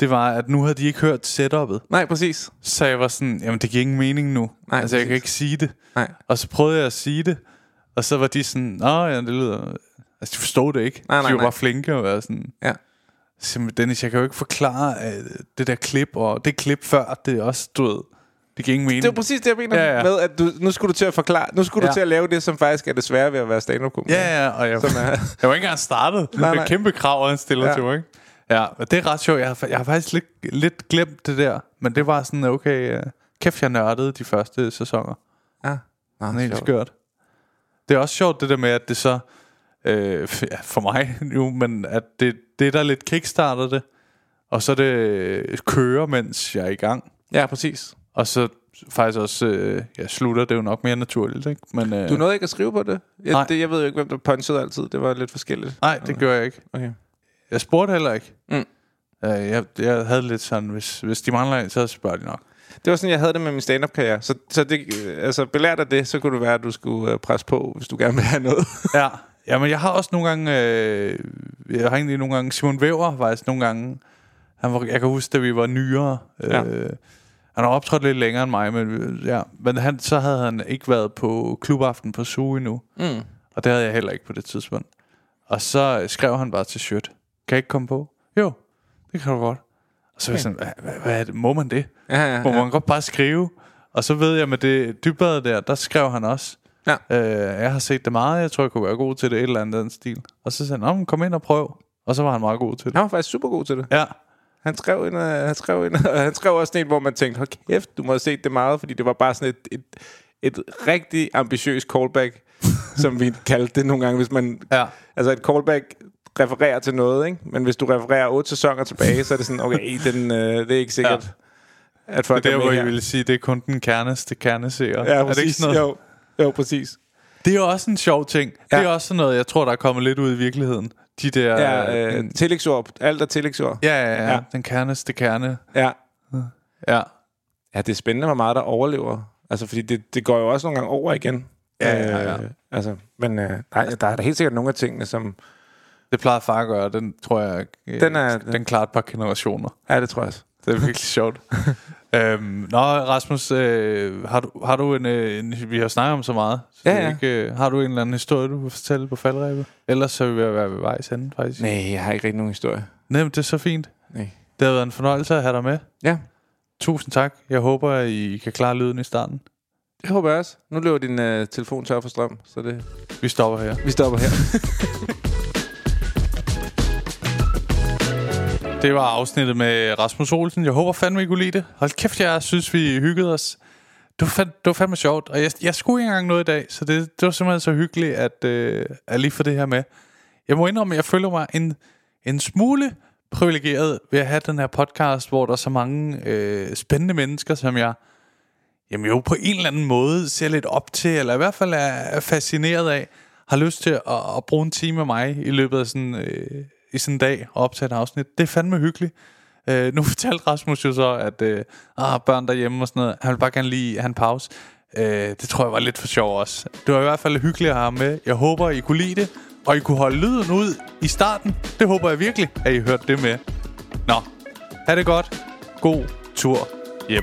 Speaker 1: det var, at nu havde de ikke hørt setup'et.
Speaker 3: Nej, præcis.
Speaker 1: Så jeg var sådan, jamen det giver ingen mening nu. Nej,
Speaker 3: Nej,
Speaker 1: altså, jeg kan
Speaker 3: præcis.
Speaker 1: ikke sige det.
Speaker 3: Nej.
Speaker 1: Og så prøvede jeg at sige det, og så var de sådan, nå ja, det lyder... Altså, de forstod det ikke.
Speaker 3: Nej,
Speaker 1: de
Speaker 3: nej,
Speaker 1: var
Speaker 3: nej.
Speaker 1: bare flinke og være sådan...
Speaker 3: Ja.
Speaker 1: Simpelthen, Dennis, jeg kan jo ikke forklare øh, det der klip, og det klip før, det er også, du ved, det giver ingen mening.
Speaker 3: Det er jo præcis det, jeg mener
Speaker 1: Ja,
Speaker 3: ja,
Speaker 1: ja.
Speaker 3: ja. med, at du, nu skulle du til at forklare, nu skulle ja.
Speaker 1: Ja.
Speaker 3: du til at lave det, som faktisk er det svære ved at være stand up komiker
Speaker 1: Ja, ja, og jeg,
Speaker 3: Som er-
Speaker 1: jeg var ikke engang startet. Nej,
Speaker 3: Nej,
Speaker 1: det er
Speaker 3: nej.
Speaker 1: kæmpe krav, han stiller ja.
Speaker 3: Ja.
Speaker 1: til mig, ikke? Ja, og det er ret sjovt. Jeg har, fa- jeg har faktisk lidt, lidt glemt det der, men det var sådan, okay, øh, kæft, jeg nørdede de første sæsoner.
Speaker 3: ja. Nå,
Speaker 1: Sådan helt
Speaker 3: sjovt.
Speaker 1: skørt. Det er også sjovt det der med, at det så, øh, f- ja, for mig nu, men at det, det der lidt kickstarter det, og så det øh, kører, mens jeg er i gang.
Speaker 3: Ja, præcis.
Speaker 1: Og så faktisk også, øh, jeg slutter, det er jo nok mere naturligt, ikke? Men, øh,
Speaker 3: Du nåede ikke at skrive på det? Jeg,
Speaker 1: Nej.
Speaker 3: det? jeg ved jo ikke, hvem der punchede altid. Det var lidt forskelligt.
Speaker 1: Nej, det gør jeg ikke.
Speaker 3: Okay.
Speaker 1: Jeg spurgte heller ikke.
Speaker 3: Mm.
Speaker 1: Øh, jeg, jeg havde lidt sådan, hvis, hvis de mangler en, så spørger de nok.
Speaker 3: Det var sådan, jeg havde det med min stand-up karriere. Så, så det, øh, altså, belært af det, så kunne det være, at du skulle øh, presse på, hvis du gerne vil have noget.
Speaker 1: Ja, ja men jeg har også nogle gange... Øh, jeg har egentlig nogle gange... Simon Væver var faktisk nogle gange... Han var, jeg kan huske, da vi var nyere. Øh,
Speaker 3: Ja.
Speaker 1: Han har optrådt lidt længere end mig, men, øh, ja. men han, så havde han ikke været på klubaften på SU endnu.
Speaker 3: Mm.
Speaker 1: Og det havde jeg heller ikke på det tidspunkt. Og så skrev han bare til Sjøt. Kan jeg ikke komme på? Jo, det kan du godt. Og så var jeg sådan, hvad, hvad, hvad er det? Må man det?
Speaker 3: Ja, ja,
Speaker 1: Må
Speaker 3: ja.
Speaker 1: man godt bare skrive? Og så ved jeg med det dybbade der, der skrev han også.
Speaker 3: Ja.
Speaker 1: Øh, jeg har set det meget, jeg tror, jeg kunne være god til det, et eller andet den stil. Og så sagde han, "Nå, men kom ind og prøv. Og så var han meget god til det.
Speaker 3: Han var faktisk super god til det.
Speaker 1: Ja.
Speaker 3: Han skrev, en, øh, han, skrev en, og han skrev også sådan en, hvor man tænkte, hold kæft, du må have set det meget, fordi det var bare sådan et, et, et rigtig ambitiøst callback, som vi kaldte det nogle gange, hvis man...
Speaker 1: Ja.
Speaker 3: Altså et callback refererer til noget, ikke? Men hvis du refererer otte sæsoner tilbage, så er det sådan, okay, den, øh, det er ikke sikkert, ja. at folk
Speaker 1: Det er der,
Speaker 3: med
Speaker 1: hvor
Speaker 3: her.
Speaker 1: jeg ville sige, det er kun den kerneste kerneseer. er
Speaker 3: Ja,
Speaker 1: det ikke
Speaker 3: præcis.
Speaker 1: sådan noget?
Speaker 3: Jo, jo, præcis.
Speaker 1: Det er jo også en sjov ting. Ja.
Speaker 3: Ja.
Speaker 1: Det er også sådan noget, jeg tror, der er kommet lidt ud i virkeligheden. De der...
Speaker 3: Ja,
Speaker 1: øh,
Speaker 3: øh, tillægsord. Alt er tillægsord.
Speaker 1: ja, ja, ja, ja.
Speaker 3: ja.
Speaker 1: Den kerneste kerne.
Speaker 3: ja.
Speaker 1: Ja.
Speaker 3: Ja, det er spændende, hvor meget der overlever. Altså, fordi det, det går jo også nogle gange over igen.
Speaker 1: Ja, ja, ja.
Speaker 3: Øh, altså, men øh, der, der er da helt sikkert nogle af tingene, som...
Speaker 1: Det plejede far at gøre, den tror jeg... øh,
Speaker 3: Den er-
Speaker 1: Den klarer et par generationer.
Speaker 3: Ja, det tror jeg også.
Speaker 1: Det er virkelig sjovt. øhm, nå, Rasmus, øh, har, du, har du en, øh, en... Vi har snakket om så meget. Så
Speaker 3: Ja,
Speaker 1: det er
Speaker 3: ja.
Speaker 1: Ikke, øh, har du en eller anden historie, du vil fortælle på faldrebet? Ellers så er vi ved at være ved vejs ende, faktisk.
Speaker 3: Nej, jeg har ikke rigtig nogen historie.
Speaker 1: Nemt, det er så fint.
Speaker 3: Nej.
Speaker 1: Det har været en fornøjelse at have dig med.
Speaker 3: Ja,
Speaker 1: Tusind tak. Jeg håber, at I kan klare lyden i starten.
Speaker 3: det håber jeg også. Nu løber din øh, telefon tør for strøm, så det,
Speaker 1: Vi stopper her.
Speaker 3: vi stopper her.
Speaker 1: Det var afsnittet med Rasmus Olsen. Jeg håber fandme, I kunne lide det. Hold kæft, jeg synes, vi hyggede os. Det var, fandme, det var fandme sjovt, og jeg, jeg skulle ikke engang noget i dag, så det, det var simpelthen så hyggeligt at, øh, at lige få det her med. Jeg må indrømme, at jeg føler mig en, en smule privilegeret ved at have den her podcast, hvor der er så mange øh, spændende mennesker, som jeg jamen jo på en eller anden måde ser lidt op til, eller i hvert fald er- er fascineret af, har lyst til at, at bruge en time af mig i løbet af sådan, øh, i sådan en dag og optage et afsnit. Det er fandme hyggeligt. Øh, nu fortalte Rasmus jo så, at øh, ah, børn derhjemme og sådan noget, han vil bare gerne lige have en pause. Øh, det tror jeg var lidt for sjov også. Det var i hvert fald hyggeligt at have ham med. Jeg håber, I kunne lide det, og I kunne holde lyden ud i starten. Det håber jeg virkelig, at I hørte det med. Nå, ha' det godt. God tur hjem.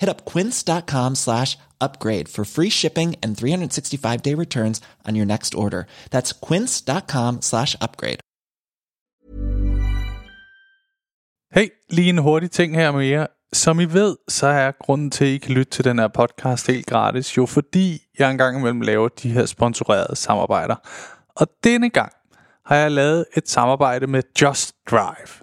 Speaker 5: Hit up quince.com slash upgrade for free shipping and 365 day returns on your next order. That's quince.com slash upgrade.
Speaker 1: Hey, lige en hurtig ting her med jer. Som I ved, så er grunden til, at I kan lytte til den her podcast helt gratis, jo fordi jeg engang imellem laver de her sponsorerede samarbejder. Og denne gang har jeg lavet et samarbejde med Just Drive.